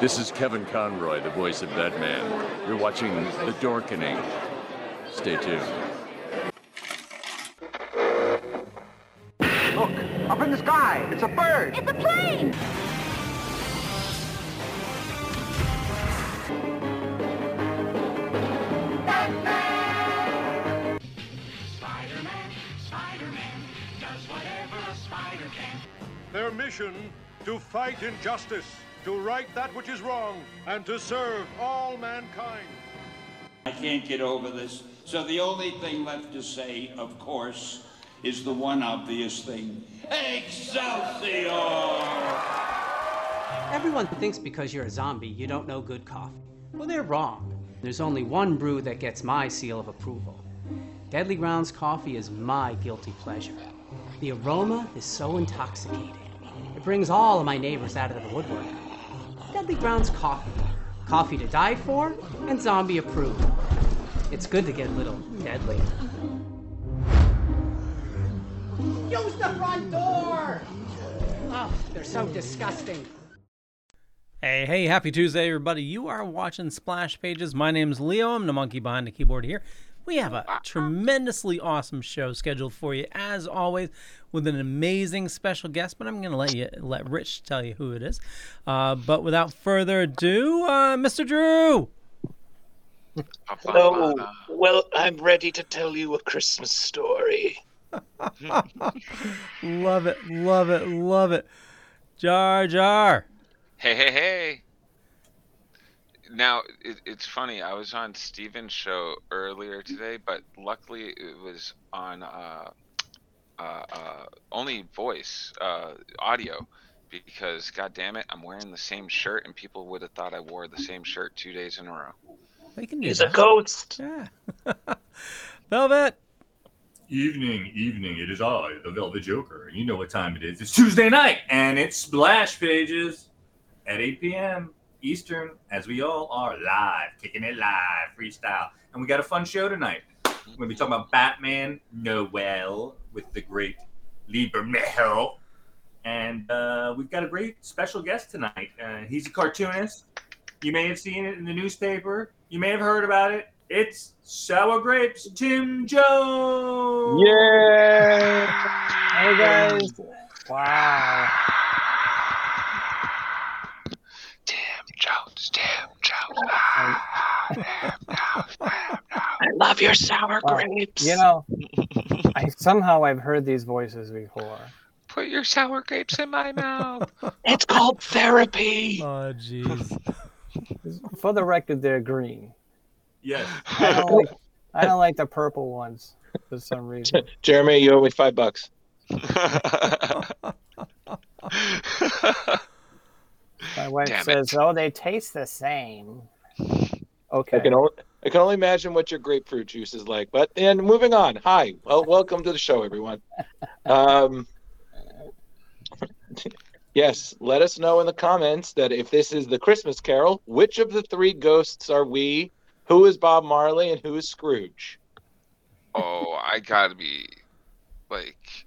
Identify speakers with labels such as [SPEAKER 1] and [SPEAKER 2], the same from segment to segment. [SPEAKER 1] This is Kevin Conroy, the voice of Batman. You're watching The Dorkening. Stay tuned.
[SPEAKER 2] Look, up in the sky, it's a bird.
[SPEAKER 3] It's a plane!
[SPEAKER 4] Spider-Man, Spider-Man does whatever a spider can.
[SPEAKER 5] Their mission to fight injustice, to right that which is wrong, and to serve all mankind.
[SPEAKER 6] I can't get over this. So the only thing left to say, of course, is the one obvious thing. Excelsior!
[SPEAKER 7] Everyone thinks because you're a zombie, you don't know good coffee. Well, they're wrong. There's only one brew that gets my seal of approval. Deadly Grounds coffee is my guilty pleasure. The aroma is so intoxicating. It brings all of my neighbors out of the woodwork. Deadly Grounds coffee. Coffee to die for and zombie approved. It's good to get a little deadly. Use the front door! Oh, they're so disgusting.
[SPEAKER 8] Hey, hey, happy Tuesday, everybody. You are watching Splash Pages. My name's Leo. I'm the monkey behind the keyboard here. We have a tremendously awesome show scheduled for you, as always, with an amazing special guest, but I'm going to let you let Rich tell you who it is. Uh, but without further ado, uh, Mr. Drew.
[SPEAKER 9] Oh, well, I'm ready to tell you a Christmas story.
[SPEAKER 8] Love it, love it, love it. Jar Jar.
[SPEAKER 10] Hey, hey, hey. Now, it, it's funny. I was on Steven's show earlier today, but luckily it was on uh, uh, uh, only voice, uh, audio, because, god damn it, I'm wearing the same shirt, and people would have thought I wore the same shirt two days in a row.
[SPEAKER 8] We can do
[SPEAKER 9] He's a
[SPEAKER 8] that.
[SPEAKER 9] ghost.
[SPEAKER 8] Yeah. Velvet.
[SPEAKER 11] Evening, evening. It is I, the Velvet Joker. You know what time it is. It's Tuesday night, and it's Splash Pages at 8 p.m. Eastern, as we all are live, kicking it live, freestyle. And we got a fun show tonight. We're going to be talking about Batman Noel with the great Liebermehl. And uh, we've got a great special guest tonight. Uh, he's a cartoonist. You may have seen it in the newspaper. You may have heard about it. It's Sour Grapes Tim Jones.
[SPEAKER 12] Hey guys! Wow.
[SPEAKER 10] Tim Jones, Tim Jones.
[SPEAKER 9] I love your sour
[SPEAKER 12] Wow.
[SPEAKER 9] grapes.
[SPEAKER 12] You know, I somehow I've heard these voices before.
[SPEAKER 10] Put your sour grapes in my mouth.
[SPEAKER 9] it's called therapy.
[SPEAKER 8] Oh, jeez.
[SPEAKER 12] For the record, they're green.
[SPEAKER 11] Yes.
[SPEAKER 12] I don't like, I don't like the purple ones for some reason.
[SPEAKER 9] Jeremy, you owe me five bucks.
[SPEAKER 12] My wife
[SPEAKER 10] Damn
[SPEAKER 12] says, "Oh, they taste the same." Okay.
[SPEAKER 9] only, I can only imagine what your grapefruit juice is like. But and moving on. Hi. Well, welcome to the show, everyone. Um, yes, let us know in the comments that if this is the Christmas Carol, which of the three ghosts are we? Who is Bob Marley and who is Scrooge?
[SPEAKER 10] oh, I gotta be like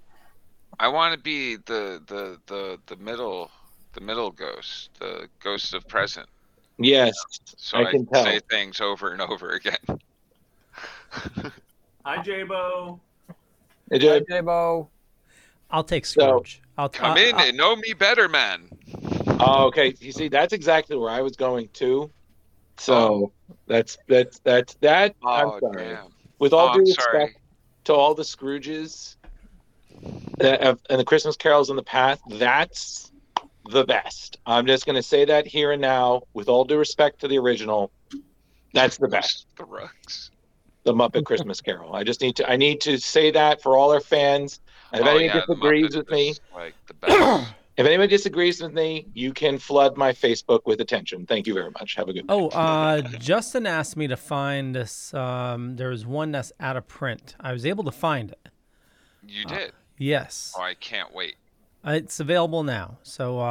[SPEAKER 10] I wanna be the the the, the middle the middle ghost, the ghost of present.
[SPEAKER 9] Yes.
[SPEAKER 10] So
[SPEAKER 9] I
[SPEAKER 10] I,
[SPEAKER 9] can tell.
[SPEAKER 10] say things over and over again.
[SPEAKER 11] Hi, J-Bo.
[SPEAKER 12] Hi,
[SPEAKER 9] Did
[SPEAKER 12] J-Bo.
[SPEAKER 8] I'll take
[SPEAKER 9] So,
[SPEAKER 8] Scrooge. I'll
[SPEAKER 9] Uh,
[SPEAKER 10] Come
[SPEAKER 8] I'll-
[SPEAKER 10] in
[SPEAKER 8] I'll-
[SPEAKER 10] and know me better, man.
[SPEAKER 9] Oh, okay. You see, that's exactly where I was going too. So that's that's that's that.
[SPEAKER 10] Oh
[SPEAKER 9] I'm sorry.
[SPEAKER 10] damn.
[SPEAKER 9] With all
[SPEAKER 10] Oh,
[SPEAKER 9] due
[SPEAKER 10] I'm
[SPEAKER 9] respect
[SPEAKER 10] sorry.
[SPEAKER 9] to all the Scrooges that have, and the Christmas carols in the past, that's the best. I'm just gonna say that here and now. With all due respect to the original, that's the best.
[SPEAKER 10] The rucks.
[SPEAKER 9] The Muppet Christmas Carol. I just need to I need to say that for all our fans. And if
[SPEAKER 10] Oh,
[SPEAKER 9] anyone
[SPEAKER 10] yeah, the
[SPEAKER 9] disagrees
[SPEAKER 10] Muppet
[SPEAKER 9] with me,
[SPEAKER 10] is, Like the best.
[SPEAKER 9] if anyone disagrees with me, you can flood my Facebook with attention. Thank you very much. Have a good
[SPEAKER 8] Oh, uh, Justin asked me to find this. Um, there was one that's out of print. I was able to find it.
[SPEAKER 10] you did.
[SPEAKER 8] Uh, Yes,
[SPEAKER 10] Oh, I can't wait.
[SPEAKER 8] Uh, it's available now. So uh,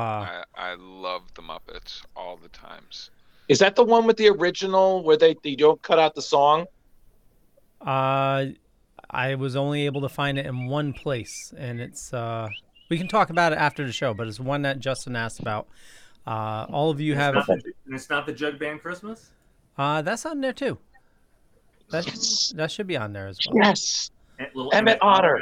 [SPEAKER 10] I, I love the Muppets all the times.
[SPEAKER 9] Is that the one with the original where they, they don't cut out the song?
[SPEAKER 8] uh, I was only able to find it in one place, and it's. Uh, we can talk about it after the show, but it's one that Justin asked about. Uh, all of you have.
[SPEAKER 11] Not the- and it's not the Jug Band Christmas?
[SPEAKER 8] Uh, that's on there too. That that should be on there as well.
[SPEAKER 9] Yes.
[SPEAKER 11] Emmett
[SPEAKER 9] Emmett Otter.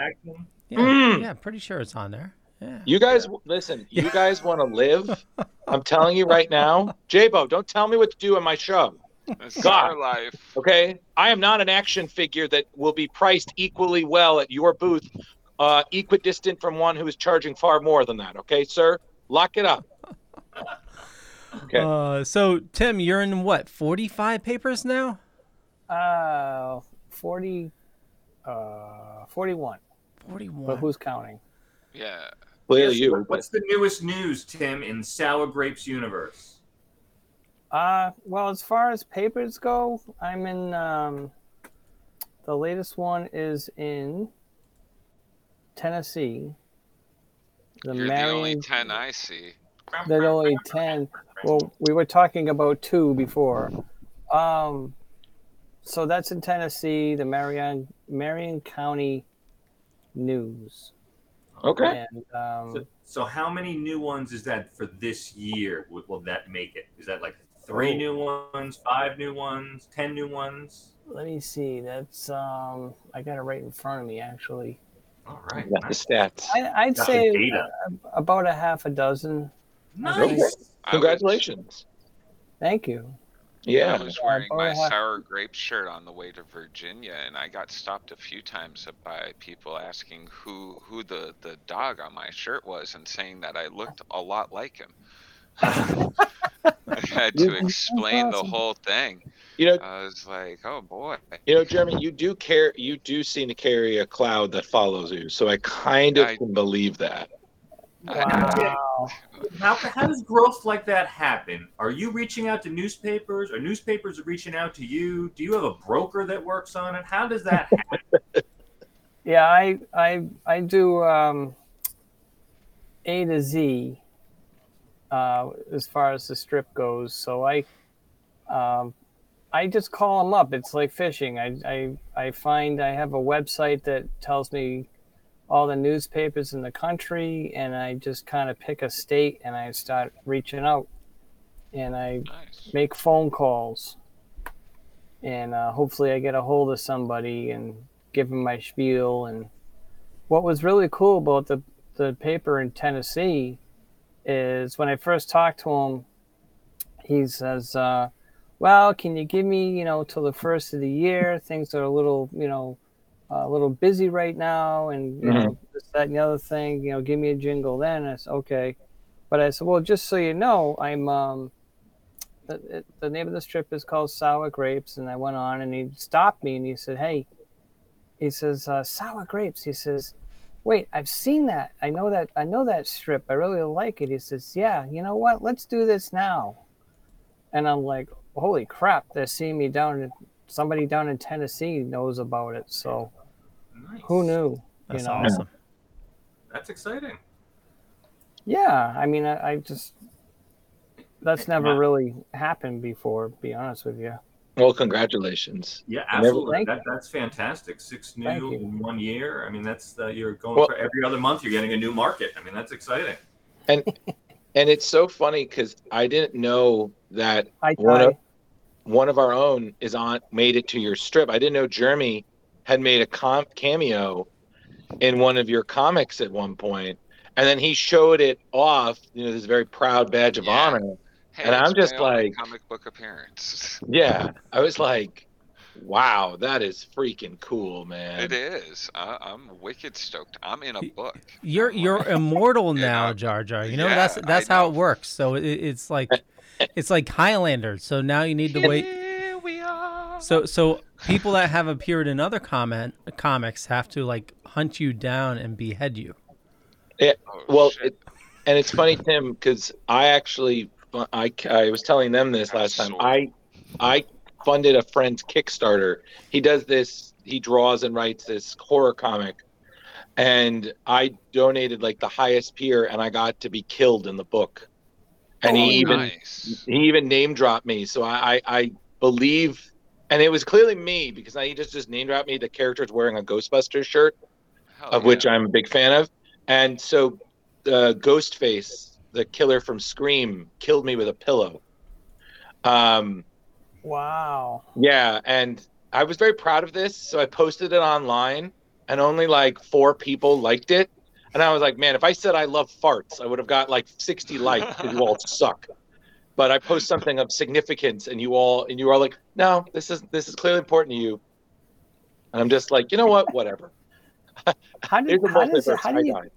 [SPEAKER 8] Yeah,
[SPEAKER 9] Mm.
[SPEAKER 8] yeah, pretty sure it's on there. Yeah.
[SPEAKER 9] You guys, listen. You guys want to live? I'm telling you right now, Jabo. Don't tell me what to do on my show.
[SPEAKER 10] This is
[SPEAKER 9] God.
[SPEAKER 10] our life.
[SPEAKER 9] Okay, I am not an action figure that will be priced equally well at your booth, uh, equidistant from one who is charging far more than that. Okay, sir, lock it up. Okay.
[SPEAKER 8] Uh, so Tim, you're in what 45 papers now?
[SPEAKER 12] Uh, 40, uh, 41.
[SPEAKER 8] 41.
[SPEAKER 12] But who's counting?
[SPEAKER 10] Yeah.
[SPEAKER 9] Clearly,
[SPEAKER 11] Yes,
[SPEAKER 9] you.
[SPEAKER 11] What's the newest news, Tim, in Sour Grapes universe?
[SPEAKER 12] Uh, well, as far as papers go, I'm in. Um, the latest one is in Tennessee. The
[SPEAKER 10] You're the only
[SPEAKER 12] Marion.
[SPEAKER 10] ten I see.
[SPEAKER 12] There's only ten. Well, we were talking about two before. Um, so that's in Tennessee. The Marion Marion County News.
[SPEAKER 9] Okay.
[SPEAKER 12] And um,
[SPEAKER 11] So, so how many new ones is that for this year? Will, will that make it? Is that like three
[SPEAKER 12] Oh.
[SPEAKER 11] new ones, five new ones, ten new ones?
[SPEAKER 12] let me see. That's um, I got it right in front of me actually.
[SPEAKER 11] All right.
[SPEAKER 9] Got the stats.
[SPEAKER 12] I, I'd
[SPEAKER 11] Got the
[SPEAKER 12] say
[SPEAKER 11] data.
[SPEAKER 12] a- about a half a dozen.
[SPEAKER 11] Nice.
[SPEAKER 10] I
[SPEAKER 9] Congratulations.
[SPEAKER 12] Thank you.
[SPEAKER 10] I
[SPEAKER 9] Yeah.
[SPEAKER 10] was wearing my
[SPEAKER 8] Oh,
[SPEAKER 12] Aloha.
[SPEAKER 10] sour grape shirt on the way to Virginia, and I got stopped a few times by people asking who who the, the dog on my shirt was, and saying that I looked a lot like him. I had to explain the
[SPEAKER 12] awesome.
[SPEAKER 10] whole thing.
[SPEAKER 9] You know,
[SPEAKER 10] I was like, "Oh boy,
[SPEAKER 9] you know, Jeremy, you do care. You do seem to carry a cloud that follows you. So I kind of
[SPEAKER 10] I-
[SPEAKER 9] can believe that.
[SPEAKER 12] Wow.
[SPEAKER 11] How, how does growth like that happen? Are you reaching out to newspapers? Are newspapers reaching out to you? Do you have a broker that works on it? How does that happen?
[SPEAKER 12] Yeah, I I I do um, A to Z uh, as far as the strip goes. So I um, I just call them up. It's like fishing. I, I I find I have a website that tells me all the newspapers in the country, and I just kind of pick a state and I start reaching out, and I
[SPEAKER 10] nice."
[SPEAKER 12] make phone calls and uh, hopefully i get a hold of somebody and give them my spiel and what was really cool about the, the paper in tennessee is when i first talked to him he says uh, well can you give me you know till the first of the year things are a little you know a little busy right now and you know this that and the other thing you know give me a jingle then and i said okay but i said well just so you know i'm um, the, it- the name of the strip is called Sour Grapes. And I went on and he stopped me and he said, Hey, he says, uh, Sour Grapes. He says, Wait, I've seen that. I know that. I know that strip. I really like it. He says, Yeah, you know what? Let's do this now. And I'm like, Holy crap. They're seeing me down in somebody down in Tennessee knows about it. So
[SPEAKER 11] Nice.
[SPEAKER 12] who knew?
[SPEAKER 8] That's
[SPEAKER 12] you know?
[SPEAKER 8] awesome.
[SPEAKER 11] That's exciting.
[SPEAKER 12] Yeah. I mean, I, I just, that's never
[SPEAKER 11] Yeah.
[SPEAKER 12] really happened before, to be honest with you.
[SPEAKER 9] Well, congratulations.
[SPEAKER 11] Yeah,
[SPEAKER 9] never-
[SPEAKER 11] absolutely.
[SPEAKER 12] Thank
[SPEAKER 11] That, that's fantastic. Six new
[SPEAKER 12] Thank you.
[SPEAKER 11] in one year. I mean, that's uh, you're going
[SPEAKER 9] Well-
[SPEAKER 11] for every other month. You're getting a new market. I mean, that's exciting.
[SPEAKER 9] And it's so funny because I didn't know that
[SPEAKER 12] I
[SPEAKER 9] One
[SPEAKER 12] tie.
[SPEAKER 9] of- one of our own is on made it to your strip. I didn't know Jeremy had made a com- cameo in one of your comics at one point, and then he showed it off. You know, this very proud badge of
[SPEAKER 10] Yeah.
[SPEAKER 9] honor.
[SPEAKER 10] Hey,
[SPEAKER 9] And I'm
[SPEAKER 10] it's my
[SPEAKER 9] just
[SPEAKER 10] own
[SPEAKER 9] like-
[SPEAKER 10] comic book appearance.
[SPEAKER 9] Yeah, I was like, wow, that is freaking cool, man.
[SPEAKER 10] It is. I, I'm wicked stoked. I'm in a book.
[SPEAKER 8] You're
[SPEAKER 10] I'm
[SPEAKER 8] you're
[SPEAKER 10] like-
[SPEAKER 8] immortal
[SPEAKER 10] Yeah.
[SPEAKER 8] now, Jar Jar. You know that's
[SPEAKER 10] Yeah, I
[SPEAKER 8] that's how it
[SPEAKER 10] know.
[SPEAKER 8] works. So it, it's like it's like Highlander. So now you need to wait.
[SPEAKER 10] Here we are.
[SPEAKER 8] So so people that have appeared in other comment comics have to like hunt you down and behead you.
[SPEAKER 10] Oh,
[SPEAKER 9] Well,
[SPEAKER 10] shit.
[SPEAKER 9] it, and it's funny, Tim, because I actually I, I was telling them this
[SPEAKER 10] I'm
[SPEAKER 9] last time.
[SPEAKER 10] sold.
[SPEAKER 9] I I funded a friend's Kickstarter. He does this. He draws and writes this horror comic, and I donated like the highest tier, and I got to be killed in the book. And
[SPEAKER 10] Oh,
[SPEAKER 9] he even
[SPEAKER 10] nice.
[SPEAKER 9] he even name dropped me, so I, I I believe, and it was clearly me because I, he just just name dropped me. The character's wearing a Ghostbusters shirt
[SPEAKER 10] Hell
[SPEAKER 9] of
[SPEAKER 10] yeah.
[SPEAKER 9] which I'm a big fan of. And so uh, Ghostface, the- the killer from Scream killed me with a pillow. Um,
[SPEAKER 12] Wow.
[SPEAKER 9] yeah, and I was very proud of this, so I posted it online, and only like four people liked it. And I was like, man, if I said I love farts, I would have got like 60 likes because you all suck. But I post something of significance, and you all and you are like, no, this is this is clearly important to you. And I'm just like, you know what, whatever.
[SPEAKER 12] How do,
[SPEAKER 9] Here's a
[SPEAKER 12] how does-
[SPEAKER 9] multiverse
[SPEAKER 12] how do you
[SPEAKER 9] icon.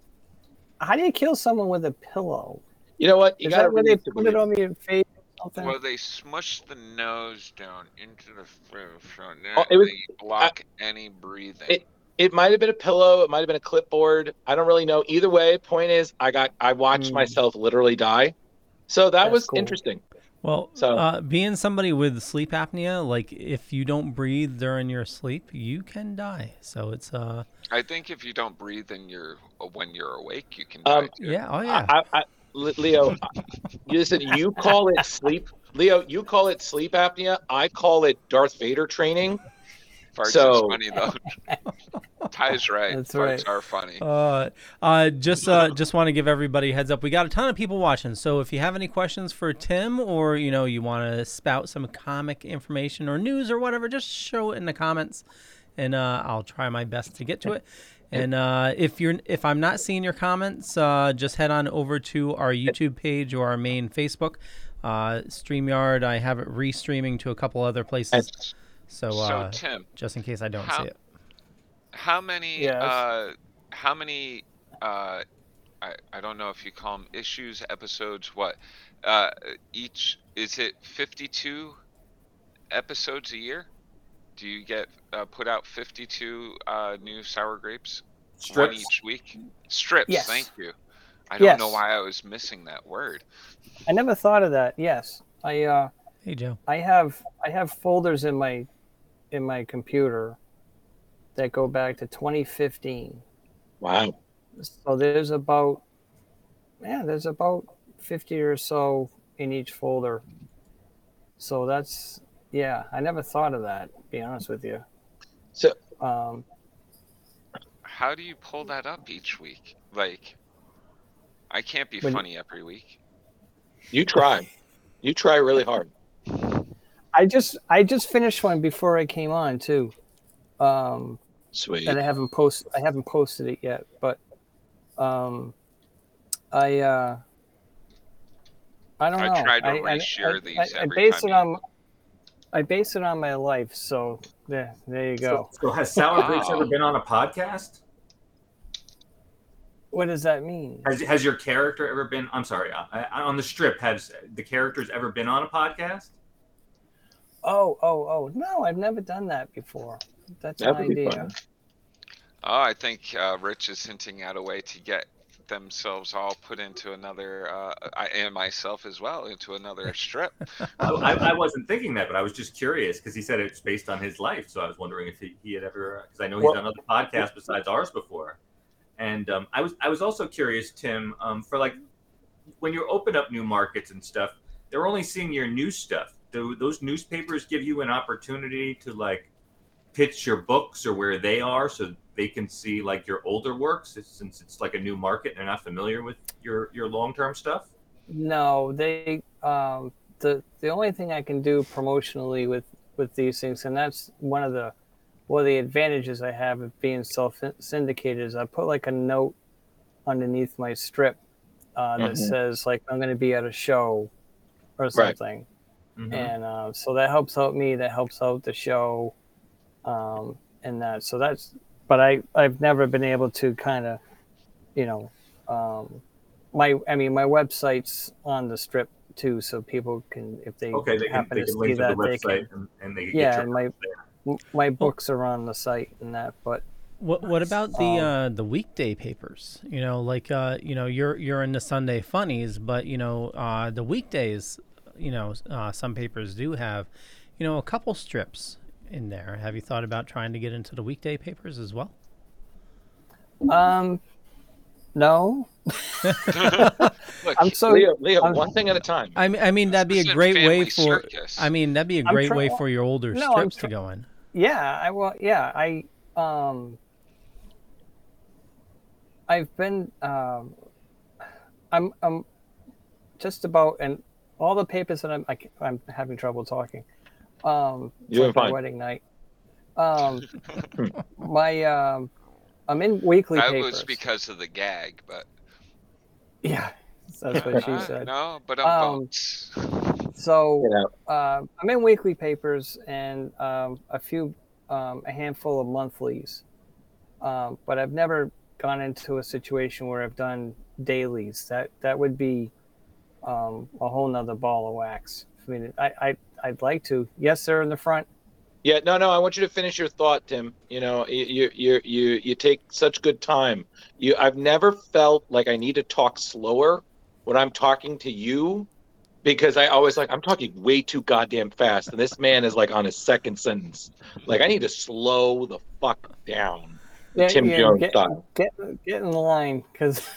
[SPEAKER 12] how do you kill someone with a pillow?
[SPEAKER 9] You know what? You
[SPEAKER 12] Is
[SPEAKER 9] gotta
[SPEAKER 12] that where
[SPEAKER 9] really
[SPEAKER 12] they put it on your face or something?
[SPEAKER 10] Well, they smush the nose down into the roof, so now
[SPEAKER 9] Oh, it was-
[SPEAKER 10] they block any breathing.
[SPEAKER 9] it it might have been a pillow it might have been a clipboard i don't really know either way point is i got i watched
[SPEAKER 12] Mm.
[SPEAKER 9] myself literally die so that
[SPEAKER 12] That's
[SPEAKER 9] was
[SPEAKER 12] cool.
[SPEAKER 9] interesting
[SPEAKER 8] Well,
[SPEAKER 9] So-
[SPEAKER 8] uh, being somebody with sleep apnea, like if you don't breathe during your sleep, you can die. So it's uh,
[SPEAKER 10] I think if you don't breathe in your uh, when you're awake, you can.
[SPEAKER 9] Um,
[SPEAKER 10] die too.
[SPEAKER 8] yeah, oh yeah,
[SPEAKER 9] I I, I, Le- leo I- listen you call it sleep leo you call it sleep apnea i call it darth vader training
[SPEAKER 10] Farts
[SPEAKER 9] so-
[SPEAKER 10] is funny though. Ty's right.
[SPEAKER 12] That's
[SPEAKER 10] Farts
[SPEAKER 12] right.
[SPEAKER 10] are funny.
[SPEAKER 8] Uh, uh, just uh, just want to give everybody a heads up. We got a ton of people watching, so if you have any questions for Tim, or you know you want to spout some comic information or news or whatever, just show it in the comments, and uh, I'll try my best to get to it. And uh, if you're if I'm not seeing your comments, uh, just head on over to our YouTube page or our main Facebook. Uh, Streamyard, I have it restreaming to a couple other places, so,
[SPEAKER 10] so
[SPEAKER 8] uh,
[SPEAKER 10] Tim,
[SPEAKER 8] just in case I don't
[SPEAKER 10] how-
[SPEAKER 8] see it.
[SPEAKER 10] how many?
[SPEAKER 12] Yes.
[SPEAKER 10] Uh, how many? Uh, I I don't know if you call them issues, episodes, what? Uh, each is it 52 episodes a year? Do you get uh, put out 52 uh, new sour grapes one
[SPEAKER 11] Strips.
[SPEAKER 10] each week? Strips.
[SPEAKER 12] Yes.
[SPEAKER 10] Thank you. I don't know
[SPEAKER 12] Yes.
[SPEAKER 10] why I was missing that word.
[SPEAKER 12] I never thought of that. Yes, I uh,
[SPEAKER 8] Hey Joe.
[SPEAKER 12] I have I have folders in my in my computer that go back to 2015.
[SPEAKER 9] wow
[SPEAKER 12] So there's about yeah, there's about 50 or so in each folder. So that's yeah, I never thought of that. To be honest with you.
[SPEAKER 9] So-
[SPEAKER 12] um,
[SPEAKER 10] How do you pull that up each week? Like, I can't be
[SPEAKER 12] When-
[SPEAKER 10] funny every week.
[SPEAKER 9] you try you try really hard
[SPEAKER 12] I just I just finished one before I came on too. Um,
[SPEAKER 9] sweet
[SPEAKER 12] and I haven't post I haven't posted it yet, but um, I uh, I don't
[SPEAKER 10] I
[SPEAKER 12] know.
[SPEAKER 10] try to
[SPEAKER 12] I,
[SPEAKER 10] reshare
[SPEAKER 12] I,
[SPEAKER 10] these
[SPEAKER 12] I, I
[SPEAKER 10] every
[SPEAKER 12] base
[SPEAKER 10] time
[SPEAKER 12] it
[SPEAKER 10] you-
[SPEAKER 12] on I base it on my life, so there there you go.
[SPEAKER 11] So, so has Sour Grapes
[SPEAKER 10] Wow.
[SPEAKER 11] ever been on a podcast?
[SPEAKER 12] what does that mean?
[SPEAKER 11] Has has your character ever been? I'm sorry, uh, I, I, on the strip, has the characters ever been on a podcast?
[SPEAKER 12] Oh oh oh no, I've never done that before. That's
[SPEAKER 9] That
[SPEAKER 12] an
[SPEAKER 9] would be
[SPEAKER 12] idea.
[SPEAKER 9] fun.
[SPEAKER 10] Oh, I think uh, Rich is hinting at a way to get themselves all put into another, uh, I, and myself as well, into another strip.
[SPEAKER 11] I, I, I wasn't thinking that, but I was just curious because he said it's based on his life. So I was wondering if he, he had ever, because I know he's
[SPEAKER 12] Well-
[SPEAKER 11] done other podcasts besides ours before. And um, I was I was also curious, Tim, um, for like when you open up new markets and stuff, they're only seeing your new stuff. Do those newspapers give you an opportunity to like pitch your books or where they are, so they can see like your older works since it's like a new market and they're not familiar with your your long term stuff.
[SPEAKER 12] No, they um, the the only thing I can do promotionally with with these things, and that's one of the one of the advantages I have of being self syndicated is I put like a note underneath my strip uh, that
[SPEAKER 9] Mhm.
[SPEAKER 12] says like I'm going to be at a show or something,
[SPEAKER 11] Mhm.
[SPEAKER 12] and uh, so that helps out me. That helps out the show, um, and that so that's. But I I've never been able to kind of, you know, um, my I mean my website's on the strip too, so people can if they
[SPEAKER 11] Okay, they can,
[SPEAKER 12] happen
[SPEAKER 11] they
[SPEAKER 12] to
[SPEAKER 11] can
[SPEAKER 12] see
[SPEAKER 11] link to the
[SPEAKER 12] that they
[SPEAKER 11] website
[SPEAKER 12] can.
[SPEAKER 11] and, and they can
[SPEAKER 12] Yeah,
[SPEAKER 11] get
[SPEAKER 12] and
[SPEAKER 11] your
[SPEAKER 12] my my books are on the site and that, but
[SPEAKER 8] What what about the
[SPEAKER 12] Um,
[SPEAKER 8] uh, the weekday papers? You know, like uh, you know, you're you're in the Sunday funnies, but you know, uh, the weekdays, you know, uh, some papers do have, you know, a couple strips in there. Have you thought about trying to get into the weekday papers as well? uh,
[SPEAKER 12] um, no,
[SPEAKER 10] Look,
[SPEAKER 12] I'm so
[SPEAKER 9] leo leo
[SPEAKER 12] I'm-
[SPEAKER 9] one thing at a time
[SPEAKER 8] I mean, I mean that'd be a
[SPEAKER 10] Isn't
[SPEAKER 8] great way
[SPEAKER 10] Family
[SPEAKER 8] for.
[SPEAKER 10] Circus?
[SPEAKER 8] I mean, that'd be a
[SPEAKER 12] I'm
[SPEAKER 8] great way
[SPEAKER 12] try-
[SPEAKER 8] for your older
[SPEAKER 12] No, I'm
[SPEAKER 8] strips
[SPEAKER 12] try-
[SPEAKER 8] to go in.
[SPEAKER 12] yeah, I well, yeah, I um, I've been um, I'm I'm just about and all the papers that I'm I, am i am having trouble talking. Um, it's
[SPEAKER 3] You're
[SPEAKER 12] like my
[SPEAKER 3] fine.
[SPEAKER 12] wedding night. Um, my um, I'm in weekly
[SPEAKER 10] That
[SPEAKER 12] papers.
[SPEAKER 10] was because of the gag, but
[SPEAKER 12] Yeah, that's what she
[SPEAKER 10] Uh,
[SPEAKER 12] said.
[SPEAKER 10] No, but
[SPEAKER 12] um,
[SPEAKER 10] I'm
[SPEAKER 12] so uh, I'm in weekly papers and um, a few, um, a handful of monthlies, um, but I've never gone into a situation where I've done dailies. That that would be um, a whole nother ball of wax. I mean, I, I I'd like to. Yes, sir, in the front.
[SPEAKER 3] Yeah, no, no. I want you to finish your thought, Tim. You know, you you you you, you take such good time. You, I've never felt like I need to talk slower when I'm talking to you, because I always like I'm talking way too goddamn fast, and this man is like on his second sentence. Like I need to slow the fuck down, Tim Jones
[SPEAKER 12] get,
[SPEAKER 3] style.
[SPEAKER 12] get get in the line because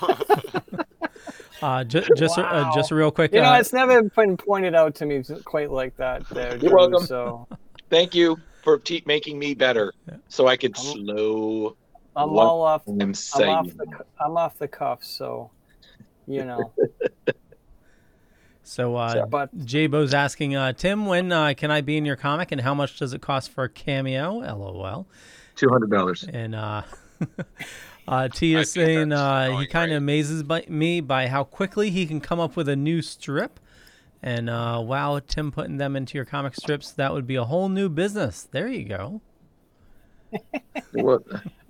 [SPEAKER 8] Uh, ju- just a- uh, just a real quick.
[SPEAKER 12] You know,
[SPEAKER 8] uh,
[SPEAKER 12] it's never been pointed out to me quite like that. There,
[SPEAKER 3] You're
[SPEAKER 12] Drew,
[SPEAKER 3] welcome.
[SPEAKER 12] So
[SPEAKER 3] Thank you for te- making me better, so I could slow.
[SPEAKER 12] I'm
[SPEAKER 3] what
[SPEAKER 12] all off.
[SPEAKER 3] I'm
[SPEAKER 12] I'm
[SPEAKER 3] saying.
[SPEAKER 12] off the cu- I'm off the cuff, so you know.
[SPEAKER 8] So, uh,
[SPEAKER 12] but
[SPEAKER 8] Jabo's asking uh, Tim, when uh, can I be in your comic, and how much does it cost for a cameo? LOL.
[SPEAKER 3] Two hundred dollars.
[SPEAKER 8] And uh, uh, T is saying uh, he kind of amazes by, me by how quickly he can come up with a new strip. And uh, wow, Tim putting them into your comic strips, that would be a whole new business. There you go.
[SPEAKER 3] What?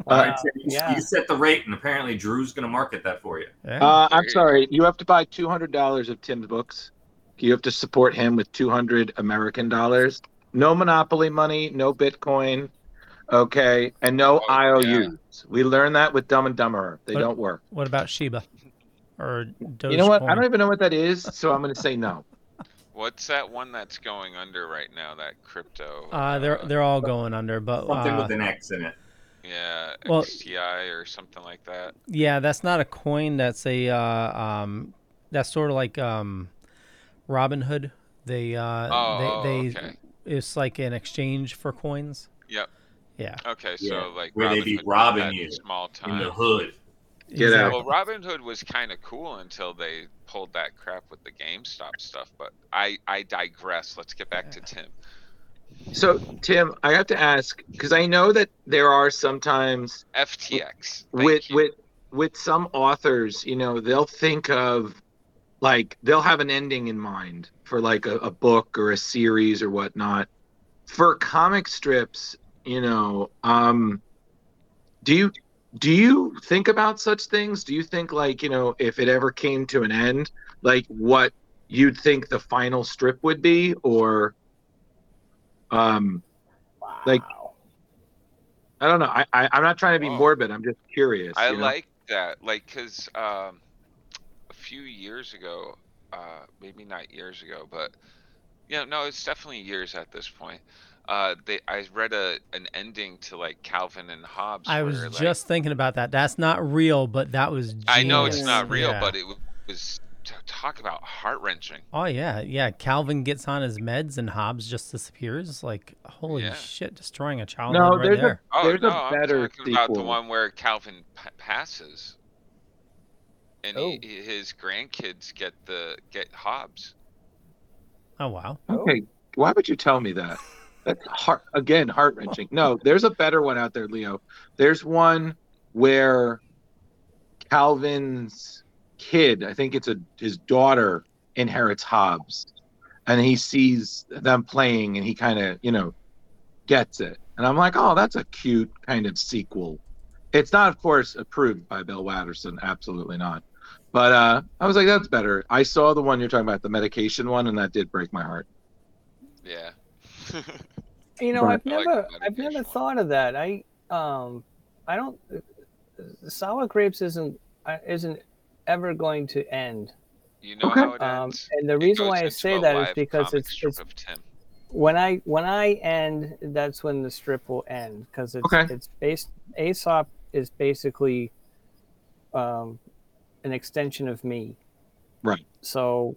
[SPEAKER 11] All
[SPEAKER 3] Uh,
[SPEAKER 11] right, Tim, you,
[SPEAKER 3] yeah.
[SPEAKER 11] you set the rate, and apparently Drew's going to market that for you.
[SPEAKER 3] Uh, I'm sorry. You have to buy two hundred dollars of Tim's books. You have to support him with two hundred American dollars. No monopoly money. No Bitcoin. Okay, and no
[SPEAKER 10] Oh,
[SPEAKER 3] IOUs. We learned that with Dumb and Dumber. They
[SPEAKER 8] What-
[SPEAKER 3] don't work.
[SPEAKER 8] What about Sheba? Or Dogecoin?
[SPEAKER 3] You know what? I don't even know what that is, so I'm going to say no.
[SPEAKER 10] what's that one that's going under right now? That crypto.
[SPEAKER 8] Uh, they're they're all going under, but
[SPEAKER 11] Something with
[SPEAKER 8] uh,
[SPEAKER 11] an X in it.
[SPEAKER 10] Yeah,
[SPEAKER 8] Well-
[SPEAKER 10] XTI or something like that.
[SPEAKER 8] Yeah, that's not a coin. That's a uh, um, that's sort of like um, Robin Hood. They uh,
[SPEAKER 10] Oh,
[SPEAKER 8] they, they
[SPEAKER 10] okay.
[SPEAKER 8] it's like an exchange for coins.
[SPEAKER 10] Yep.
[SPEAKER 8] Yeah.
[SPEAKER 10] Okay, so
[SPEAKER 11] Yeah,
[SPEAKER 10] like
[SPEAKER 11] where they
[SPEAKER 10] Robin
[SPEAKER 11] be
[SPEAKER 10] Hood was
[SPEAKER 11] robbing
[SPEAKER 10] that
[SPEAKER 11] you
[SPEAKER 10] small
[SPEAKER 11] in
[SPEAKER 10] time
[SPEAKER 8] uh,
[SPEAKER 11] the hood.
[SPEAKER 8] Get out.
[SPEAKER 10] Well, Robin Hood was kind of cool until they pulled that crap with the GameStop stuff. But I I digress. Let's get back to Tim.
[SPEAKER 3] So, Tim, I have to ask because I know that there are sometimes
[SPEAKER 10] FTX.
[SPEAKER 3] with with with some authors, you know, they'll think of like they'll have an ending in mind for like a, a book or a series or whatnot. For comic strips, you know, um do you do you think about such things? Do you think like, you know, if it ever came to an end, like what you'd think the final strip would be or um like I don't know. I, I I'm not trying to be morbid. I'm just curious.
[SPEAKER 10] I
[SPEAKER 3] you know?
[SPEAKER 10] like that, like, cause um, a few years ago, uh, maybe not years ago, but you know, no, it's definitely years at this point. Uh, they I read a an ending to like Calvin and Hobbes.
[SPEAKER 8] I was
[SPEAKER 10] where, like,
[SPEAKER 8] just thinking about that. That's not real, but that was. Genius.
[SPEAKER 10] I know it's not real,
[SPEAKER 8] Yeah.
[SPEAKER 10] but it was t- talk about heart wrenching.
[SPEAKER 8] Oh yeah, yeah. Calvin gets on his meds and Hobbes just disappears. Like holy shit, destroying a childhood right there.
[SPEAKER 10] oh,
[SPEAKER 3] there's a
[SPEAKER 10] no, I'm
[SPEAKER 3] better
[SPEAKER 10] talking about the
[SPEAKER 3] sequel.
[SPEAKER 10] one where Calvin p- passes, and
[SPEAKER 3] Oh.
[SPEAKER 10] he, he- his grandkids get the get Hobbes.
[SPEAKER 8] Oh wow.
[SPEAKER 3] Okay, why would you tell me that? That's heart again, heart wrenching. No, there's a better one out there, Leo. There's one where Calvin's kid, I think it's a his daughter, inherits Hobbes, and he sees them playing, and he kind of you know gets it. And I'm like, oh, that's a cute kind of sequel. It's not, of course, approved by Bill Watterson. Absolutely not. But uh, I was like, that's better. I saw the one you're talking about, the medication one, and that did break my heart.
[SPEAKER 10] Yeah.
[SPEAKER 12] You know,
[SPEAKER 3] Right.
[SPEAKER 12] I've
[SPEAKER 3] I like
[SPEAKER 12] never, I've never thought of that. I, um, I don't. Sour grapes isn't uh, isn't ever going to end.
[SPEAKER 10] You know how it ends.
[SPEAKER 12] Um, and the reason why I say that is because it's, it's
[SPEAKER 10] of Tim.
[SPEAKER 12] when I when I end, that's when the strip will end because it's
[SPEAKER 3] Okay.
[SPEAKER 12] it's based. Aesop is basically um, an extension of me.
[SPEAKER 3] Right.
[SPEAKER 12] So,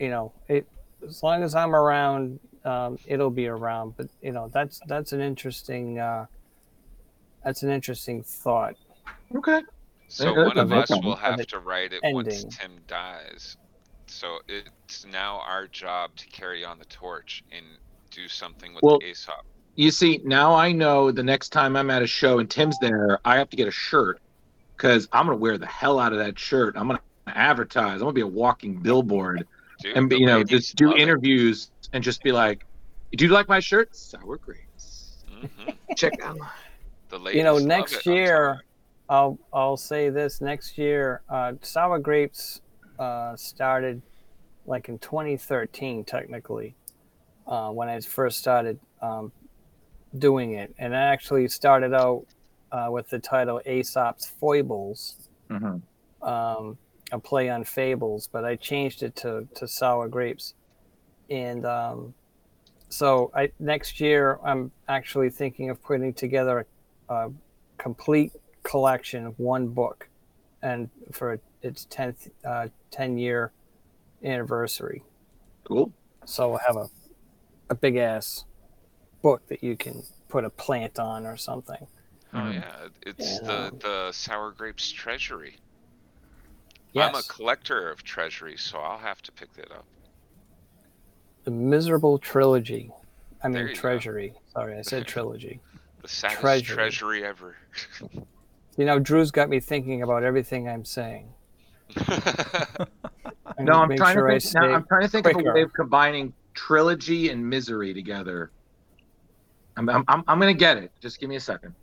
[SPEAKER 12] you know, it as long as I'm around, um, it'll be around. But you know, that's that's an interesting uh, that's an interesting thought.
[SPEAKER 3] Okay.
[SPEAKER 10] So one of us will have to write it once
[SPEAKER 12] ending.
[SPEAKER 10] Tim dies. So it's now our job to carry on the torch and do something with
[SPEAKER 9] Well-
[SPEAKER 10] the ASOP.
[SPEAKER 9] You see, now I know the next time I'm at a show and Tim's there, I have to get a shirt because I'm going to wear the hell out of that shirt. I'm going to advertise. I'm going to be a walking billboard
[SPEAKER 10] Dude,
[SPEAKER 9] and,
[SPEAKER 10] the
[SPEAKER 9] you know,
[SPEAKER 10] ladies
[SPEAKER 9] just do
[SPEAKER 10] love it.
[SPEAKER 9] interviews and just be like, do you like my shirt? Sour grapes.
[SPEAKER 10] Mhm.
[SPEAKER 9] Check it out.
[SPEAKER 10] The
[SPEAKER 12] you know,
[SPEAKER 10] ladies love
[SPEAKER 12] next
[SPEAKER 10] it, I'm
[SPEAKER 12] year, I'll I'll say this: next year, uh, sour grapes uh, started like in 2013, technically, uh, when I first started um, doing it, and I actually started out uh, with the title "Aesop's Foibles,"
[SPEAKER 9] Mhm.
[SPEAKER 12] um, a play on fables, but I changed it to to sour grapes, and um, so I next year I'm actually thinking of putting together a, a complete collection of one book, and for its tenth uh, ten year anniversary.
[SPEAKER 9] Cool.
[SPEAKER 12] So we'll have a a big ass book that you can put a plant on or something.
[SPEAKER 9] Mm-hmm.
[SPEAKER 10] Oh yeah, it's the the sour grapes treasury. I'm a
[SPEAKER 12] Yes,
[SPEAKER 10] collector of treasury, so I'll have to pick that up.
[SPEAKER 12] the miserable trilogy. I
[SPEAKER 10] There
[SPEAKER 12] mean
[SPEAKER 10] you go.
[SPEAKER 12] treasury. Sorry, I said trilogy.
[SPEAKER 10] The saddest
[SPEAKER 12] Treasury.
[SPEAKER 10] treasury, ever.
[SPEAKER 12] You know, Drew's got me thinking about everything I'm saying. I
[SPEAKER 9] No,
[SPEAKER 12] need to
[SPEAKER 9] I'm
[SPEAKER 12] make
[SPEAKER 9] trying,
[SPEAKER 12] sure I
[SPEAKER 9] to think, now,
[SPEAKER 12] stay
[SPEAKER 9] I'm trying to think of a
[SPEAKER 12] quicker.
[SPEAKER 9] way of combining trilogy and misery together. I'm, I'm, I'm, I'm going to get it. Just give me a second.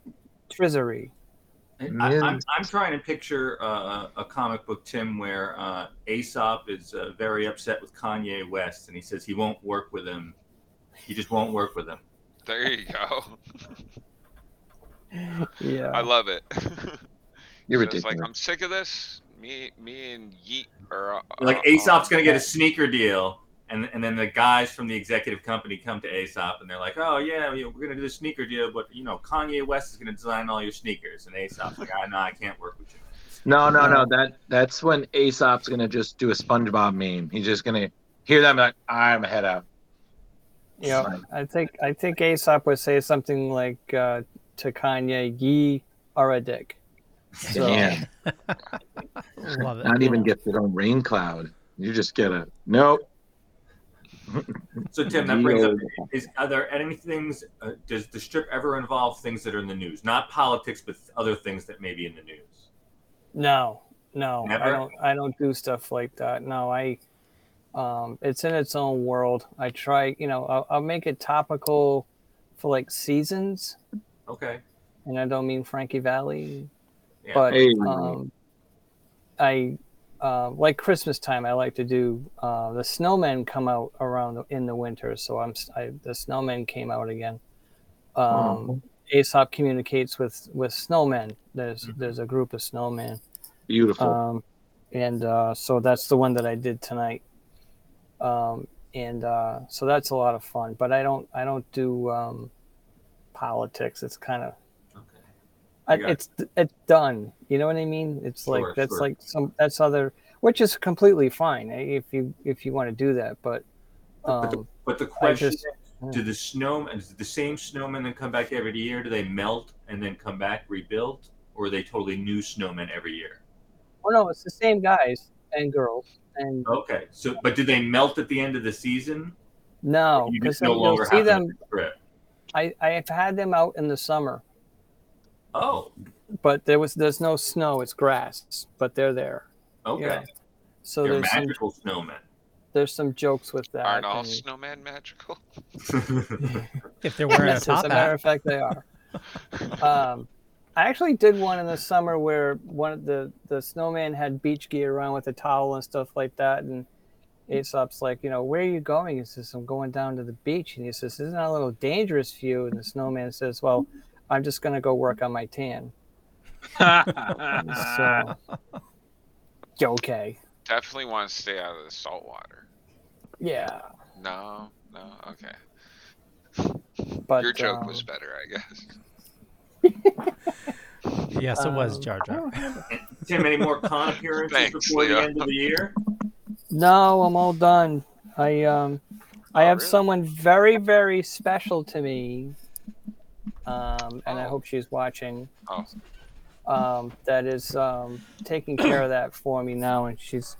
[SPEAKER 12] Trizery.
[SPEAKER 11] I, I'm, I'm trying to picture uh, a comic book, Tim, where uh, Aesop is uh, very upset with Kanye West, and he says he won't work with him. He just won't work with him.
[SPEAKER 10] there you go.
[SPEAKER 12] Yeah.
[SPEAKER 10] I love it.
[SPEAKER 9] You're
[SPEAKER 10] So It's like
[SPEAKER 9] ridiculous.
[SPEAKER 10] I'm sick of this. Me, me and Yeet are
[SPEAKER 11] Like
[SPEAKER 10] are-
[SPEAKER 11] Aesop's going to get a sneaker deal, and and then the guys from the executive company come to Aesop, and they're like, "Oh yeah, you know, we're going to do the sneaker deal, but you know, Kanye West is going to design all your sneakers." And Aesop's like, "Ah, "I no, I can't work with you."
[SPEAKER 9] No, no, no. That that's when Aesop's gonna just do a SpongeBob meme. He's just gonna hear that and be like, I'm a head out.
[SPEAKER 12] Yeah, I think I think Aesop would say something like uh, to Kanye, "Ye are a dick." So,
[SPEAKER 9] Yeah.
[SPEAKER 8] Love it.
[SPEAKER 9] Not even get their own rain cloud. You just get a nope.
[SPEAKER 11] So Tim, that brings up:
[SPEAKER 9] Yeah.
[SPEAKER 11] is are there any things? Uh, does the strip ever involve things that are in the news? Not politics, but other things that may be in the news.
[SPEAKER 12] No, no, I
[SPEAKER 11] Never?
[SPEAKER 12] don't. I don't do stuff like that. No, I. Um, it's in its own world. I try, you know, I'll, I'll make it topical for like seasons,
[SPEAKER 11] Okay.
[SPEAKER 12] and I don't mean Frankie Valley,
[SPEAKER 11] Yeah.
[SPEAKER 12] but
[SPEAKER 9] Hey.
[SPEAKER 12] um, I uh, like Christmas time. I like to do uh, the snowmen come out around the, in the winter, so I'm s- I, the snowmen came out again. Um, Aesop communicates with with snowmen. There's there's a group of snowmen.
[SPEAKER 3] Oh.
[SPEAKER 9] Beautiful.
[SPEAKER 12] Um, and uh, so that's the one that I did tonight. Um, and uh, so that's a lot of fun. But I don't I don't do um, politics. It's kind of
[SPEAKER 11] Okay.
[SPEAKER 12] I,
[SPEAKER 11] I got it.
[SPEAKER 12] it's it's done. You know what I mean? It's
[SPEAKER 11] Sure,
[SPEAKER 12] like that's
[SPEAKER 11] sure.
[SPEAKER 12] like some that's other, which is completely fine eh, if you if you want to do that. But um,
[SPEAKER 11] But the question
[SPEAKER 12] just-
[SPEAKER 11] is, do the snowmen, is it the same snowmen that come back every year, do they melt and then come back rebuilt, or are they totally new snowmen every year?
[SPEAKER 12] oh no, it's the same guys and girls and
[SPEAKER 11] Okay, so but do they melt at the end of the season?
[SPEAKER 12] no,
[SPEAKER 11] you
[SPEAKER 12] because
[SPEAKER 11] just
[SPEAKER 12] no
[SPEAKER 11] no
[SPEAKER 12] Oh, you'll
[SPEAKER 11] longer
[SPEAKER 12] see
[SPEAKER 11] have them.
[SPEAKER 12] them. I I have had them out in the summer,
[SPEAKER 11] Oh,
[SPEAKER 12] but there was there's no snow. It's grass, but they're there.
[SPEAKER 11] okay.
[SPEAKER 12] Yeah. So
[SPEAKER 11] They're
[SPEAKER 12] there's some,
[SPEAKER 11] magical snowmen.
[SPEAKER 12] there's some jokes with that.
[SPEAKER 10] Aren't all
[SPEAKER 12] and-
[SPEAKER 10] snowmen magical?
[SPEAKER 8] If they're wearing a
[SPEAKER 12] yes, as
[SPEAKER 8] top
[SPEAKER 12] a matter
[SPEAKER 8] hat,
[SPEAKER 12] of fact, they are. um, I actually did one in the summer where one of the the snowman had beach gear on with a towel and stuff like that, and Aesop's like, you know, where are you going? He says, I'm going down to the beach, and he says, isn't that a little dangerous for you? And the snowman says, well, I'm just gonna go work on my tan. so, okay,
[SPEAKER 10] Definitely want to stay out of the salt water.
[SPEAKER 12] yeah,
[SPEAKER 10] No, no, okay.
[SPEAKER 12] but
[SPEAKER 10] Your joke
[SPEAKER 12] um,
[SPEAKER 10] was better, I guess.
[SPEAKER 8] yes, it was
[SPEAKER 12] um,
[SPEAKER 8] Jar Jar.
[SPEAKER 11] Tim, any more con appearances
[SPEAKER 10] Thanks,
[SPEAKER 11] before
[SPEAKER 10] Leo.
[SPEAKER 11] the end of the year?
[SPEAKER 12] No, I'm all done. I um, I
[SPEAKER 10] Oh,
[SPEAKER 12] have
[SPEAKER 10] really?
[SPEAKER 12] someone very, very special to me. Um, and I
[SPEAKER 10] Oh.
[SPEAKER 12] hope she's watching.
[SPEAKER 10] Oh,
[SPEAKER 12] Um, that is um, taking care of that for me now, and she's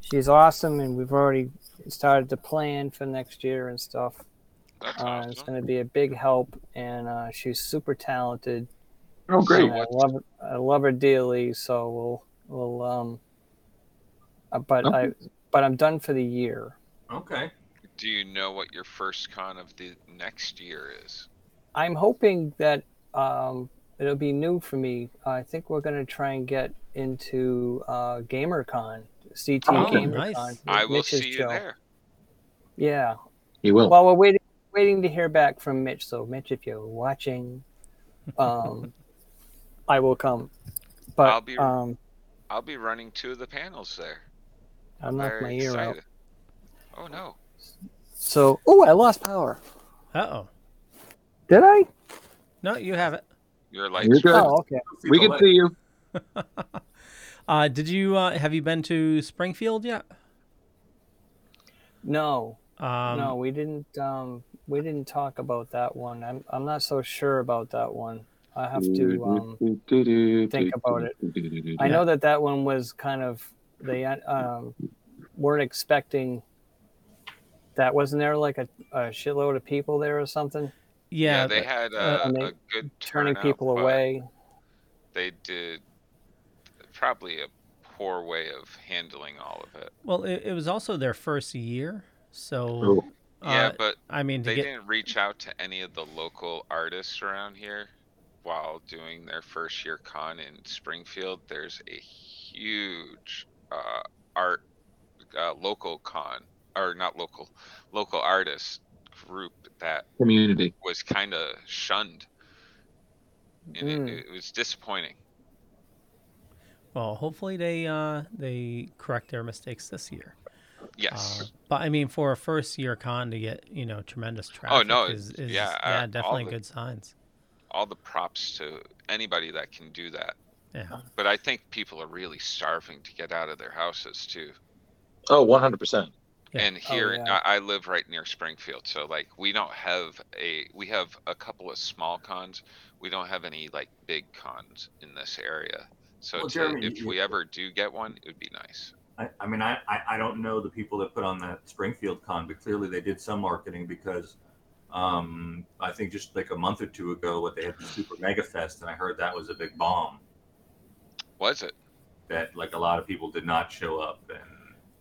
[SPEAKER 12] she's awesome, and we've already started to plan for next year and stuff. uh, It's going to be a big help, and uh, she's super talented.
[SPEAKER 3] Oh, great.
[SPEAKER 12] And I love I love her dearly. So we'll we'll um. uh, But I
[SPEAKER 10] Okay.
[SPEAKER 12] but I'm done for the year.
[SPEAKER 11] Okay.
[SPEAKER 10] Do you know what your first con of the next year is?
[SPEAKER 12] I'm hoping that um, it'll be new for me. I think we're going to try and get into uh, GamerCon, CT GamerCon.
[SPEAKER 10] I will
[SPEAKER 12] Mitch's
[SPEAKER 10] see you
[SPEAKER 12] show.
[SPEAKER 10] there.
[SPEAKER 12] Yeah.
[SPEAKER 9] You will.
[SPEAKER 12] Well, we're waiting waiting to hear back from Mitch. So, Mitch, if you're watching, um, I will come. But
[SPEAKER 10] I'll be-
[SPEAKER 12] um,
[SPEAKER 10] I'll be running two of the panels there.
[SPEAKER 12] I'll knock
[SPEAKER 10] Very
[SPEAKER 12] my ear out.
[SPEAKER 10] excited. Oh no.
[SPEAKER 12] So, oh, I lost power.
[SPEAKER 8] Uh oh.
[SPEAKER 12] Did I? Oh,
[SPEAKER 8] No, you have it.
[SPEAKER 10] Your
[SPEAKER 9] You're good. We can see you.
[SPEAKER 8] Uh, did you uh, have you been to Springfield yet?
[SPEAKER 12] No.
[SPEAKER 8] Um,
[SPEAKER 12] no, we didn't. Um, we didn't talk about that one. I'm I'm not so sure about that one. I have
[SPEAKER 3] Mm,
[SPEAKER 12] to. Um, think about it. I know that that one was kind of they uh, um, weren't expecting that. Wasn't there like a, a shitload of people there or something?
[SPEAKER 8] Yeah,
[SPEAKER 10] they had
[SPEAKER 12] uh,
[SPEAKER 10] uh,
[SPEAKER 12] and
[SPEAKER 10] a
[SPEAKER 12] they-
[SPEAKER 10] good
[SPEAKER 12] Turning
[SPEAKER 10] turnout,
[SPEAKER 12] people
[SPEAKER 10] but
[SPEAKER 12] away.
[SPEAKER 10] They did probably a poor way of handling all of it.
[SPEAKER 8] Well, it, it was also their first year, so
[SPEAKER 10] Oh. yeah,
[SPEAKER 8] uh,
[SPEAKER 10] but
[SPEAKER 8] I mean, to
[SPEAKER 10] they
[SPEAKER 8] get
[SPEAKER 10] didn't reach out to any of the local artists around here while doing their first year con in Springfield. There's a huge uh, art uh, local con or not local local artist group that
[SPEAKER 9] Community.
[SPEAKER 10] was kind of shunned. And
[SPEAKER 8] Mm.
[SPEAKER 10] it, it was disappointing.
[SPEAKER 8] well, hopefully they uh, they correct their mistakes this year.
[SPEAKER 10] Yes.
[SPEAKER 8] Uh, but I mean, for a first year con to get you know tremendous traffic
[SPEAKER 10] Oh, no,
[SPEAKER 8] is, is
[SPEAKER 10] yeah, uh, all
[SPEAKER 8] definitely
[SPEAKER 10] the-
[SPEAKER 8] good signs.
[SPEAKER 10] All the props to anybody that can do that.
[SPEAKER 8] Yeah.
[SPEAKER 10] But I think people are really starving to get out of their houses too.
[SPEAKER 9] Oh, 100%.
[SPEAKER 10] And
[SPEAKER 12] Oh,
[SPEAKER 10] here, I I live right near Springfield, so like we don't have a we have a couple of small cons. We don't have any like big cons in this area. So
[SPEAKER 11] Well,
[SPEAKER 10] to-
[SPEAKER 11] Jeremy,
[SPEAKER 10] if
[SPEAKER 11] you-
[SPEAKER 10] we ever do get one, it would be nice.
[SPEAKER 11] I, I mean, I, I, I don't know the people that put on that Springfield con, but clearly they did some marketing because um, I think just like a month or two ago, what they had the Super Mega Fest, and I heard that was a big bomb.
[SPEAKER 10] Was it?
[SPEAKER 11] That like a lot of people did not show up, and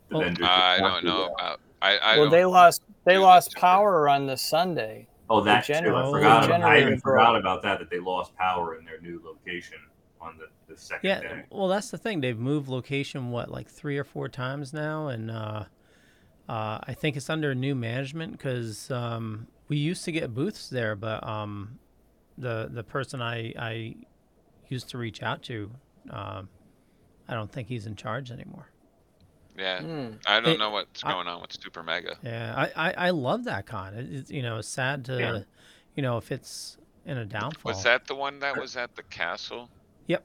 [SPEAKER 11] the
[SPEAKER 10] Well-
[SPEAKER 11] vendors. did
[SPEAKER 10] I
[SPEAKER 11] not
[SPEAKER 10] don't
[SPEAKER 11] do
[SPEAKER 10] know
[SPEAKER 11] well.
[SPEAKER 10] about. I, I
[SPEAKER 12] well,
[SPEAKER 10] don't,
[SPEAKER 12] they lost. They lost power on the Sunday.
[SPEAKER 11] Oh,
[SPEAKER 12] The
[SPEAKER 11] that too.
[SPEAKER 12] generator-
[SPEAKER 11] I
[SPEAKER 12] the
[SPEAKER 11] forgot. About, I
[SPEAKER 12] generator
[SPEAKER 11] even
[SPEAKER 12] broke.
[SPEAKER 11] forgot about that. That they lost power in their new location on the, the second
[SPEAKER 8] Yeah,
[SPEAKER 11] day.
[SPEAKER 8] well, that's the thing. They've moved location what like three or four times now, and uh, uh, I think it's under new management because um, we used to get booths there, but um, the the person I I used to reach out to, um, I don't think he's in charge anymore.
[SPEAKER 10] yeah,
[SPEAKER 12] Mm,
[SPEAKER 8] Hmm.
[SPEAKER 10] I don't
[SPEAKER 8] It-
[SPEAKER 10] know what's
[SPEAKER 8] I-
[SPEAKER 10] going on with Super Mega.
[SPEAKER 8] Yeah, I I, I love that con. It, it's, you know, it's sad to,
[SPEAKER 10] Yeah.
[SPEAKER 8] you know, if it's in a downfall.
[SPEAKER 10] Was that the one that was at the castle?
[SPEAKER 8] Yep.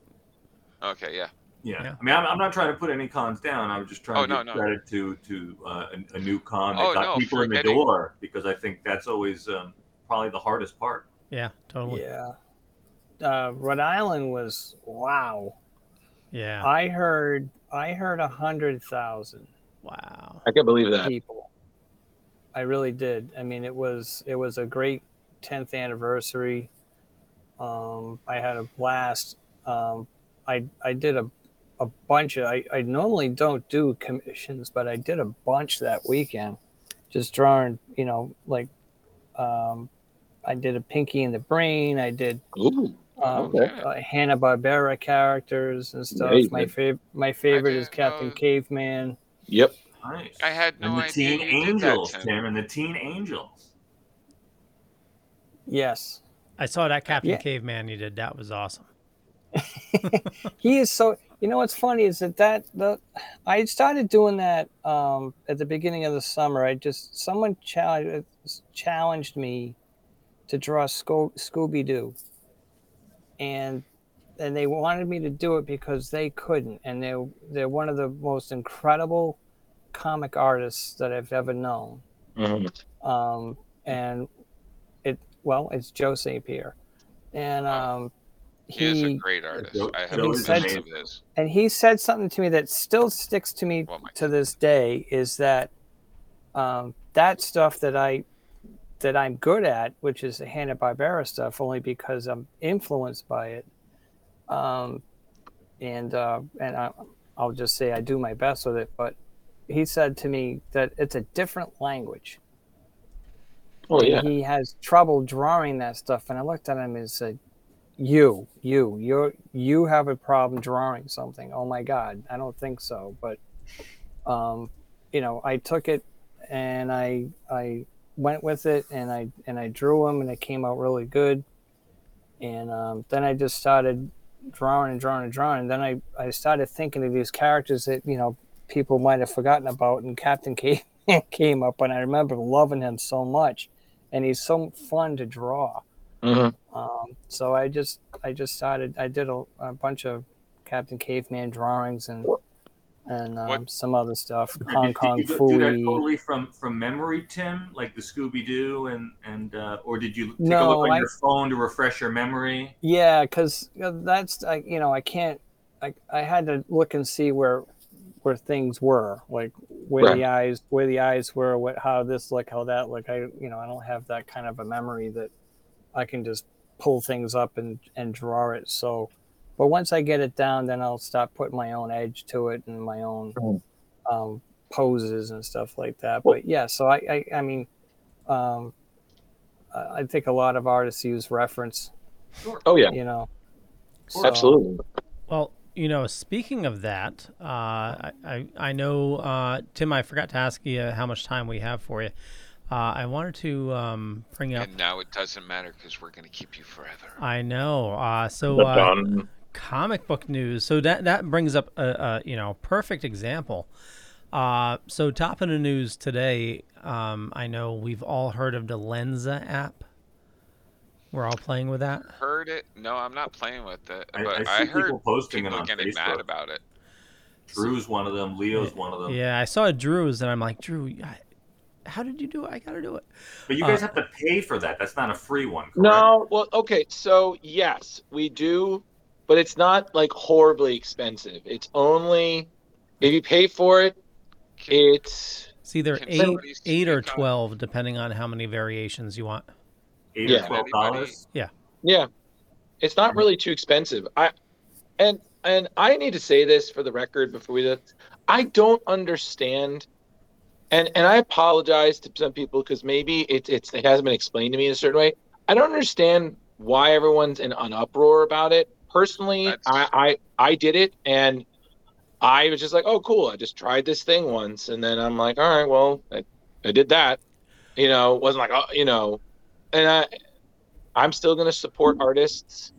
[SPEAKER 10] Okay, yeah.
[SPEAKER 11] Yeah.
[SPEAKER 8] Yeah.
[SPEAKER 11] I mean, I'm, I'm not trying to put any cons down. I was just trying
[SPEAKER 10] Oh,
[SPEAKER 11] to give
[SPEAKER 10] no, no.
[SPEAKER 11] credit to to uh, a, a new con that
[SPEAKER 10] Oh,
[SPEAKER 11] got
[SPEAKER 10] no,
[SPEAKER 11] people in the
[SPEAKER 10] forgetting.
[SPEAKER 11] door because I think that's always um, probably the hardest part.
[SPEAKER 8] Yeah, totally.
[SPEAKER 12] Yeah. Uh, Rhode Island was wow.
[SPEAKER 8] Yeah.
[SPEAKER 12] I heard. I heard a hundred thousand.
[SPEAKER 8] Wow.
[SPEAKER 9] I can believe that.
[SPEAKER 12] People. I really did. I mean, it was it was a great tenth anniversary. Um, I had a blast. Um, I I did a a bunch of. I, I normally don't do commissions, but I did a bunch that weekend. Just drawing, you know, like um, I did a Pinky in the Brain. I did
[SPEAKER 9] Ooh.
[SPEAKER 12] um,
[SPEAKER 3] Oh,
[SPEAKER 9] Okay.
[SPEAKER 12] uh, Hanna Barbera characters and stuff.
[SPEAKER 9] Amazing.
[SPEAKER 12] My favorite, my favorite is Captain Caveman.
[SPEAKER 9] Yep.
[SPEAKER 11] Nice.
[SPEAKER 10] I had no
[SPEAKER 11] and the
[SPEAKER 10] idea
[SPEAKER 11] Teen
[SPEAKER 10] you did that,
[SPEAKER 11] Angels,
[SPEAKER 10] Tim.
[SPEAKER 11] Tim, and the Teen Angels.
[SPEAKER 12] Yes,
[SPEAKER 8] I saw that Captain
[SPEAKER 12] Yeah.
[SPEAKER 8] Caveman you did. That was awesome.
[SPEAKER 12] he is so. You know what's funny is that that the I started doing that um, at the beginning of the summer. I just someone challenged challenged me to draw Sco- Scooby Doo, and and they wanted me to do it because they couldn't, and they are they're one of the most incredible comic artists that I've ever known.
[SPEAKER 9] Mm-hmm.
[SPEAKER 12] um, and it well, it's Joe St. Pierre, and um,
[SPEAKER 10] He is a
[SPEAKER 12] he-
[SPEAKER 10] great artist.
[SPEAKER 12] Joe-
[SPEAKER 10] I have
[SPEAKER 12] Joe
[SPEAKER 10] no
[SPEAKER 12] is
[SPEAKER 10] doubt
[SPEAKER 12] amazing.
[SPEAKER 10] of this.
[SPEAKER 12] and he said something to me that still sticks to me to this day is that um, that stuff that I that I'm good at, which is the Hanna Barbera stuff, only because I'm influenced by it, um, and uh, and I, I'll just say I do my best with it. But he said to me that it's a different language.
[SPEAKER 3] Oh,
[SPEAKER 12] And
[SPEAKER 3] yeah.
[SPEAKER 12] he has trouble drawing that stuff, and I looked at him and said, you you you you have a problem drawing something oh my god i don't think so but um you know i took it and i i went with it and i and i drew them and it came out really good and um, then i just started drawing and drawing and drawing and then i i started thinking of these characters that you know people might have forgotten about and captain came came up and i remember loving him so much and he's so fun to draw
[SPEAKER 3] Mhm.
[SPEAKER 12] um, so I just I just started I did a, a bunch of Captain Caveman drawings and and um, some other stuff Hong Kong
[SPEAKER 11] did you go- do that
[SPEAKER 12] Fooey.
[SPEAKER 11] totally from from memory, Tim, like the Scooby Doo, and and uh, or did you take a
[SPEAKER 12] No,
[SPEAKER 11] look on
[SPEAKER 12] I-
[SPEAKER 11] your phone to refresh your memory?
[SPEAKER 12] Yeah, because that's I, you know I can't I I had to look and see where where things were like where
[SPEAKER 3] Right.
[SPEAKER 12] the eyes where the eyes were what how this looked how that looked I you know I don't have that kind of a memory that I can just pull things up and and draw it so but once I get it down then I'll stop putting my own edge to it and my own
[SPEAKER 3] Mm.
[SPEAKER 12] um, poses and stuff like that but yeah so I I, I mean um, I I think a lot of artists use reference
[SPEAKER 3] Oh, yeah.
[SPEAKER 12] you know so-
[SPEAKER 3] Absolutely.
[SPEAKER 8] Well, you know, speaking of that, uh, I, I I know uh, Tim. I forgot to ask you how much time we have for you. Uh, I wanted to um, bring up.
[SPEAKER 10] And now it doesn't matter because we're going to keep you forever.
[SPEAKER 8] I know. Uh, so
[SPEAKER 10] The
[SPEAKER 8] uh,
[SPEAKER 10] Don.
[SPEAKER 8] comic book news. So that that brings up a, a you know perfect example. Uh, so top of the news today. Um, I know we've all heard of the Lenza app. We're all playing with that.
[SPEAKER 10] Heard it? No, I'm not playing with it.
[SPEAKER 11] I-
[SPEAKER 10] But
[SPEAKER 11] I
[SPEAKER 10] I,
[SPEAKER 11] see people
[SPEAKER 10] heard
[SPEAKER 11] posting it
[SPEAKER 10] people
[SPEAKER 11] on
[SPEAKER 10] getting mad
[SPEAKER 11] Facebook.
[SPEAKER 10] about it.
[SPEAKER 11] Drew's one of them. Leo's one of them.
[SPEAKER 8] Yeah, I saw Drew's, and I'm like, Drew, I, how did you do it? I gotta do it.
[SPEAKER 11] But you
[SPEAKER 8] Uh,
[SPEAKER 11] guys have to pay for that. That's not a free one.
[SPEAKER 3] No, well, okay, so yes, we do, but it's not like horribly expensive. It's only if you pay for it, it's
[SPEAKER 8] It's either
[SPEAKER 3] Can
[SPEAKER 8] eight,
[SPEAKER 3] somebody
[SPEAKER 8] eight or twelve, depending on how many variations you want.
[SPEAKER 11] Eight
[SPEAKER 3] Yeah.
[SPEAKER 11] or twelve dollars.
[SPEAKER 8] Yeah.
[SPEAKER 3] yeah, it's not really too expensive. I and and I need to say this for the record before we do. I don't understand, and and I apologize to some people because maybe it it's it hasn't been explained to me in a certain way. I don't understand why everyone's in an uproar about it. Personally, I, I I did it and I was just like, oh cool, I just tried this thing once, and then I'm like, all right, well, I, I did that. You know, it wasn't like oh, you know, and I I'm still gonna support artists.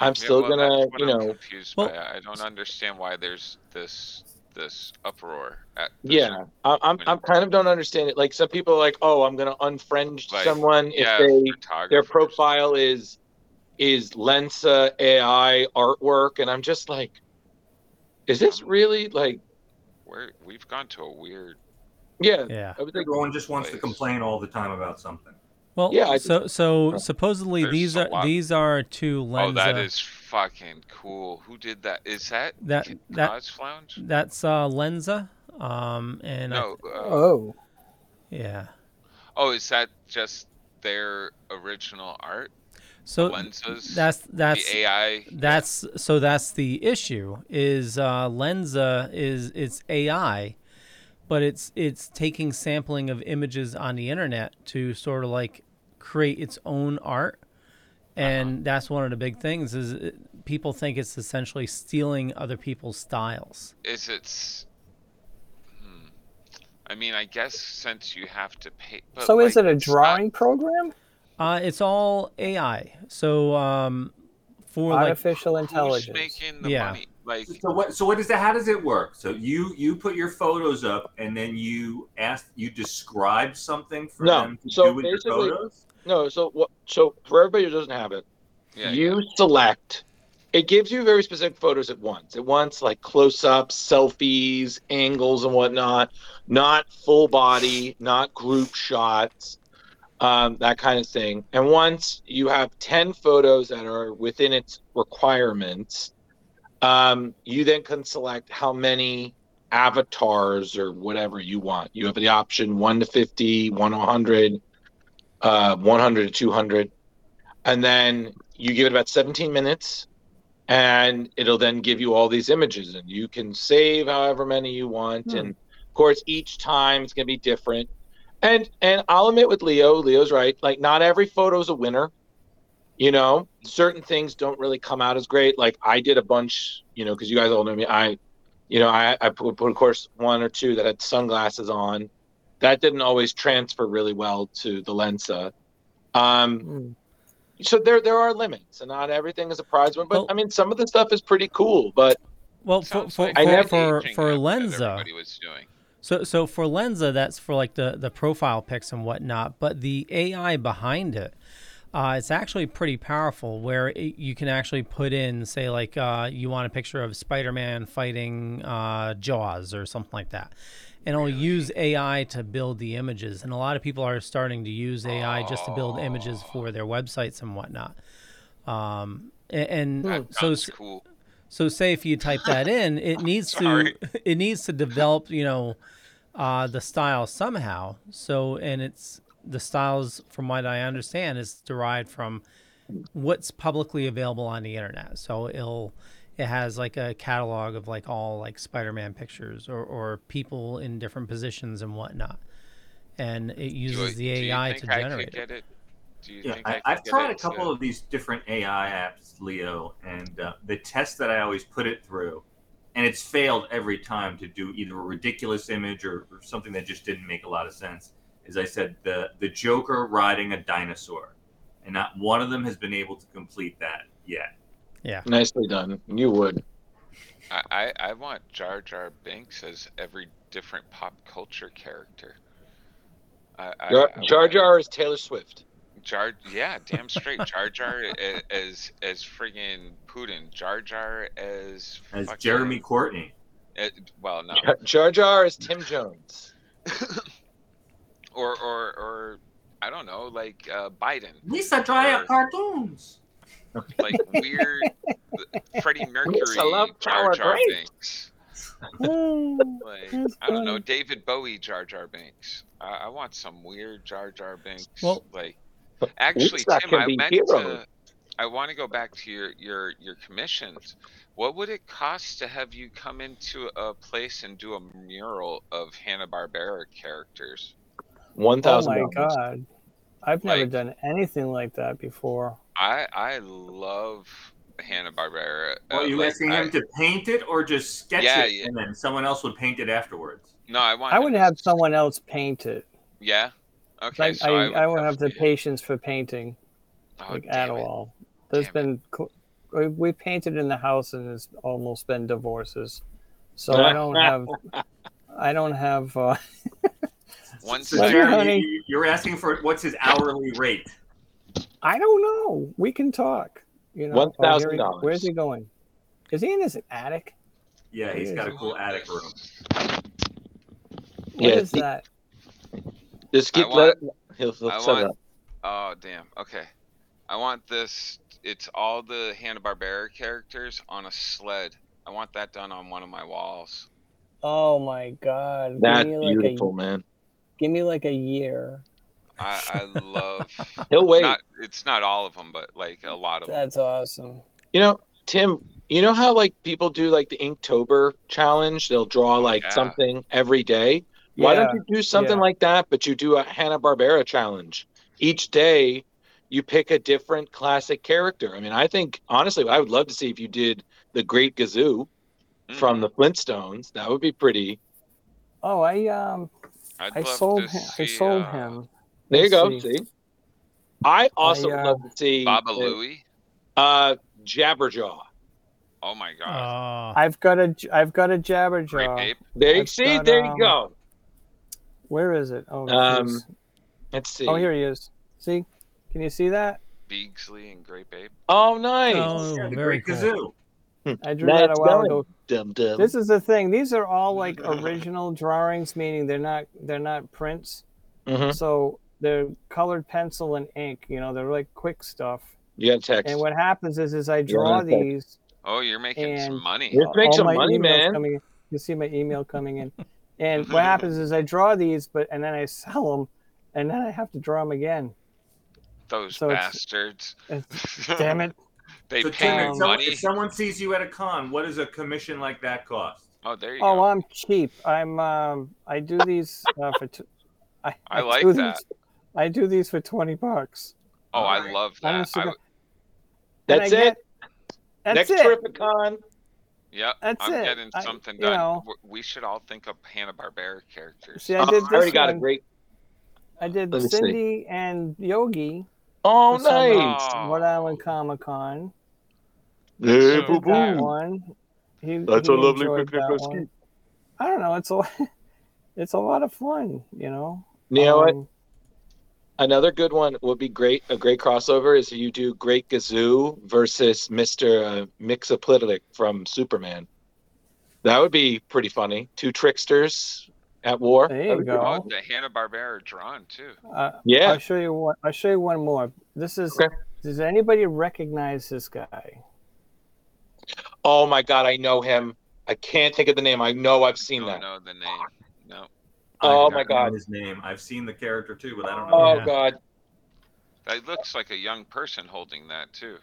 [SPEAKER 3] I'm still
[SPEAKER 10] well,
[SPEAKER 3] gonna
[SPEAKER 10] that's what
[SPEAKER 3] you
[SPEAKER 10] I'm
[SPEAKER 3] know.
[SPEAKER 10] confused by. I I don't understand why there's this this uproar at
[SPEAKER 3] Yeah, I, I'm I'm kind of don't understand it. Like some people are like, oh, I'm gonna unfriend
[SPEAKER 10] Like,
[SPEAKER 3] someone if
[SPEAKER 10] yeah,
[SPEAKER 3] they their profile is is Lensa AI artwork, and I'm just like, is this really like?
[SPEAKER 10] where we've gone to a weird.
[SPEAKER 3] Yeah,
[SPEAKER 8] Yeah.
[SPEAKER 11] Everyone just wants to complain all the time about something.
[SPEAKER 8] Well,
[SPEAKER 11] Yeah, I
[SPEAKER 8] so
[SPEAKER 11] just-
[SPEAKER 8] so supposedly
[SPEAKER 10] There's
[SPEAKER 8] these
[SPEAKER 10] a
[SPEAKER 8] are
[SPEAKER 10] lot.
[SPEAKER 8] these are two Lenza.
[SPEAKER 10] Oh, that is fucking cool. Who did that? Is that
[SPEAKER 8] that,
[SPEAKER 10] K-
[SPEAKER 8] that-
[SPEAKER 10] Cos Lounge?
[SPEAKER 8] that's uh, Lenza. Um, and I-
[SPEAKER 10] No, uh,
[SPEAKER 12] Oh.
[SPEAKER 8] yeah.
[SPEAKER 10] Oh, is that just their original art?
[SPEAKER 8] So
[SPEAKER 10] lenses.
[SPEAKER 8] that's that's
[SPEAKER 10] the AI.
[SPEAKER 8] That's so that's the issue is uh, Lenza is it's AI, but it's it's taking sampling of images on the internet to sort of like create its own art,
[SPEAKER 3] Uh-huh.
[SPEAKER 8] and that's one of the big things is uh, people think it's essentially stealing other people's styles.
[SPEAKER 10] Is it's? Hmm. I mean, I guess since you have to pay. But
[SPEAKER 12] so is
[SPEAKER 10] like,
[SPEAKER 12] it a drawing program?
[SPEAKER 8] Uh, it's all AI. So um, for
[SPEAKER 12] Artificial
[SPEAKER 8] like,
[SPEAKER 12] intelligence.
[SPEAKER 10] making
[SPEAKER 8] the Yeah.
[SPEAKER 10] money? Like,
[SPEAKER 11] so what? So what is that? How does it work? So you you put your photos up, and then you ask you describe something for
[SPEAKER 3] No,
[SPEAKER 11] them to
[SPEAKER 3] so
[SPEAKER 11] do with your
[SPEAKER 3] basically,
[SPEAKER 11] photos.
[SPEAKER 3] no. So what? So for everybody who doesn't have it, you select. It gives you very specific photos at once. At once, like close-ups, selfies, angles, and whatnot. Not full body, not group shots. um, that kind of thing. And once you have 10 photos that are within its requirements, um, you then can select how many avatars or whatever you want. You have the option 1 to 50, 1 to 100, uh, 100 to 200. And then you give it about 17 minutes and it'll then give you all these images and you can save however many you want
[SPEAKER 13] Hmm.
[SPEAKER 3] and of course each time it's going to be different and and i'll admit with leo leo's right like not every photo's a winner you know certain things don't really come out as great like i did a bunch you know because you guys all know me i you know i i put, put of course one or two that had sunglasses on that didn't always transfer really well to the lensa um so there there are limits and not everything is a prize win but
[SPEAKER 10] Oh.
[SPEAKER 3] i mean some of the stuff is pretty cool but
[SPEAKER 8] Well, for for
[SPEAKER 3] I
[SPEAKER 8] for,
[SPEAKER 3] never-
[SPEAKER 8] for,
[SPEAKER 3] Aging
[SPEAKER 8] for
[SPEAKER 3] up that
[SPEAKER 8] Lenza,
[SPEAKER 3] everybody was doing.
[SPEAKER 8] so so for Lenza, that's for like the the profile pics and whatnot. But the AI behind it, uh, it's actually pretty powerful. Where it, you can actually put in, say, like uh, you want a picture of Spider-Man fighting uh, Jaws or something like that, and it'll use AI to build the images. And a lot of people are starting to use AI just to build images for their websites and whatnot. Um, a- and,
[SPEAKER 10] That
[SPEAKER 8] so
[SPEAKER 10] sounds
[SPEAKER 8] s-
[SPEAKER 10] cool.
[SPEAKER 8] so say if you type that in, it needs to
[SPEAKER 10] Sorry.
[SPEAKER 8] it needs to develop, you know, uh, the style somehow. So and it's the styles, from what I understand, is derived from what's publicly available on the internet. So it'll it has like a catalog of like all like Spider-Man pictures or or people in different positions and whatnot, and it uses the
[SPEAKER 10] Do you
[SPEAKER 8] AI to
[SPEAKER 10] think I could
[SPEAKER 8] generate. it.
[SPEAKER 10] get it? Do you
[SPEAKER 11] Yeah,
[SPEAKER 10] think I,
[SPEAKER 11] I,
[SPEAKER 10] could
[SPEAKER 11] I've
[SPEAKER 10] get
[SPEAKER 11] tried a
[SPEAKER 10] it
[SPEAKER 11] couple
[SPEAKER 10] to-
[SPEAKER 11] of these different AI apps, Leo, and uh, the test that I always put it through, and it's failed every time to do either a ridiculous image or, or something that just didn't make a lot of sense. Is I said the the Joker riding a dinosaur, and not one of them has been able to complete that yet.
[SPEAKER 8] Yeah.
[SPEAKER 3] Nicely done. You would.
[SPEAKER 10] I, I I want Jar Jar Binks as every different pop culture character. I, I,
[SPEAKER 3] Jar
[SPEAKER 10] I
[SPEAKER 3] Jar Jar is Taylor Swift.
[SPEAKER 10] Jar, yeah, damn straight. Jar Jar a- as as friggin' Putin. Jar Jar as
[SPEAKER 11] As
[SPEAKER 10] fucking-
[SPEAKER 11] Jeremy Courtney.
[SPEAKER 10] eh, well, no,
[SPEAKER 3] Jar- Jar Jar is Tim Jones.
[SPEAKER 10] or or or I don't know, like uh, Biden.
[SPEAKER 11] Lisa, dry
[SPEAKER 10] Or,
[SPEAKER 11] up cartoons.
[SPEAKER 10] Like weird Freddie Mercury.
[SPEAKER 11] love
[SPEAKER 10] Jar
[SPEAKER 11] sour
[SPEAKER 10] Jar
[SPEAKER 11] grapes.
[SPEAKER 10] Binks.
[SPEAKER 12] Hmm.
[SPEAKER 10] Like
[SPEAKER 11] That's
[SPEAKER 10] I don't know,
[SPEAKER 11] funny.
[SPEAKER 10] David Bowie Jar Jar Binks. I, I want some weird Jar Jar Binks.
[SPEAKER 11] Well,
[SPEAKER 10] like actually,
[SPEAKER 11] Woodstock
[SPEAKER 10] Tim,
[SPEAKER 11] can
[SPEAKER 10] I
[SPEAKER 11] be
[SPEAKER 10] meant
[SPEAKER 11] heroes.
[SPEAKER 10] to. I want to go back to your your your commissions. What would it cost to have you come into a place and do a mural of Hanna Barbera characters?
[SPEAKER 3] One
[SPEAKER 12] Oh
[SPEAKER 3] thousand.
[SPEAKER 12] my god. I've never
[SPEAKER 10] Like-
[SPEAKER 12] done anything like that before.
[SPEAKER 10] I I love uh, Hanna Barbera.
[SPEAKER 11] Well, you asking him to paint it or just sketch
[SPEAKER 10] Yeah,
[SPEAKER 11] it,
[SPEAKER 10] yeah.
[SPEAKER 11] and then someone else would paint it afterwards.
[SPEAKER 10] No, I want.
[SPEAKER 12] I would have someone else paint it.
[SPEAKER 10] Yeah. Okay.
[SPEAKER 12] Like
[SPEAKER 10] so
[SPEAKER 12] I,
[SPEAKER 10] I, would
[SPEAKER 12] I won't have the patience for painting,
[SPEAKER 10] Oh,
[SPEAKER 12] like at
[SPEAKER 10] damn it.
[SPEAKER 12] all. There's been co- we, we painted in the house and there's almost been divorces, so I don't have I don't have uh,
[SPEAKER 10] One
[SPEAKER 11] so
[SPEAKER 12] second.
[SPEAKER 11] Jeremy, you- you're asking for what's his hourly rate?
[SPEAKER 12] I don't know. We can talk. You know, Oh, here he-
[SPEAKER 11] $1,000.
[SPEAKER 12] Where's he going? Is he in his attic?
[SPEAKER 11] Yeah, he's got a cool attic room.
[SPEAKER 12] What is
[SPEAKER 3] Yeah, the-
[SPEAKER 12] that?
[SPEAKER 3] Just
[SPEAKER 10] I
[SPEAKER 3] keep
[SPEAKER 10] want-
[SPEAKER 3] let it, he'll, he'll
[SPEAKER 10] I
[SPEAKER 3] set it
[SPEAKER 10] want.
[SPEAKER 3] up.
[SPEAKER 10] Oh damn. Okay. I want this. It's all the Hanna Barbera characters on a sled. I want that done on one of my walls.
[SPEAKER 12] Oh my god!
[SPEAKER 3] That's
[SPEAKER 12] give me like
[SPEAKER 3] beautiful,
[SPEAKER 12] a
[SPEAKER 3] man.
[SPEAKER 12] give me like a year.
[SPEAKER 10] I, I love.
[SPEAKER 3] He'll wait.
[SPEAKER 10] Not, it's not all of them, but like a lot of them.
[SPEAKER 12] That's awesome.
[SPEAKER 3] You know, Tim. You know how like people do like the Inktober challenge? They'll draw like
[SPEAKER 10] yeah.
[SPEAKER 3] something every day. Why don't
[SPEAKER 12] Yeah,
[SPEAKER 3] you do something
[SPEAKER 12] yeah.
[SPEAKER 3] like that? But you do a Hanna Barbera challenge. Each day, you pick a different classic character. I mean, I think honestly, I would love to see if you did the Great Gazoo
[SPEAKER 10] Mm.
[SPEAKER 12] Mm-hmm.
[SPEAKER 3] from the Flintstones. That would be pretty.
[SPEAKER 12] Oh, I um,
[SPEAKER 10] I'd
[SPEAKER 12] I
[SPEAKER 10] love
[SPEAKER 12] sold
[SPEAKER 10] to
[SPEAKER 12] him. I
[SPEAKER 10] see,
[SPEAKER 12] sold
[SPEAKER 10] uh,
[SPEAKER 12] him.
[SPEAKER 3] There you
[SPEAKER 12] Let's
[SPEAKER 3] go.
[SPEAKER 12] see.
[SPEAKER 3] See, I also
[SPEAKER 12] I, uh,
[SPEAKER 3] would love to see
[SPEAKER 10] Baba
[SPEAKER 3] the-
[SPEAKER 10] Louie.
[SPEAKER 3] Uh, Jabberjaw.
[SPEAKER 10] Oh my god.
[SPEAKER 12] I've got a j- I've got a
[SPEAKER 10] Great
[SPEAKER 12] Jabberjaw.
[SPEAKER 10] ape.
[SPEAKER 3] There you
[SPEAKER 12] I've
[SPEAKER 3] see.
[SPEAKER 12] got,
[SPEAKER 3] There you
[SPEAKER 12] um,
[SPEAKER 3] go.
[SPEAKER 12] Where is it? Oh,
[SPEAKER 3] Um,
[SPEAKER 12] jeez.
[SPEAKER 3] let's see.
[SPEAKER 12] oh, here he is. See, can you see that?
[SPEAKER 10] Beagsley and Great Ape.
[SPEAKER 3] Oh, nice.
[SPEAKER 8] Oh, Yeah, the very Great cool.
[SPEAKER 12] I drew
[SPEAKER 3] Now
[SPEAKER 12] that a
[SPEAKER 3] it's
[SPEAKER 12] while
[SPEAKER 3] going,
[SPEAKER 12] ago.
[SPEAKER 3] Dum dum.
[SPEAKER 12] This is the thing. These are all like original drawings, meaning they're not they're not prints.
[SPEAKER 3] Mhm.
[SPEAKER 12] So the colored pencil and ink. You know, they're like quick stuff.
[SPEAKER 3] You got text.
[SPEAKER 12] And what happens is, is I
[SPEAKER 3] You're
[SPEAKER 12] draw
[SPEAKER 3] on text.
[SPEAKER 12] these.
[SPEAKER 10] Oh, you're making some money.
[SPEAKER 3] Let's make
[SPEAKER 12] all
[SPEAKER 3] some
[SPEAKER 12] my
[SPEAKER 3] money,
[SPEAKER 12] emails
[SPEAKER 3] man.
[SPEAKER 12] Coming, you see my email coming in, and what happens is I draw these, but and then I sell them, and then I have to draw them again.
[SPEAKER 10] Those
[SPEAKER 12] So it's-
[SPEAKER 10] bastards.
[SPEAKER 12] it's- damn it.
[SPEAKER 10] They
[SPEAKER 11] So
[SPEAKER 10] pay
[SPEAKER 11] Tim,
[SPEAKER 10] me
[SPEAKER 11] if someone,
[SPEAKER 10] money.
[SPEAKER 11] if someone sees you at a con, what does a commission like that cost?
[SPEAKER 10] Oh, there you
[SPEAKER 12] Oh,
[SPEAKER 10] go.
[SPEAKER 12] I'm cheap. I'm um, I do these uh, for. T- I,
[SPEAKER 10] I like
[SPEAKER 12] do
[SPEAKER 10] that.
[SPEAKER 12] These, I do these for twenty bucks.
[SPEAKER 10] Oh, I love
[SPEAKER 12] I'm
[SPEAKER 10] that.
[SPEAKER 12] just gonna-
[SPEAKER 10] I,
[SPEAKER 12] And I
[SPEAKER 3] That's
[SPEAKER 12] get-
[SPEAKER 3] it.
[SPEAKER 12] That's
[SPEAKER 3] Next
[SPEAKER 12] it.
[SPEAKER 3] Terrificon.
[SPEAKER 10] yep,
[SPEAKER 12] That's
[SPEAKER 10] I'm
[SPEAKER 12] it.
[SPEAKER 10] getting
[SPEAKER 12] I-
[SPEAKER 10] something
[SPEAKER 12] you
[SPEAKER 10] done.
[SPEAKER 12] know.
[SPEAKER 10] W- we should all think up Hanna Barbera characters.
[SPEAKER 12] See, I did
[SPEAKER 3] I already
[SPEAKER 12] this
[SPEAKER 3] got a
[SPEAKER 12] one.
[SPEAKER 3] great.
[SPEAKER 12] I did
[SPEAKER 3] Let me see.
[SPEAKER 12] Cindy and Yogi.
[SPEAKER 3] Oh,
[SPEAKER 12] for some reason,
[SPEAKER 3] nice.
[SPEAKER 10] Oh.
[SPEAKER 12] Rhode Island Comic Con.
[SPEAKER 3] Hey,
[SPEAKER 10] So-
[SPEAKER 3] boo
[SPEAKER 12] That
[SPEAKER 3] boo.
[SPEAKER 12] one. He-
[SPEAKER 3] That's
[SPEAKER 12] he
[SPEAKER 3] a lovely
[SPEAKER 12] enjoyed
[SPEAKER 3] picnic
[SPEAKER 12] that
[SPEAKER 3] basket.
[SPEAKER 12] one. I don't know. It's a, it's a lot of fun. You know.
[SPEAKER 3] You know what?
[SPEAKER 12] Um,
[SPEAKER 3] Another good one would be great. A great crossover is you do Great Gazoo versus Mister uh, Mixolydic from Superman. That would be pretty funny. Two tricksters at war.
[SPEAKER 12] There you
[SPEAKER 3] That'd be
[SPEAKER 12] go.
[SPEAKER 10] Oh, the Hanna Barbera drawn too.
[SPEAKER 12] uh,
[SPEAKER 3] Yeah.
[SPEAKER 12] I'll show you one. I'll show you one more. This is.
[SPEAKER 3] Okay.
[SPEAKER 12] Does anybody recognize this guy?
[SPEAKER 3] Oh my god, I know him. I can't think of the name. I know I've seen
[SPEAKER 10] Don't
[SPEAKER 3] that.
[SPEAKER 10] know Oh, the name. No,
[SPEAKER 3] Oh
[SPEAKER 11] I
[SPEAKER 3] my
[SPEAKER 11] don't
[SPEAKER 3] God.
[SPEAKER 11] know His name. I've seen the character too, but I don't know.
[SPEAKER 3] Oh
[SPEAKER 11] his name.
[SPEAKER 3] god.
[SPEAKER 10] that looks like a young person holding that too.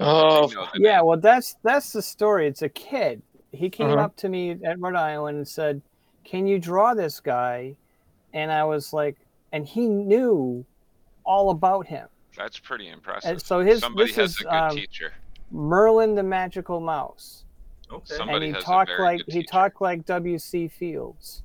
[SPEAKER 3] Oh
[SPEAKER 10] I know the
[SPEAKER 12] Yeah.
[SPEAKER 10] name.
[SPEAKER 12] Well, that's that's the story. It's a kid. He came
[SPEAKER 3] Uh-huh.
[SPEAKER 12] up to me at Rhode Island and said, "Can you draw this guy?" And I was like, and he knew all about him.
[SPEAKER 10] That's pretty impressive.
[SPEAKER 12] so his-
[SPEAKER 10] somebody
[SPEAKER 12] this
[SPEAKER 10] has
[SPEAKER 12] is,
[SPEAKER 10] a good
[SPEAKER 12] um,
[SPEAKER 10] teacher.
[SPEAKER 12] Merlin the Magical Mouse.
[SPEAKER 3] Oh,
[SPEAKER 11] Okay.
[SPEAKER 10] Somebody
[SPEAKER 12] and he
[SPEAKER 10] has a
[SPEAKER 12] talked
[SPEAKER 10] very
[SPEAKER 12] like
[SPEAKER 10] good
[SPEAKER 12] he
[SPEAKER 10] teacher.
[SPEAKER 12] talked like W.C. Fields,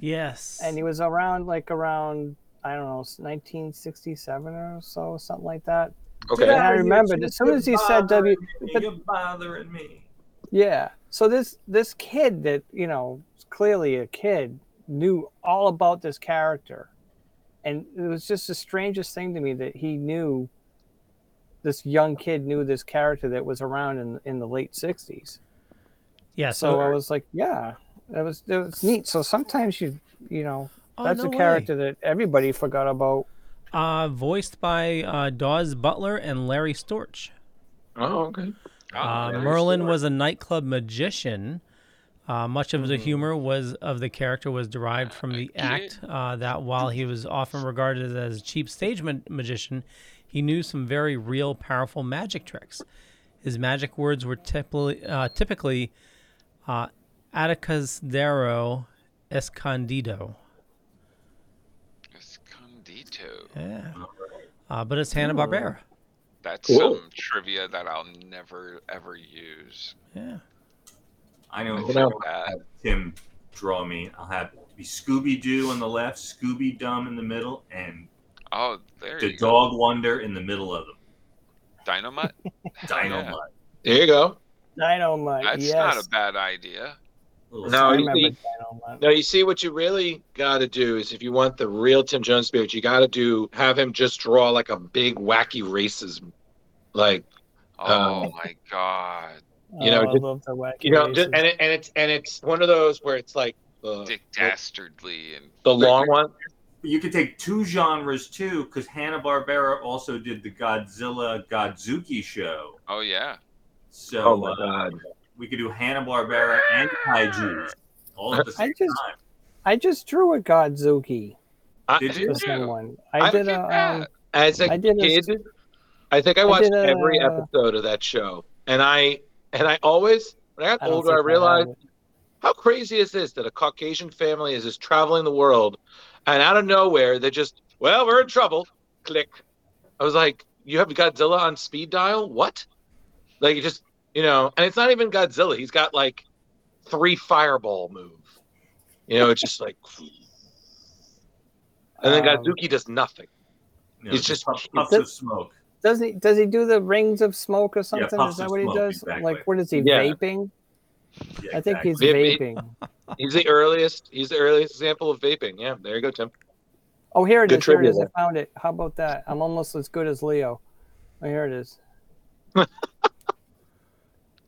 [SPEAKER 8] Yes.
[SPEAKER 12] and he was around like around I don't know 1967 or so, something like that.
[SPEAKER 3] okay.
[SPEAKER 12] Yeah, I remembered. As soon as he said W- but-
[SPEAKER 11] You're bothering me.
[SPEAKER 12] Yeah. So this this kid that you know is clearly a kid knew all about this character, and it was just the strangest thing to me that he knew. This young kid knew this character that was around in in the late 60s.
[SPEAKER 8] yeah. So,
[SPEAKER 12] so I was like, yeah, that was that was neat. So sometimes you you know
[SPEAKER 8] Oh,
[SPEAKER 12] that's
[SPEAKER 8] no
[SPEAKER 12] a
[SPEAKER 8] way.
[SPEAKER 12] character that everybody forgot about.
[SPEAKER 8] uh, voiced by uh, Dawes Butler and Larry Storch.
[SPEAKER 3] Oh okay.
[SPEAKER 10] Oh,
[SPEAKER 8] Uh,
[SPEAKER 10] very
[SPEAKER 8] Merlin
[SPEAKER 10] smart.
[SPEAKER 8] was a nightclub magician. Uh, much of the humor was of the character was derived from the act uh, that while he was often regarded as a cheap stage ma- magician, he knew some very real, powerful magic tricks. His magic words were typically, uh, typically uh, Atacasdero Escondido.
[SPEAKER 10] Escondido.
[SPEAKER 8] Yeah. Uh, but it's Hanna Barbera.
[SPEAKER 10] That's
[SPEAKER 3] Cool.
[SPEAKER 10] some trivia that I'll never ever use.
[SPEAKER 8] Yeah.
[SPEAKER 11] I know.
[SPEAKER 3] You know.
[SPEAKER 10] Uh,
[SPEAKER 11] Tim, draw me. I'll have be Scooby Doo on the left, Scooby Dumb in the middle, and
[SPEAKER 10] oh, there
[SPEAKER 11] the
[SPEAKER 10] you go.
[SPEAKER 11] Dog Wonder in the middle of them.
[SPEAKER 10] Dynamite.
[SPEAKER 11] Dynamite.
[SPEAKER 3] There you go.
[SPEAKER 12] Dynamite,
[SPEAKER 10] That's
[SPEAKER 12] yes.
[SPEAKER 10] not a bad idea.
[SPEAKER 11] Little
[SPEAKER 3] No,
[SPEAKER 12] I
[SPEAKER 3] Oh, you
[SPEAKER 12] remember
[SPEAKER 3] see-
[SPEAKER 12] Dynamite.
[SPEAKER 3] No, you see what you really got to do is if you want the real Tim Jones spirit, you got to do have him just draw like a big wacky racism, like
[SPEAKER 10] Oh
[SPEAKER 3] Um,
[SPEAKER 10] my god.
[SPEAKER 3] you know,
[SPEAKER 12] oh,
[SPEAKER 3] just-
[SPEAKER 12] I love the wacky
[SPEAKER 3] you know, just,
[SPEAKER 12] races.
[SPEAKER 3] and it, and it's and it's one of those where it's like uh,
[SPEAKER 10] Dick Dastardly and
[SPEAKER 3] the long one.
[SPEAKER 11] you could take two genres too, because Hanna Barbera also did the Godzilla Godzuki show.
[SPEAKER 10] oh yeah.
[SPEAKER 11] So
[SPEAKER 3] Oh my
[SPEAKER 11] uh,
[SPEAKER 3] god!
[SPEAKER 11] we could do Hanna Barbera and kaiju's all at the
[SPEAKER 12] I
[SPEAKER 11] same
[SPEAKER 12] just-
[SPEAKER 11] time.
[SPEAKER 12] I just drew a Godzuki.
[SPEAKER 3] I-
[SPEAKER 11] Did you?
[SPEAKER 12] This
[SPEAKER 10] Yeah.
[SPEAKER 12] one.
[SPEAKER 3] I
[SPEAKER 12] I did
[SPEAKER 10] Look
[SPEAKER 12] a
[SPEAKER 10] at
[SPEAKER 12] um,
[SPEAKER 10] that.
[SPEAKER 3] As a
[SPEAKER 12] I did a-
[SPEAKER 3] kid, I think I
[SPEAKER 12] I
[SPEAKER 3] watched
[SPEAKER 12] did a- uh,
[SPEAKER 3] every episode of that show, and I and I always when I got
[SPEAKER 12] I don't
[SPEAKER 3] older, I
[SPEAKER 12] think have
[SPEAKER 3] realized.
[SPEAKER 12] it.
[SPEAKER 3] how crazy is this that a Caucasian family is just traveling the world and out of nowhere they just, well, we're in trouble. Click. I was like, you have Godzilla on speed dial? What? Like, you just, you know, and it's not even Godzilla. He's got like three fireball move. You know, it's just like, and then
[SPEAKER 12] Um,
[SPEAKER 3] Godzuki does nothing.
[SPEAKER 11] No,
[SPEAKER 3] It's just-
[SPEAKER 11] puff- puffs of smoke.
[SPEAKER 12] Does he does he do the rings of smoke or something?
[SPEAKER 11] puffs
[SPEAKER 12] is that
[SPEAKER 11] of
[SPEAKER 12] what he
[SPEAKER 11] smoke,
[SPEAKER 12] does?
[SPEAKER 11] exactly.
[SPEAKER 12] Like what is he
[SPEAKER 3] Yeah.
[SPEAKER 12] vaping?
[SPEAKER 11] Yeah,
[SPEAKER 12] I think
[SPEAKER 11] exactly.
[SPEAKER 12] he's
[SPEAKER 3] Vaping.
[SPEAKER 12] vaping.
[SPEAKER 3] He's the earliest. He's the earliest example of vaping. Yeah, there you go, Tim.
[SPEAKER 12] Oh, here it
[SPEAKER 3] Good
[SPEAKER 12] is. Here it
[SPEAKER 3] trivia
[SPEAKER 12] is. I
[SPEAKER 3] there.
[SPEAKER 12] found it. How about that? I'm almost as good as Leo. Oh, here it is.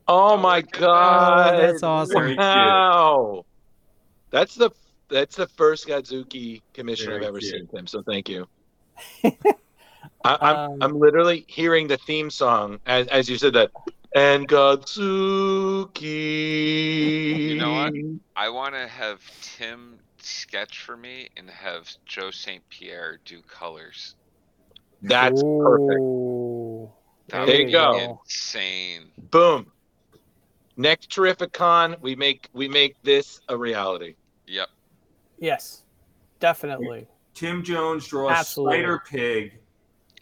[SPEAKER 3] Oh my god!
[SPEAKER 8] that's awesome.
[SPEAKER 11] Very cute.
[SPEAKER 3] Wow, that's the that's the first Godzuki commission
[SPEAKER 11] Very
[SPEAKER 3] I've ever
[SPEAKER 11] cute.
[SPEAKER 3] seen, Tim. So thank you. I, I'm I'm literally hearing the theme song as, as you said that. And Godzuki.
[SPEAKER 10] You know what? I want to have Tim sketch for me and have Joe St. Pierre do colors.
[SPEAKER 3] That's perfect. There
[SPEAKER 10] That would
[SPEAKER 3] you
[SPEAKER 10] be
[SPEAKER 3] go.
[SPEAKER 10] Insane.
[SPEAKER 3] Boom. Next terrific con, we make we make this a reality.
[SPEAKER 10] Yep.
[SPEAKER 12] Yes, definitely.
[SPEAKER 11] Tim Jones draws
[SPEAKER 12] Absolutely.
[SPEAKER 11] Spider Pig,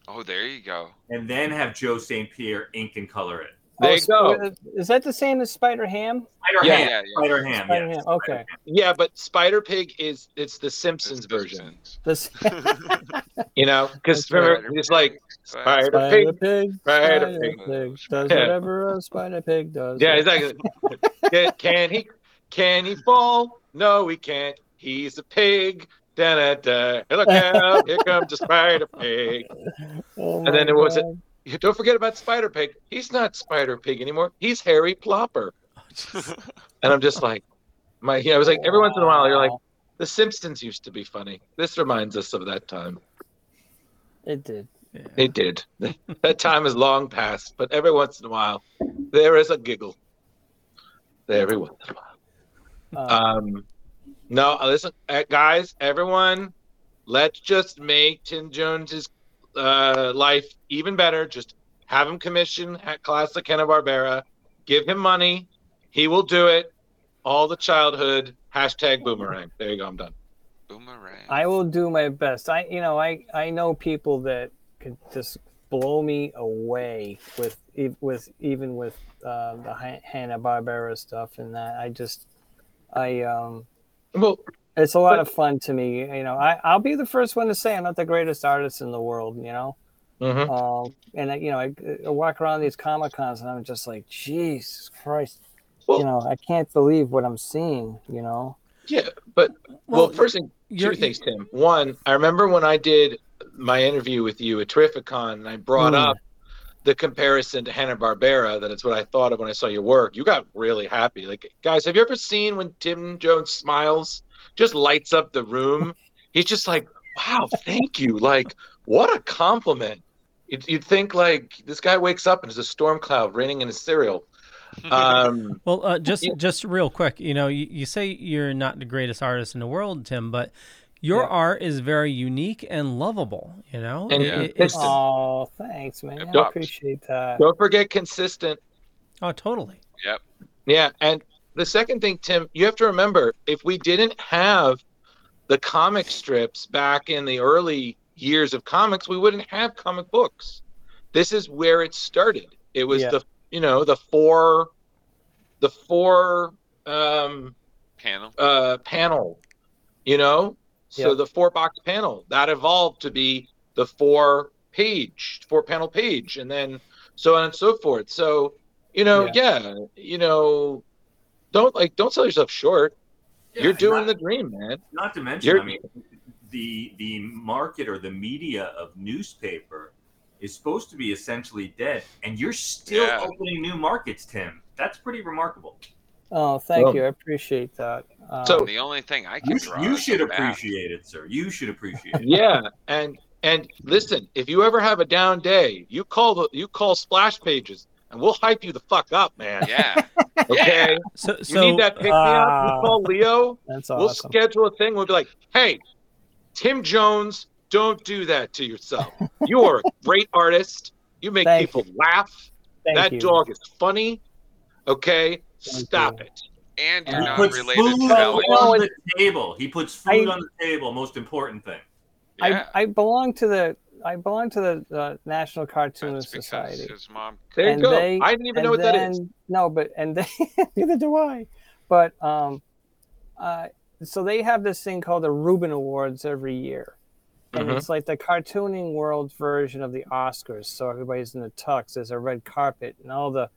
[SPEAKER 10] Oh, there you go.
[SPEAKER 11] and then have Joe St. Pierre ink and color it.
[SPEAKER 3] There you go.
[SPEAKER 12] Is- Oh, Is that the same as Spider Ham?
[SPEAKER 11] Spider
[SPEAKER 3] Yeah.
[SPEAKER 11] Ham.
[SPEAKER 10] Yeah, yeah.
[SPEAKER 11] Spider Ham.
[SPEAKER 12] Spider
[SPEAKER 11] yes.
[SPEAKER 12] Ham. Okay.
[SPEAKER 3] Yeah, but Spider Pig is it's the Simpsons version,
[SPEAKER 12] This
[SPEAKER 3] you know, because
[SPEAKER 12] That's right.
[SPEAKER 3] remember it's like Spider Pig.
[SPEAKER 12] Spider Pig.
[SPEAKER 3] Spider
[SPEAKER 12] Spider Pig
[SPEAKER 3] Pig.
[SPEAKER 12] does
[SPEAKER 3] Yeah.
[SPEAKER 12] whatever a Spider Pig does.
[SPEAKER 3] Yeah, exactly. can, can he? Can he fall? No, he can't. He's a pig. Da da da. Look out! Here comes the Spider Pig.
[SPEAKER 12] Oh
[SPEAKER 3] And then
[SPEAKER 12] my
[SPEAKER 3] it was-
[SPEAKER 12] God.
[SPEAKER 3] Don't forget about Spider Pig. He's not Spider Pig anymore. He's Harry Plopper. and I'm just like, my. You know, I was like, every once in a while, you're like,
[SPEAKER 12] Wow.
[SPEAKER 3] The Simpsons used to be funny. This reminds us of that time.
[SPEAKER 12] It did.
[SPEAKER 3] It did. that time is long past, but every once in a while, there is a giggle. Every once in a while.
[SPEAKER 12] Uh,
[SPEAKER 3] Um, no, listen, uh, guys, everyone, let's just make Tim Jones's uh, life even better. Just have him commission at Classic Hanna Barbera. Give him money. He will do it. All the childhood. Hashtag boomerang. There you go. I'm done.
[SPEAKER 10] Boomerang.
[SPEAKER 12] I will do my best. I, you know, I, I know people that could just blow me away with, e- with even with uh, the Hanna Barbera stuff and that. I just, I, um,
[SPEAKER 3] Well,
[SPEAKER 12] it's a lot of fun to me. You know, I, I'll be the first one to say I'm not the greatest artist in the world. You know,
[SPEAKER 3] mhm.
[SPEAKER 12] um, and I, you know, I, I walk around these comic cons and I'm just like, Jesus Christ.
[SPEAKER 3] Well-
[SPEAKER 12] you know, I can't believe what I'm seeing. You know,
[SPEAKER 3] yeah, but well,
[SPEAKER 8] Well,
[SPEAKER 3] first thing, two
[SPEAKER 8] you're-
[SPEAKER 3] things, Tim. One, I remember when I did my interview with you at Terrificon, and I brought
[SPEAKER 12] Hmm.
[SPEAKER 3] up the comparison to Hanna Barbera. That it's what I thought of when I saw your work. You got really happy. Like, guys, have you ever seen when Tim Jones smiles? Just lights up the room. He's just like, "Wow, thank you!" Like, what a compliment. You'd, you'd think like this guy wakes up and there's a storm cloud raining in his cereal. Um,
[SPEAKER 8] Well, uh, just
[SPEAKER 3] Yeah.
[SPEAKER 8] just real quick, you know, you, you say you're not the greatest artist in the world, Tim, but your
[SPEAKER 12] Yeah.
[SPEAKER 8] art is very unique and lovable. You know,
[SPEAKER 3] And
[SPEAKER 8] It- it- it's
[SPEAKER 3] consistent.
[SPEAKER 8] oh,
[SPEAKER 12] oh, thanks, man. I
[SPEAKER 10] Don't-
[SPEAKER 12] appreciate that.
[SPEAKER 3] don't forget consistent.
[SPEAKER 8] Oh, totally.
[SPEAKER 3] Yeah, and the second thing, Tim, you have to remember, if we didn't have the comic strips back in the early years of comics, we wouldn't have comic books. This is where it started. It was
[SPEAKER 12] Yeah.
[SPEAKER 3] the you know the four, the four um,
[SPEAKER 10] Panel.
[SPEAKER 3] uh, panel, you know, so
[SPEAKER 12] Yeah.
[SPEAKER 3] the four box panel that evolved to be the four page, four panel page, and then so on and so forth. So, you know, yeah, you know, don't like don't sell yourself short.
[SPEAKER 11] Yeah,
[SPEAKER 3] You're doing
[SPEAKER 11] not-
[SPEAKER 3] the dream, man.
[SPEAKER 11] Not to mention,
[SPEAKER 3] You're-
[SPEAKER 11] I mean, the the market or the media of newspaper is supposed to be essentially dead, and you're still
[SPEAKER 10] Yeah.
[SPEAKER 11] opening new markets, Tim. That's pretty remarkable.
[SPEAKER 12] Oh, thank
[SPEAKER 3] Well-
[SPEAKER 12] you. I appreciate that. Um,
[SPEAKER 3] So-
[SPEAKER 10] the only thing I can
[SPEAKER 11] You,
[SPEAKER 10] draw.
[SPEAKER 11] you
[SPEAKER 10] is a
[SPEAKER 11] should
[SPEAKER 10] bat.
[SPEAKER 11] appreciate it, sir. You should appreciate it.
[SPEAKER 3] yeah, and and listen, if you ever have a down day, you call the you call splash pages, and we'll hype you the fuck up, man.
[SPEAKER 10] Yeah.
[SPEAKER 3] Okay,
[SPEAKER 8] So,
[SPEAKER 3] you
[SPEAKER 8] so
[SPEAKER 3] need that pick me up. You
[SPEAKER 12] Ah.
[SPEAKER 3] call Leo.
[SPEAKER 12] that's
[SPEAKER 3] we'll
[SPEAKER 12] awesome.
[SPEAKER 3] schedule a thing. We'll be like, hey, Tim Jones, don't do that to yourself. You are a great artist. You make
[SPEAKER 12] Thank
[SPEAKER 3] people laugh.
[SPEAKER 12] Thank
[SPEAKER 3] that
[SPEAKER 12] you.
[SPEAKER 3] dog is funny. Okay,
[SPEAKER 12] Thank
[SPEAKER 3] stop
[SPEAKER 12] you.
[SPEAKER 3] it.
[SPEAKER 10] And you're
[SPEAKER 12] He
[SPEAKER 10] not
[SPEAKER 11] puts
[SPEAKER 10] related
[SPEAKER 11] food
[SPEAKER 10] to Ellie.
[SPEAKER 11] on the table. He puts food
[SPEAKER 12] I-
[SPEAKER 11] on the table. Most important thing.
[SPEAKER 10] Yeah.
[SPEAKER 12] I, I belong to the I belong to the, the National Cartoon
[SPEAKER 10] That's because
[SPEAKER 12] Society.
[SPEAKER 10] his mom.
[SPEAKER 3] There
[SPEAKER 12] And
[SPEAKER 3] you go.
[SPEAKER 12] they-
[SPEAKER 3] I didn't even
[SPEAKER 12] and
[SPEAKER 3] know what that is.
[SPEAKER 12] then- No, but and they, neither do I. But um, uh, so they have this thing called the Rubin Awards every year, and
[SPEAKER 9] Mm-hmm.
[SPEAKER 3] Mhm.
[SPEAKER 12] it's like the cartooning world version of the Oscars. So everybody's in the tux. There's a red carpet, and all the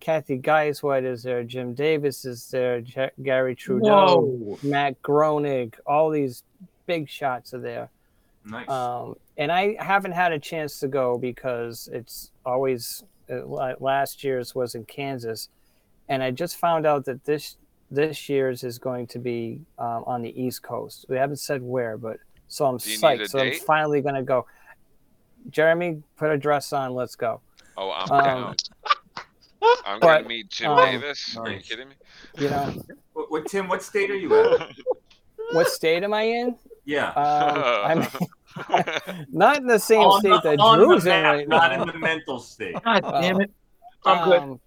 [SPEAKER 12] Kathy Geiswhite is there, Jim Davis is there, Ja- Gary Trudeau, Matt Groening, all these big shots are there.
[SPEAKER 11] Nice.
[SPEAKER 12] Um, and I haven't had a chance to go because it's always uh, la- last year's was in Kansas, and I just found out that this this year's is going to be um, on the East Coast. We haven't said where, but So I'm
[SPEAKER 10] Do you need a
[SPEAKER 12] psyched. So I'm
[SPEAKER 10] date?
[SPEAKER 12] finally gonna go. Jeremy, put a dress on. Let's go.
[SPEAKER 10] Oh, I'm
[SPEAKER 12] Um,
[SPEAKER 10] down. I'm going
[SPEAKER 12] but,
[SPEAKER 10] to meet Jim
[SPEAKER 12] um,
[SPEAKER 10] Davis. Are you
[SPEAKER 12] nice.
[SPEAKER 10] kidding me?
[SPEAKER 12] You know,
[SPEAKER 11] What, what Tim? What state are you at?
[SPEAKER 12] what state am I in?
[SPEAKER 11] Yeah.
[SPEAKER 12] Um, I'm not in the same
[SPEAKER 11] On
[SPEAKER 12] state
[SPEAKER 11] the-
[SPEAKER 12] that
[SPEAKER 11] on the
[SPEAKER 12] Drew's in
[SPEAKER 11] map,
[SPEAKER 12] right
[SPEAKER 11] not
[SPEAKER 12] now.
[SPEAKER 11] in the mental state.
[SPEAKER 12] Well,
[SPEAKER 9] I'm good.
[SPEAKER 12] um,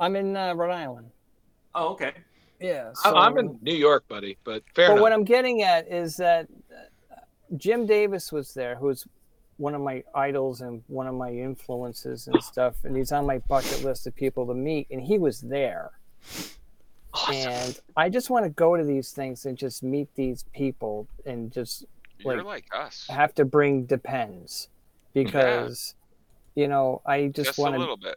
[SPEAKER 12] I'm in uh, Rhode Island.
[SPEAKER 11] Oh, okay.
[SPEAKER 12] Yeah.
[SPEAKER 9] I- I'm
[SPEAKER 12] so-
[SPEAKER 9] in New York, buddy, but fair
[SPEAKER 12] but
[SPEAKER 9] enough.
[SPEAKER 12] what I'm getting at is that uh, Jim Davis was there, who's one of my idols and one of my influences and stuff, and he's on my bucket list of people to meet, and he was there. And I just want to go to these things and just meet these people and just
[SPEAKER 10] You're like us.
[SPEAKER 12] have to bring depends because you know I just,
[SPEAKER 10] Just a
[SPEAKER 12] want to
[SPEAKER 10] little bit.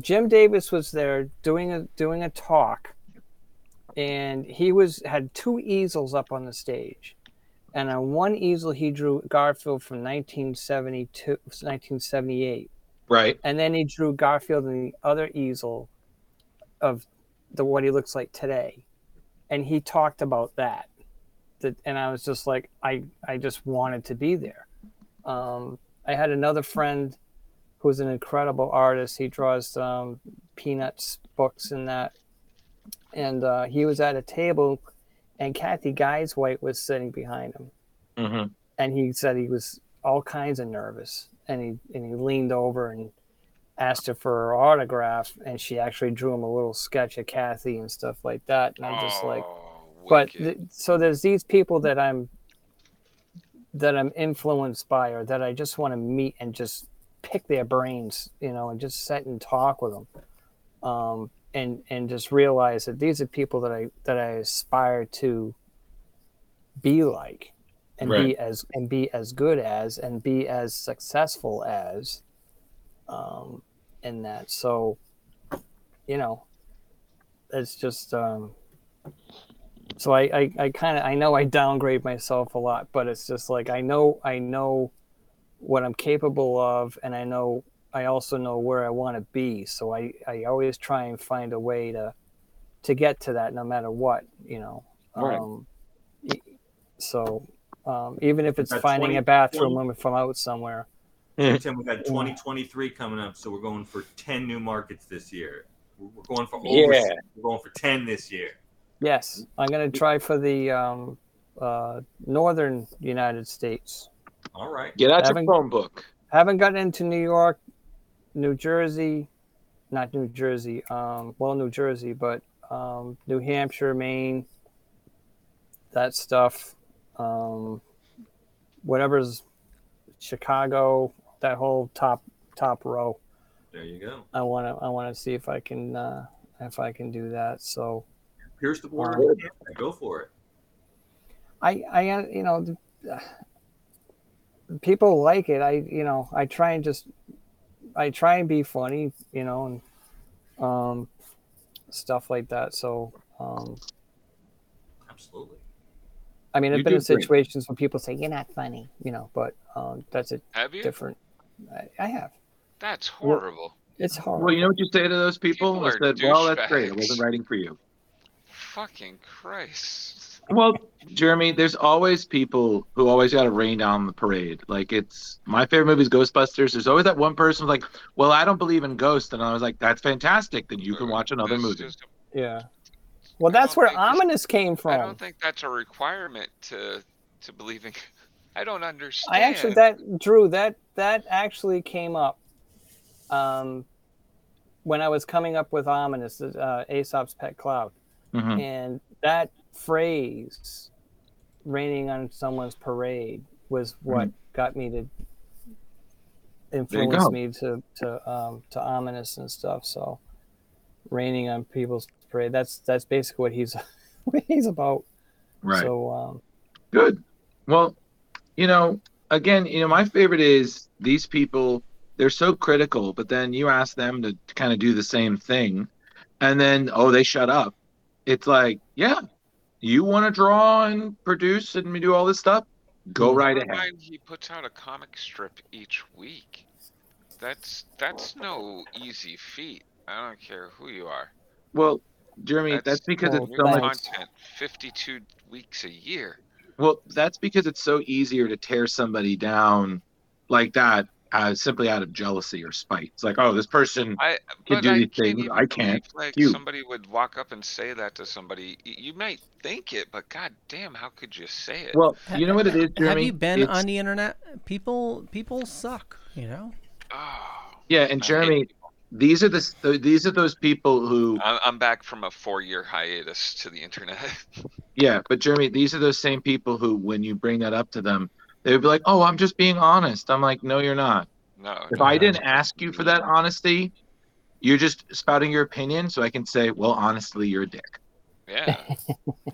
[SPEAKER 12] Jim Davis was there doing a doing a talk, and he was had two easels up on the stage, and on one easel he drew Garfield from 1972, 1978,
[SPEAKER 9] Right.
[SPEAKER 12] and then he drew Garfield in the other easel of the what he looks like today, and he talked about that. That and I was just like I I just wanted to be there. Um, I had another friend who's an incredible artist. He draws um, Peanuts books and that. And uh, he was at a table, and Kathy Guyswhite was sitting behind him.
[SPEAKER 9] Mhm.
[SPEAKER 12] And he said he was all kinds of nervous. And he, and he leaned over and asked her for her autograph. And she actually drew him a little sketch of Kathy and stuff like that. And I'm just like,
[SPEAKER 9] Oh,
[SPEAKER 12] but th- so there's these people that I'm that I'm influenced by or that I just want to meet and just pick their brains, you know, and just sit and talk with them. Um, and and just realize that these are people that I that I aspire to be like and
[SPEAKER 3] Right.
[SPEAKER 12] be as and be as good as and be as successful as um in that. So you know, it's just um so I, I, I kind of I know I downgrade myself a lot, but it's just like I know I know what I'm capable of, and I know I also know where I want to be. So I, I always try and find a way to to get to that, no matter what, you know.
[SPEAKER 9] Right.
[SPEAKER 12] Um, e- so um, even if it's
[SPEAKER 11] That's
[SPEAKER 12] finding
[SPEAKER 11] 20
[SPEAKER 12] a bathroom
[SPEAKER 11] 20
[SPEAKER 12] room if I'm out somewhere,
[SPEAKER 11] Tim, we got 2023 coming up, so we're going for 10 new markets this year. We're we're going for over.
[SPEAKER 12] Yeah.
[SPEAKER 11] We're going for 10 this year.
[SPEAKER 12] yes, I'm gonna try for the um, uh, northern United States.
[SPEAKER 11] All right.
[SPEAKER 9] Get out your
[SPEAKER 12] Haven't-
[SPEAKER 9] phone book.
[SPEAKER 12] Haven't gotten into New York, New Jersey, not New Jersey, um, well, New Jersey, but um, New Hampshire, Maine, that stuff. Um, whatever's Chicago, that whole top top row.
[SPEAKER 11] There you go.
[SPEAKER 12] I want to I want to see if I can uh, if I can do that. So
[SPEAKER 11] Pierce the border.
[SPEAKER 12] Um,
[SPEAKER 11] with Canada. Go for it.
[SPEAKER 12] I, I, uh, you know, th- people like it. I, you know, I try and just, I try and be funny, you know, and um, stuff like that. So, um,
[SPEAKER 11] Absolutely.
[SPEAKER 12] I mean,
[SPEAKER 9] You
[SPEAKER 12] I've been
[SPEAKER 9] do
[SPEAKER 12] in
[SPEAKER 9] great.
[SPEAKER 12] situations where people say you're not funny, you know, but um, that's a
[SPEAKER 10] Have you?
[SPEAKER 12] different. I, I have.
[SPEAKER 10] That's horrible.
[SPEAKER 12] It's horrible.
[SPEAKER 9] Well, you know what you say to those people?
[SPEAKER 10] People
[SPEAKER 9] I
[SPEAKER 10] are
[SPEAKER 9] said, well, that's great. I
[SPEAKER 10] douchebags.
[SPEAKER 9] wasn't writing for you.
[SPEAKER 10] Fucking Christ.
[SPEAKER 9] Well, Jeremy, there's always people who always got to rain down the parade. Like it's my favorite movie is Ghostbusters. There's always that one person who's like, "Well, I don't believe in ghosts," and I was like, "That's fantastic. Then you can watch another movie."
[SPEAKER 12] Yeah. Well, that's where ominous came from.
[SPEAKER 10] I don't think that's a requirement to to believing. I don't understand.
[SPEAKER 12] I actually that Drew that that actually came up um, when I was coming up with ominous uh, Aesop's pet cloud,
[SPEAKER 9] Mhm.
[SPEAKER 12] and that phrase "raining on someone's parade" was
[SPEAKER 9] Hmm.
[SPEAKER 12] what got me to influence
[SPEAKER 9] go.
[SPEAKER 12] me to to um, to ominous and stuff. So raining on people's parade that's that's basically what he's what he's about.
[SPEAKER 9] Right.
[SPEAKER 12] So um,
[SPEAKER 9] Good. Well, you know, again, you know, my favorite is these people, they're so critical, but then you ask them to, kind of do the same thing and then, oh, they shut up. It's like, yeah, you want to draw and produce and do all this stuff? Go right
[SPEAKER 10] Never
[SPEAKER 9] ahead.
[SPEAKER 10] mind, He puts out a comic strip each week. That's that's no easy feat. I don't care who you are.
[SPEAKER 9] Well, Jeremy, that's, because
[SPEAKER 10] Well,
[SPEAKER 9] it's
[SPEAKER 10] new
[SPEAKER 9] so much.
[SPEAKER 10] content. Fifty-two weeks a year.
[SPEAKER 3] Well, that's because it's so easier to tear somebody down like that uh, simply out of jealousy or spite. It's like, oh, this person
[SPEAKER 10] I
[SPEAKER 3] can
[SPEAKER 10] but
[SPEAKER 3] do
[SPEAKER 10] I
[SPEAKER 3] these
[SPEAKER 10] can't
[SPEAKER 3] things.
[SPEAKER 10] even
[SPEAKER 3] I can't.
[SPEAKER 10] believe, Like
[SPEAKER 3] you.
[SPEAKER 10] somebody would walk up and say that to somebody. Y- You might think it, but god damn, how could you say it?
[SPEAKER 3] Well, you know what it is,
[SPEAKER 8] Have
[SPEAKER 3] Jeremy?
[SPEAKER 8] you been
[SPEAKER 3] It's-
[SPEAKER 8] on the internet? People, people suck. You know.
[SPEAKER 10] Oh.
[SPEAKER 3] Yeah, and Jeremy, these are the th- these are those people who
[SPEAKER 10] I- I'm back from a four-year hiatus to the internet.
[SPEAKER 3] yeah, but Jeremy, these are those same people who when you bring that up to them, they would be like, "Oh, I'm just being honest." I'm like, "No, you're not.
[SPEAKER 10] no.
[SPEAKER 3] If
[SPEAKER 10] no,
[SPEAKER 3] I
[SPEAKER 10] no.
[SPEAKER 3] didn't ask you for that honesty, you're just spouting your opinion so I can say, "Well, honestly, you're a dick."
[SPEAKER 10] Yeah.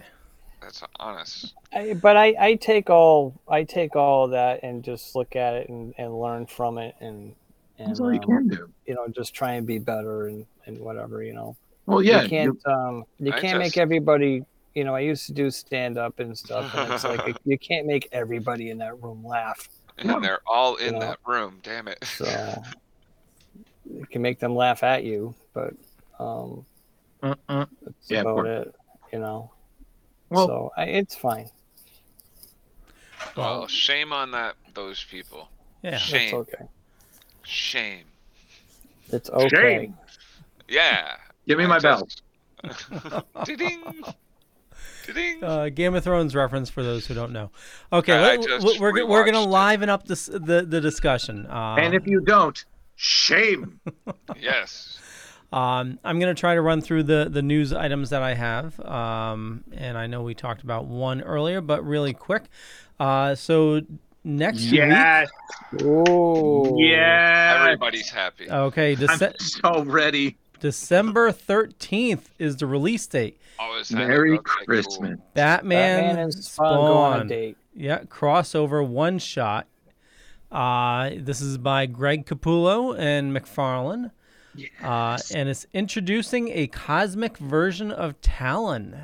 [SPEAKER 10] That's honest.
[SPEAKER 12] I, but I, I take all I take all of that and just look at it and, and learn from it and and um,
[SPEAKER 3] That's all you can do.
[SPEAKER 12] You know, just try and be better and, and whatever. You know.
[SPEAKER 3] Well, yeah,
[SPEAKER 12] You can't um you
[SPEAKER 3] I
[SPEAKER 12] can't make
[SPEAKER 3] just-
[SPEAKER 12] everybody. You know, I used to do stand up and stuff, and it's like you can't make everybody in that room laugh.
[SPEAKER 10] And they're all in
[SPEAKER 12] You know.
[SPEAKER 10] that room. Damn it.
[SPEAKER 12] So it can make them laugh at you, but um,
[SPEAKER 3] Mm-mm.
[SPEAKER 12] that's
[SPEAKER 3] Yeah, of
[SPEAKER 12] about
[SPEAKER 3] course.
[SPEAKER 12] it. You know.
[SPEAKER 3] Well-
[SPEAKER 12] so I, it's fine.
[SPEAKER 10] Well, shame on that those people.
[SPEAKER 12] Yeah. That's
[SPEAKER 10] Shame.
[SPEAKER 12] okay.
[SPEAKER 10] Shame.
[SPEAKER 12] It's okay.
[SPEAKER 10] Yeah.
[SPEAKER 3] Give me my bell.
[SPEAKER 10] Ding.
[SPEAKER 8] Uh, Game of Thrones reference for those who don't know. Okay,
[SPEAKER 3] I-
[SPEAKER 8] let-
[SPEAKER 3] I just
[SPEAKER 8] we're, we're, we're gonna liven up this, the the discussion. Uh,
[SPEAKER 3] and if you don't, shame.
[SPEAKER 10] yes.
[SPEAKER 8] Um, I'm going to try to run through the, the news items that I have. Um, and I know we talked about one earlier, but really quick. Uh, so next
[SPEAKER 3] Yes.
[SPEAKER 8] week.
[SPEAKER 3] Yes.
[SPEAKER 10] Everybody's happy.
[SPEAKER 8] Okay. Dece-
[SPEAKER 3] I'm so ready.
[SPEAKER 8] December 13th is the release date.
[SPEAKER 3] Merry Christmas.
[SPEAKER 8] Batman,
[SPEAKER 12] Batman and Spawn
[SPEAKER 8] Spawn.
[SPEAKER 12] go on a date.
[SPEAKER 8] Yeah, crossover one shot. Uh, this is by Greg Capullo and McFarlane. Uh, and it's introducing a cosmic version of Talon.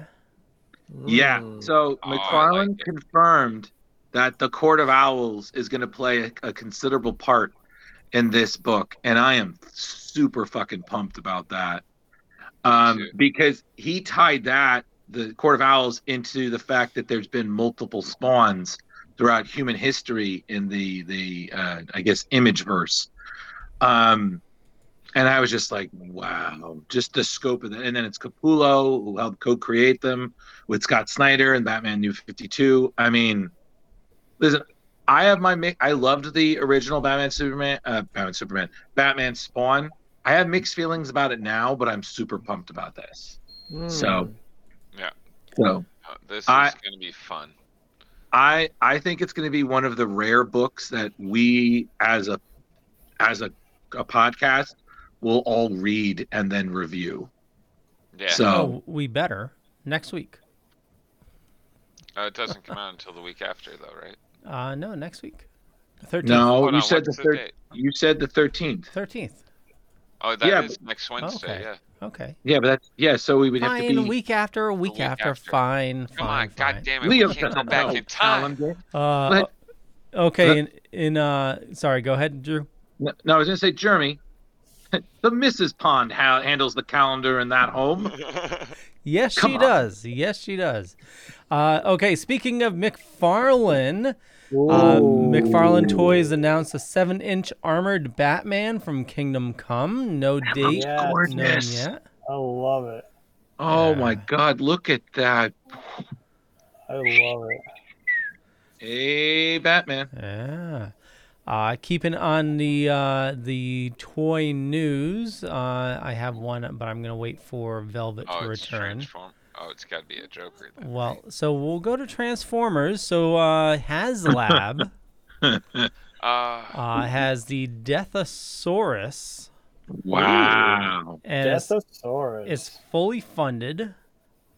[SPEAKER 3] Yeah.
[SPEAKER 12] mm.
[SPEAKER 3] So McFarlane confirmed that the Court of Owls is going to play a, a considerable part in this book, and I am super fucking pumped about that. Um, because he tied that the Court of Owls into the fact that there's been multiple spawns throughout human history in the the uh, I guess image verse. Um, and I was just like, wow, just the scope of that. And then it's Capullo who helped co-create them with Scott Snyder and Batman New Fifty Two. I mean, listen, I have my mi- I loved the original Batman Superman, uh, Batman Superman, Batman Spawn. I have mixed feelings about it now, but I'm super pumped about this.
[SPEAKER 8] Hmm. Mm.
[SPEAKER 12] Mm.
[SPEAKER 3] So,
[SPEAKER 10] Yeah.
[SPEAKER 3] so
[SPEAKER 10] Uh, This is
[SPEAKER 3] I-
[SPEAKER 10] gonna be fun.
[SPEAKER 3] I I think it's going to be one of the rare books that we as a as a, a podcast will all read and then review.
[SPEAKER 10] Yeah.
[SPEAKER 3] So-
[SPEAKER 8] Oh, we better next week.
[SPEAKER 10] Oh, it doesn't come out until the week after, though, right?
[SPEAKER 8] Uh, no, next week. The 13th.
[SPEAKER 3] No,
[SPEAKER 10] Hold
[SPEAKER 3] Oh, you
[SPEAKER 10] on,
[SPEAKER 3] said the
[SPEAKER 10] what's the
[SPEAKER 3] thir-
[SPEAKER 10] date?
[SPEAKER 3] you said the 13th.
[SPEAKER 8] 13th.
[SPEAKER 10] Oh, that is
[SPEAKER 3] Yeah,
[SPEAKER 10] next Wednesday.
[SPEAKER 8] okay.
[SPEAKER 10] Yeah.
[SPEAKER 8] Okay.
[SPEAKER 3] Yeah, but that's yeah, so we would have
[SPEAKER 8] Fine.
[SPEAKER 3] to be
[SPEAKER 8] Week after, week, after, Fine.
[SPEAKER 10] Come
[SPEAKER 8] fine.
[SPEAKER 10] on, god damn it,
[SPEAKER 3] Leo
[SPEAKER 10] we can't go
[SPEAKER 3] doesn't
[SPEAKER 10] back
[SPEAKER 3] know.
[SPEAKER 10] in time.
[SPEAKER 8] Uh,
[SPEAKER 3] Let-
[SPEAKER 8] okay.
[SPEAKER 3] let-
[SPEAKER 8] In, in uh, sorry. Go ahead, Drew.
[SPEAKER 3] No, no, I was going to say, Jeremy, the Mrs. Pond ha- handles the calendar in that home.
[SPEAKER 8] Yes,
[SPEAKER 3] Come
[SPEAKER 8] she
[SPEAKER 3] on.
[SPEAKER 8] does. Yes, she does. Uh, okay, speaking of McFarlane, uh,
[SPEAKER 14] Ooh.
[SPEAKER 8] McFarlane Toys announced a seven-inch armored Batman from Kingdom Come. No date,
[SPEAKER 12] Yes.
[SPEAKER 8] known
[SPEAKER 12] gorgeous.
[SPEAKER 8] yet.
[SPEAKER 12] I love it.
[SPEAKER 3] Oh my God, look at that.
[SPEAKER 12] I love it.
[SPEAKER 3] Hey, Batman.
[SPEAKER 8] Yeah. Uh, keeping on the uh, the toy news, uh, I have one, but I'm gonna wait for Velvet
[SPEAKER 10] Oh,
[SPEAKER 8] to
[SPEAKER 10] it's
[SPEAKER 8] return.
[SPEAKER 10] transform. Oh, it's gotta be a Joker. Then.
[SPEAKER 8] Well, so we'll go to Transformers. So uh, HasLab
[SPEAKER 10] Uh,
[SPEAKER 8] uh, has the Deathosaurus.
[SPEAKER 3] Wow.
[SPEAKER 8] And it's-
[SPEAKER 12] Deathosaurus.
[SPEAKER 8] It's fully funded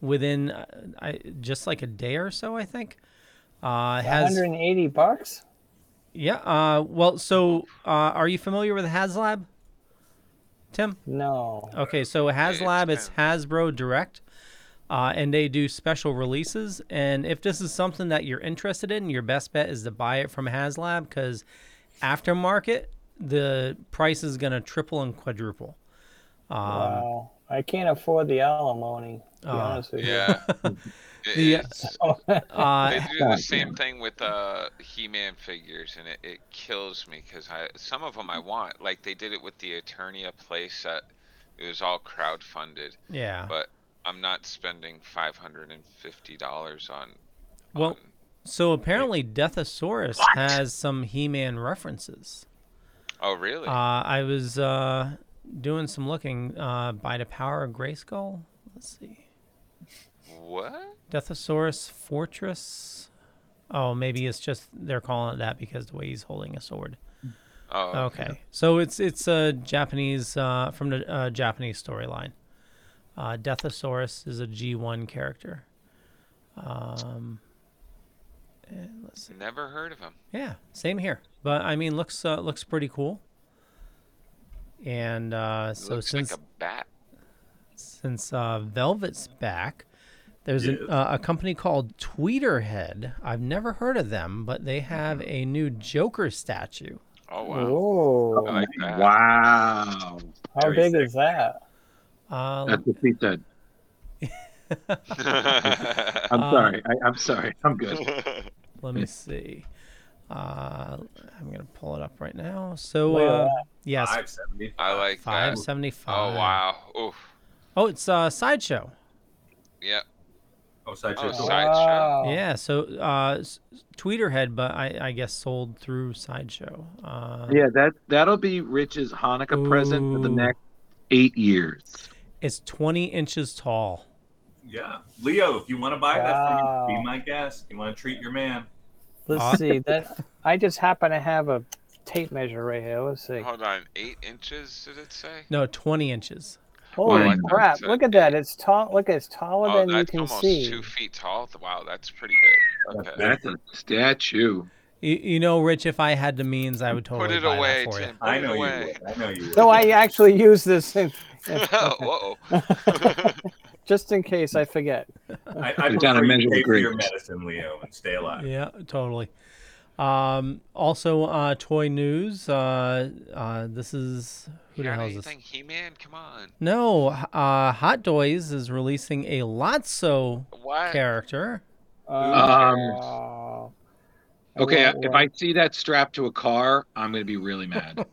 [SPEAKER 8] within uh, I, just like a day or so, I think. Uh, has
[SPEAKER 12] 180 bucks.
[SPEAKER 8] yeah. Uh, well, so uh, are you familiar with HasLab, Tim? Oh,
[SPEAKER 12] No.
[SPEAKER 8] Okay, so HasLab, it's Hasbro Direct, uh, and they do special releases. And if this is something that you're interested in, your best bet is to buy it from HasLab because aftermarket, the price is going to triple and quadruple. Um,
[SPEAKER 12] wow. I can't afford the alimony.
[SPEAKER 10] be
[SPEAKER 8] Oh,
[SPEAKER 10] honest with you. Yeah.
[SPEAKER 8] the, uh,
[SPEAKER 10] they do the same thing with uh, He-Man figures, and it, it kills me because I some of them I want. Like they did it with the Eternia playset; it was all crowdfunded.
[SPEAKER 8] Yeah.
[SPEAKER 10] But I'm not spending five hundred and fifty dollars on.
[SPEAKER 8] Well, so apparently Deathosaurus has some He-Man references.
[SPEAKER 10] Oh really?
[SPEAKER 8] Uh, I was uh, doing some looking uh, by the power of Grayskull. Let's see.
[SPEAKER 10] What?
[SPEAKER 8] Deathosaurus Fortress. Oh, maybe it's just they're calling it that because the way he's holding a sword.
[SPEAKER 10] Oh,
[SPEAKER 8] okay. So it's it's a Japanese uh, from the uh, Japanese storyline. Uh, Deathosaurus is a G1 character. Um, and let's see.
[SPEAKER 10] Never heard of him.
[SPEAKER 8] Yeah, same here. But I mean, looks uh, looks pretty cool. And uh, so
[SPEAKER 10] looks
[SPEAKER 8] since
[SPEAKER 10] like a bat.
[SPEAKER 8] since uh, Velvet's back, there's an,
[SPEAKER 10] Yes.
[SPEAKER 8] uh, a company called Tweeterhead. I've never heard of them, but they have a new Joker statue.
[SPEAKER 10] Oh
[SPEAKER 12] wow. Oh. I like that.
[SPEAKER 3] Wow.
[SPEAKER 12] How big is that?
[SPEAKER 8] Uh,
[SPEAKER 3] That's what she said. I'm
[SPEAKER 8] Um,
[SPEAKER 3] sorry. I, I'm sorry. I'm good.
[SPEAKER 8] Let me see. Uh, I'm gonna pull it up right now. So
[SPEAKER 3] Look at
[SPEAKER 8] uh,
[SPEAKER 3] that.
[SPEAKER 8] yes,
[SPEAKER 10] I like that.
[SPEAKER 8] five seventy five.
[SPEAKER 10] Oh wow. Oof.
[SPEAKER 8] Oh, it's uh, sideshow.
[SPEAKER 10] Yeah.
[SPEAKER 11] Oh,
[SPEAKER 10] Oh,
[SPEAKER 11] sideshow.
[SPEAKER 10] sideshow.
[SPEAKER 8] Yeah. So uh, s- Tweeterhead, but I, I guess sold through sideshow. Uh,
[SPEAKER 3] yeah, that that'll be Rich's Hanukkah present for the
[SPEAKER 8] Ooh.
[SPEAKER 3] next eight years.
[SPEAKER 8] It's twenty inches tall.
[SPEAKER 11] Yeah. Leo, if you want to buy that for me, be my guest. You want to treat your man.
[SPEAKER 12] Let's
[SPEAKER 11] Aw.
[SPEAKER 12] see. That I just happen to have a tape measure right here. Let's see.
[SPEAKER 10] Hold on. Eight inches? Did it say?
[SPEAKER 8] No, twenty inches.
[SPEAKER 12] Holy
[SPEAKER 10] Wow.
[SPEAKER 12] crap! Look at that. It's tall. Look, it's taller
[SPEAKER 10] Oh,
[SPEAKER 12] than you
[SPEAKER 10] that's
[SPEAKER 12] can
[SPEAKER 10] almost
[SPEAKER 12] see.
[SPEAKER 10] two feet tall. Wow, that's pretty big. Okay.
[SPEAKER 3] That's a statue.
[SPEAKER 8] You, you know, Rich, if I had the means, I would totally
[SPEAKER 10] Put it
[SPEAKER 8] buy
[SPEAKER 10] away,
[SPEAKER 8] that for
[SPEAKER 10] Tim.
[SPEAKER 8] you.
[SPEAKER 10] Put it away.
[SPEAKER 11] I know you.
[SPEAKER 12] No, I actually use this thing.
[SPEAKER 10] Whoa.
[SPEAKER 12] just in case I forget.
[SPEAKER 11] I, I
[SPEAKER 3] It's on a
[SPEAKER 11] prefer you
[SPEAKER 3] measure of
[SPEAKER 11] pay for your
[SPEAKER 3] grapes.
[SPEAKER 11] medicine, Leo, and stay alive.
[SPEAKER 8] Yeah, totally. Um, also, uh, toy news. Uh, uh, this is who the hell is this?
[SPEAKER 10] Anything He-Man? Come on.
[SPEAKER 8] No, uh, Hot Toys is releasing a Lotso
[SPEAKER 10] What?
[SPEAKER 8] character.
[SPEAKER 12] Oh.
[SPEAKER 3] Um, okay, if I see that strapped to a car, I'm going to be really mad.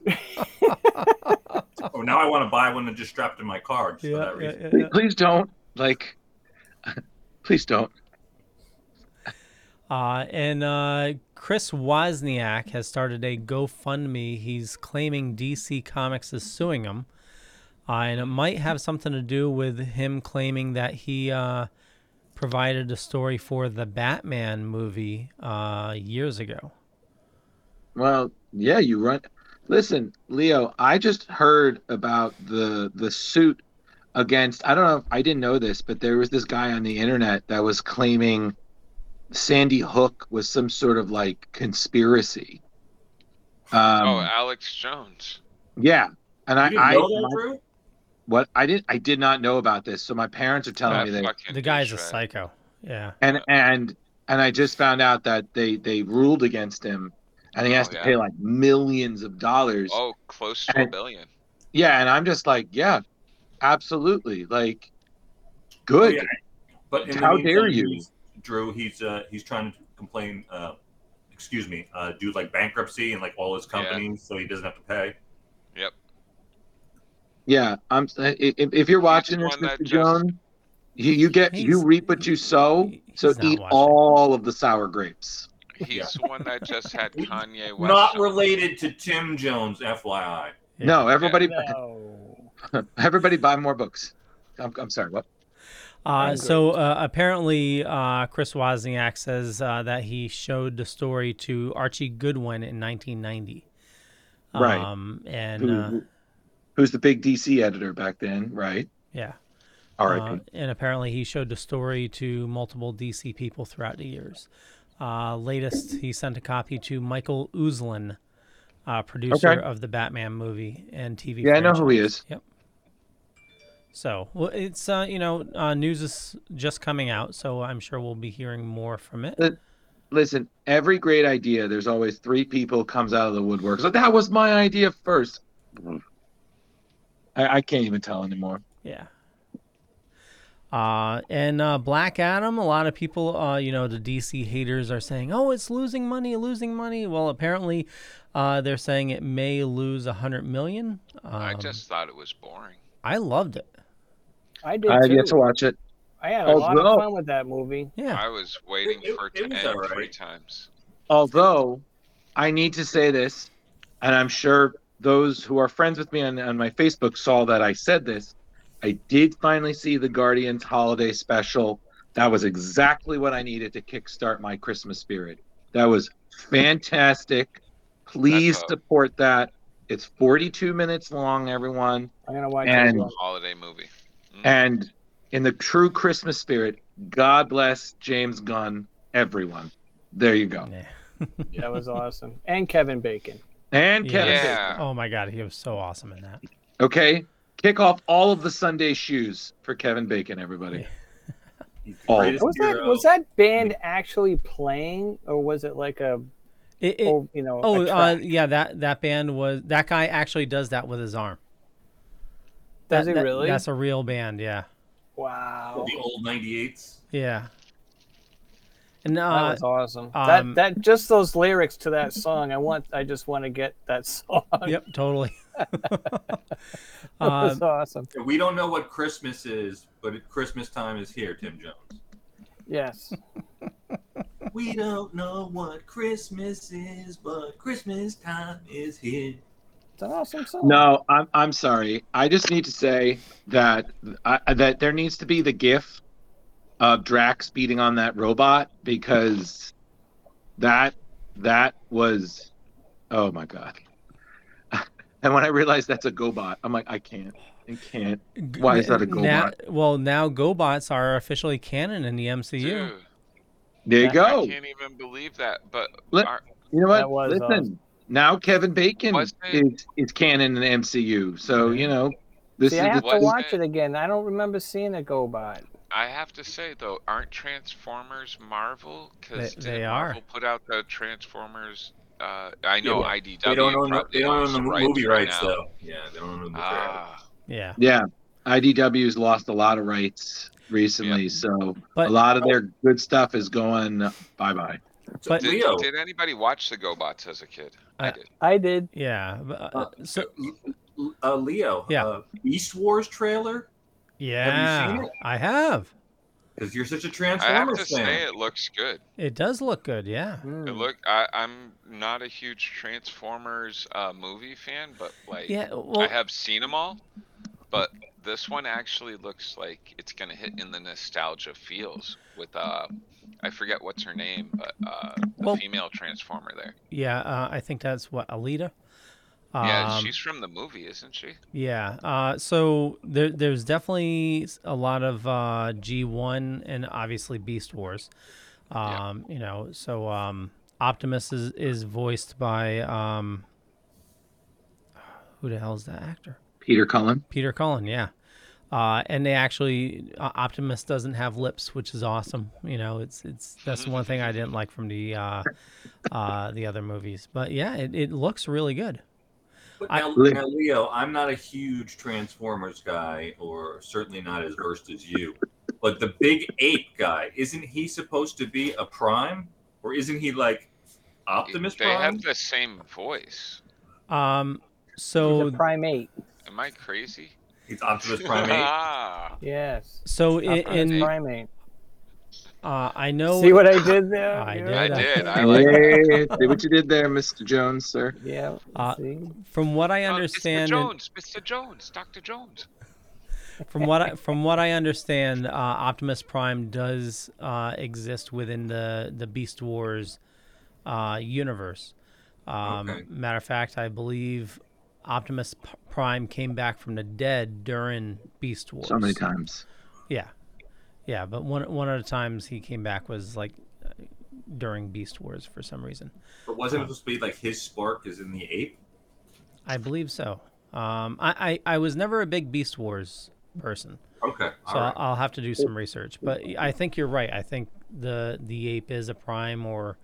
[SPEAKER 11] Oh, now I want to buy one and just strap to my car just
[SPEAKER 8] Yeah,
[SPEAKER 11] for that
[SPEAKER 8] yeah,
[SPEAKER 11] reason.
[SPEAKER 8] yeah,
[SPEAKER 3] Please, please don't. Like, please don't.
[SPEAKER 8] Uh, and uh, Chris Wozniak has started a GoFundMe. He's claiming DC Comics is suing him. Uh, and it might have something to do with him claiming that he uh, provided a story for the Batman movie uh, years ago.
[SPEAKER 3] Well, yeah, you run. Listen, Leo, I just heard about the the suit against. I don't know. if- I didn't know this, but there was this guy on the internet that was claiming Sandy Hook was some sort of like conspiracy. Um,
[SPEAKER 10] oh, Alex Jones.
[SPEAKER 3] yeah, and I,
[SPEAKER 11] You didn't
[SPEAKER 3] I
[SPEAKER 11] know that,
[SPEAKER 3] my-
[SPEAKER 11] Drew?
[SPEAKER 3] what I did I did not know about this, so my parents are telling me
[SPEAKER 10] That
[SPEAKER 3] that
[SPEAKER 10] fucking
[SPEAKER 8] The guy's a
[SPEAKER 10] douchebag.
[SPEAKER 8] psycho. Yeah.
[SPEAKER 3] and and and I just found out that they they ruled against him, and he has
[SPEAKER 10] Oh,
[SPEAKER 3] to
[SPEAKER 10] yeah.
[SPEAKER 3] pay like millions of dollars.
[SPEAKER 10] Oh, close to a
[SPEAKER 3] And-
[SPEAKER 10] billion.
[SPEAKER 3] Yeah, and I'm just like, yeah, absolutely, like,
[SPEAKER 10] Oh,
[SPEAKER 3] good.
[SPEAKER 11] Yeah. But in the
[SPEAKER 3] How dare
[SPEAKER 11] meantime,
[SPEAKER 3] you.
[SPEAKER 11] he's- Drew? He's uh, he's trying to complain. Uh, excuse me, uh, do like bankruptcy and like all his companies, so he doesn't have to pay.
[SPEAKER 10] Yep.
[SPEAKER 3] Yeah, I'm. i- i- If, if you're watching this,
[SPEAKER 10] one that
[SPEAKER 3] Mr.
[SPEAKER 10] just-
[SPEAKER 3] Jones, you, you get you
[SPEAKER 8] He's-
[SPEAKER 3] reap what you sow. So
[SPEAKER 8] he's not
[SPEAKER 3] eat
[SPEAKER 8] watching.
[SPEAKER 3] all of the sour grapes.
[SPEAKER 10] He's the one that just had Kanye West.
[SPEAKER 11] Not
[SPEAKER 10] on.
[SPEAKER 11] related to Tim Jones, FYI.
[SPEAKER 8] Yeah.
[SPEAKER 3] No, everybody,
[SPEAKER 12] No.
[SPEAKER 3] everybody buy more books. I'm, I'm sorry. What?
[SPEAKER 8] Uh, so uh, apparently, uh, Chris Wozniak says uh, that he showed the story to Archie Goodwin in 1990.
[SPEAKER 3] Right.
[SPEAKER 8] Um, and
[SPEAKER 3] Who-
[SPEAKER 8] uh,
[SPEAKER 3] who- who's the big DC editor back then? Right.
[SPEAKER 8] yeah.
[SPEAKER 3] All right.
[SPEAKER 8] Uh, and apparently, he showed the story to multiple DC people throughout the years. Uh, latest, he sent a copy to Michael Uslan, uh, producer
[SPEAKER 3] Okay.
[SPEAKER 8] of the Batman movie and TV.
[SPEAKER 3] Yeah, I know who he
[SPEAKER 8] franchise.
[SPEAKER 3] is.
[SPEAKER 8] Yep. So, well, it's uh, you know, uh, news is just coming out, so I'm sure we'll be hearing more from it.
[SPEAKER 3] Li- Listen, every great idea, there's always three people comes out of the woodwork. So that was my idea first.
[SPEAKER 10] Mm-hmm.
[SPEAKER 3] I, I can't even tell anymore.
[SPEAKER 8] Yeah. Uh, and uh, Black Adam, a lot of people, uh, you know, the DC haters are saying, oh, it's losing money, losing money. Well, apparently uh, they're saying it may lose a 100 million. Um,
[SPEAKER 10] I just thought it was boring.
[SPEAKER 8] I loved it.
[SPEAKER 12] I did.
[SPEAKER 3] I have yet
[SPEAKER 12] too.
[SPEAKER 3] to watch it.
[SPEAKER 12] I had a
[SPEAKER 3] Oh,
[SPEAKER 12] lot
[SPEAKER 3] no.
[SPEAKER 12] of fun with that movie.
[SPEAKER 8] Yeah.
[SPEAKER 10] I was waiting for it to end three times.
[SPEAKER 3] Although, I need to say this, and I'm sure those who are friends with me on, on my Facebook saw that I said this. I did finally see the Guardians holiday special. That was exactly what I needed to kickstart my Christmas spirit. That was fantastic. Please support that. It's 42 minutes long, everyone.
[SPEAKER 12] I'm gonna watch it. as
[SPEAKER 3] And
[SPEAKER 12] well.
[SPEAKER 10] Holiday movie.
[SPEAKER 3] and in the true Christmas spirit, God bless James Gunn, everyone. There you go.
[SPEAKER 12] That was awesome. And Kevin Bacon.
[SPEAKER 3] And
[SPEAKER 8] Yeah.
[SPEAKER 3] Kevin.
[SPEAKER 8] Oh, my God. He was so awesome in that.
[SPEAKER 3] Okay. Kick off all of the Sunday shoes for Kevin Bacon, everybody. All of them.
[SPEAKER 12] Was that was that band actually playing, or was it like a,
[SPEAKER 8] It, it-
[SPEAKER 12] oh, you know,
[SPEAKER 8] oh,
[SPEAKER 12] a
[SPEAKER 8] uh,
[SPEAKER 12] track?
[SPEAKER 8] yeah, that, that band was, that guy actually does that with his arm.
[SPEAKER 12] Does
[SPEAKER 8] That-
[SPEAKER 12] he
[SPEAKER 8] that-
[SPEAKER 12] really?
[SPEAKER 8] That's a real band, yeah.
[SPEAKER 12] wow.
[SPEAKER 11] The old 98s.
[SPEAKER 8] Yeah. And uh,
[SPEAKER 12] That was awesome.
[SPEAKER 8] um,
[SPEAKER 12] that that just those lyrics to that song. I want. I just want to get that song.
[SPEAKER 8] Yep, totally. Um,
[SPEAKER 12] That was awesome.
[SPEAKER 11] We don't know what Christmas is, but it- Christmas time is here, Tim Jones.
[SPEAKER 12] Yes.
[SPEAKER 11] We don't know what Christmas is, but Christmas time is here.
[SPEAKER 12] It's an awesome song.
[SPEAKER 3] No, I'm I'm sorry. I just need to say that I, that there needs to be the GIF of Drax beating on that robot because that that was oh my god. And when I realized that's a GoBot, I'm like, I can't, I can't. Why is that a GoBot?
[SPEAKER 8] Now, well, now GoBots are officially canon in the MCU.
[SPEAKER 10] Dude,
[SPEAKER 3] there you
[SPEAKER 10] I
[SPEAKER 3] go.
[SPEAKER 10] can't even believe that. But
[SPEAKER 3] Let-
[SPEAKER 10] are-
[SPEAKER 3] You know what?
[SPEAKER 12] That was, uh,
[SPEAKER 3] Listen, now Kevin Bacon
[SPEAKER 10] Wasn't it-
[SPEAKER 3] is, is canon in the MCU, so you know this
[SPEAKER 12] See,
[SPEAKER 3] is
[SPEAKER 12] I have
[SPEAKER 3] the,
[SPEAKER 12] to
[SPEAKER 10] was
[SPEAKER 12] watch it
[SPEAKER 10] it-
[SPEAKER 12] again. I don't remember seeing a go by.
[SPEAKER 10] I have to say though, aren't Transformers Marvel? Because
[SPEAKER 8] They- they are.
[SPEAKER 10] Marvel put out the Transformers. Uh, I know
[SPEAKER 11] Yeah, but
[SPEAKER 10] IDW.
[SPEAKER 11] They don't own. The,
[SPEAKER 10] probably
[SPEAKER 11] they don't
[SPEAKER 10] owns
[SPEAKER 11] own the
[SPEAKER 10] rights
[SPEAKER 11] movie
[SPEAKER 10] right
[SPEAKER 11] rights
[SPEAKER 10] now.
[SPEAKER 11] though. Yeah, they don't own the movie rights.
[SPEAKER 10] Ah,
[SPEAKER 8] Yeah.
[SPEAKER 3] yeah. IDW's lost a lot of rights recently, so
[SPEAKER 8] But-
[SPEAKER 3] a lot of their good stuff is going bye bye.
[SPEAKER 8] But-
[SPEAKER 10] did,
[SPEAKER 11] Leo.
[SPEAKER 10] did anybody watch the GoBots as a kid? I
[SPEAKER 8] Uh,
[SPEAKER 10] did.
[SPEAKER 12] I did.
[SPEAKER 8] Yeah. b- uh,
[SPEAKER 11] Uh,
[SPEAKER 8] so,
[SPEAKER 11] L- Uh, Leo.
[SPEAKER 8] Yeah.
[SPEAKER 11] Uh, Beast Wars trailer.
[SPEAKER 8] yeah.
[SPEAKER 11] seen it?
[SPEAKER 8] I have.
[SPEAKER 11] Because you're such a
[SPEAKER 10] I have to
[SPEAKER 11] Transformers
[SPEAKER 10] say
[SPEAKER 11] fan.
[SPEAKER 10] it looks good.
[SPEAKER 8] It does look good. Yeah.
[SPEAKER 12] Hmm.
[SPEAKER 10] It look, I, I'm not a huge Transformers uh, movie fan, but like,
[SPEAKER 8] Yeah. Well,
[SPEAKER 10] I have seen them all, but this one actually looks like it's gonna hit in the nostalgia feels with uh, I forget what's her name, but uh, the
[SPEAKER 8] Well-
[SPEAKER 10] female Transformer there.
[SPEAKER 8] yeah. Uh, I think that's what Alita. Um,
[SPEAKER 10] yeah, she's from the movie, isn't she?
[SPEAKER 8] Yeah. Uh, so there, there's definitely s- a lot of uh, G1 and obviously Beast Wars. Um, You know, so um, Optimus is, is voiced by um, who the hell is that actor?
[SPEAKER 3] Peter Cullen.
[SPEAKER 8] Peter Cullen, yeah. Uh, and they actually uh, Optimus doesn't have lips, which is awesome. You know, it's it's that's the one thing I didn't like from the uh, uh, the other movies. But yeah, it, it looks really good.
[SPEAKER 11] But
[SPEAKER 8] I-
[SPEAKER 11] now, now, Leo, I'm not a huge Transformers guy, or certainly not as versed as you. But the big ape guy, isn't he supposed to be a Prime, or isn't he like Optimus
[SPEAKER 10] they
[SPEAKER 11] Prime?
[SPEAKER 10] have the same voice.
[SPEAKER 8] Um,
[SPEAKER 12] He's
[SPEAKER 8] so
[SPEAKER 12] a primate.
[SPEAKER 10] Am I crazy?
[SPEAKER 11] He's Optimus Prime ape.
[SPEAKER 10] Ah,
[SPEAKER 12] Yes.
[SPEAKER 8] so in,
[SPEAKER 12] Optimus
[SPEAKER 8] in uh,
[SPEAKER 12] primate.
[SPEAKER 8] I know
[SPEAKER 12] See what I did there?
[SPEAKER 8] I
[SPEAKER 12] Yeah.
[SPEAKER 8] did.
[SPEAKER 10] I did. I uh, like.
[SPEAKER 3] Hey, see what you did there, Mr. Jones, sir.
[SPEAKER 12] Yeah.
[SPEAKER 8] Uh,
[SPEAKER 12] see?
[SPEAKER 8] from what I
[SPEAKER 12] Oh,
[SPEAKER 10] Uh, Mr.
[SPEAKER 8] understand. and-
[SPEAKER 10] Jones, Mr. Jones, Dr. Jones.
[SPEAKER 8] from what I, from what I understand, uh, Optimus Prime does uh, exist within the the Beast Wars uh, universe. Um,
[SPEAKER 11] Okay.
[SPEAKER 8] Matter of fact, I believe Optimus P- Prime came back from the dead during Beast Wars.
[SPEAKER 3] So many times.
[SPEAKER 8] Yeah, yeah, but one one of the times he came back was like during Beast Wars for some reason.
[SPEAKER 11] But wasn't it supposed to be like his spark is in the ape?
[SPEAKER 8] I believe so. Um, I, I I was never a big Beast Wars person.
[SPEAKER 11] Okay, all
[SPEAKER 8] So
[SPEAKER 11] right.
[SPEAKER 8] I'll have to do some research, but I think you're right. I think the the ape is a prime or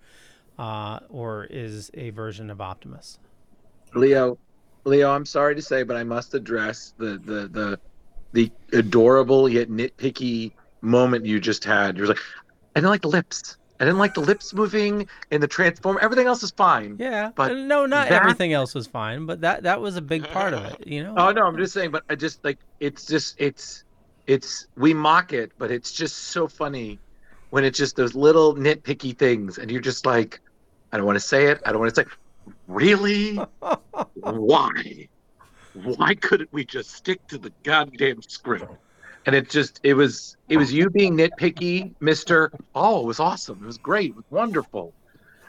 [SPEAKER 8] uh, or is a version of Optimus.
[SPEAKER 3] Leo, Leo, I'm sorry to say, but I must address the the the the adorable yet nitpicky moment you just had. You're like, I didn't like the lips. I didn't like the lips moving and the transform. Everything else is fine.
[SPEAKER 8] Yeah,
[SPEAKER 3] but
[SPEAKER 8] And no, not
[SPEAKER 3] that-
[SPEAKER 8] everything else was fine, but that that was a big part of it. You know.
[SPEAKER 3] Oh no, I'm just saying. But I just like it's just it's it's we mock it, but it's just so funny when it's just those little nitpicky things, and you're just like, I don't want to say it. I don't want to say. Really? Why? Why couldn't we just stick to the goddamn script? And it just it was it was you being nitpicky, Mister. Oh, it was awesome. It was great. It was wonderful.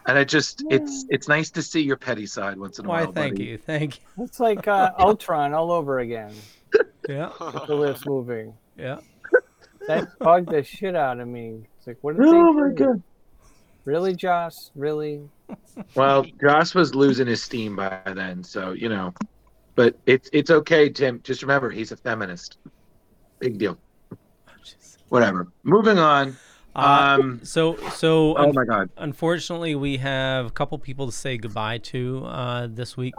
[SPEAKER 3] And I just it's it's nice to see your petty side once in a
[SPEAKER 8] Why?
[SPEAKER 3] while.
[SPEAKER 8] thank
[SPEAKER 3] buddy.
[SPEAKER 8] you, thank you.
[SPEAKER 12] It's like uh, Ultron all over again.
[SPEAKER 8] Yeah.
[SPEAKER 12] With the lips moving.
[SPEAKER 8] Yeah.
[SPEAKER 12] That bugged the shit out of me. It's like, what did
[SPEAKER 3] Oh
[SPEAKER 12] they
[SPEAKER 3] my
[SPEAKER 12] do?
[SPEAKER 3] God.
[SPEAKER 12] Really, Joss? Really?
[SPEAKER 3] Well, Josh was losing his steam by then, so you know. But it's it's okay, Tim. Just remember, he's a feminist. Big deal. Whatever. Moving on. Um.
[SPEAKER 8] So Uh, so. uh,
[SPEAKER 3] Oh
[SPEAKER 8] un-
[SPEAKER 3] my God.
[SPEAKER 8] Unfortunately, we have a couple people to say goodbye to uh, this week.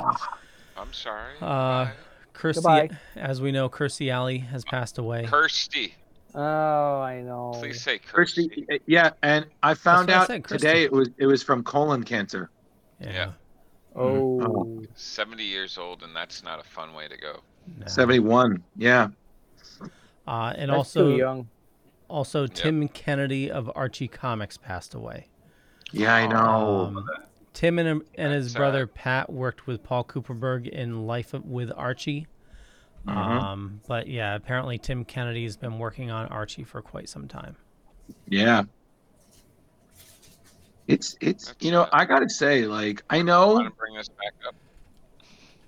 [SPEAKER 10] I'm sorry.
[SPEAKER 8] Uh, Kirstie,
[SPEAKER 10] Goodbye.
[SPEAKER 8] as we know, Kirstie Alley has passed away.
[SPEAKER 10] Kirsty.
[SPEAKER 12] Oh, I know.
[SPEAKER 10] Please say
[SPEAKER 3] Kirsty. Yeah, and I found
[SPEAKER 8] what I
[SPEAKER 3] out
[SPEAKER 8] said, Kirsty.
[SPEAKER 3] today it was it was from colon cancer.
[SPEAKER 10] Yeah.
[SPEAKER 8] Mm-hmm.
[SPEAKER 12] Oh.
[SPEAKER 10] 70 years old, and that's not a fun way to go.
[SPEAKER 3] Seventy-one. Yeah.
[SPEAKER 8] Uh, and
[SPEAKER 10] That's
[SPEAKER 8] also,
[SPEAKER 10] too young.
[SPEAKER 8] also Tim Kennedy of Archie Comics passed away.
[SPEAKER 3] Yeah, I know.
[SPEAKER 8] Oh. Tim and, and his
[SPEAKER 10] uh,
[SPEAKER 8] brother Pat worked with Paul Cooperberg in Life with Archie.
[SPEAKER 3] Mhm.
[SPEAKER 11] Uh-huh.
[SPEAKER 8] Um, but yeah, apparently Tim Kennedy has been working on Archie for quite some time.
[SPEAKER 3] Yeah. It's it's you know I gotta say like I know
[SPEAKER 10] to bring this back up.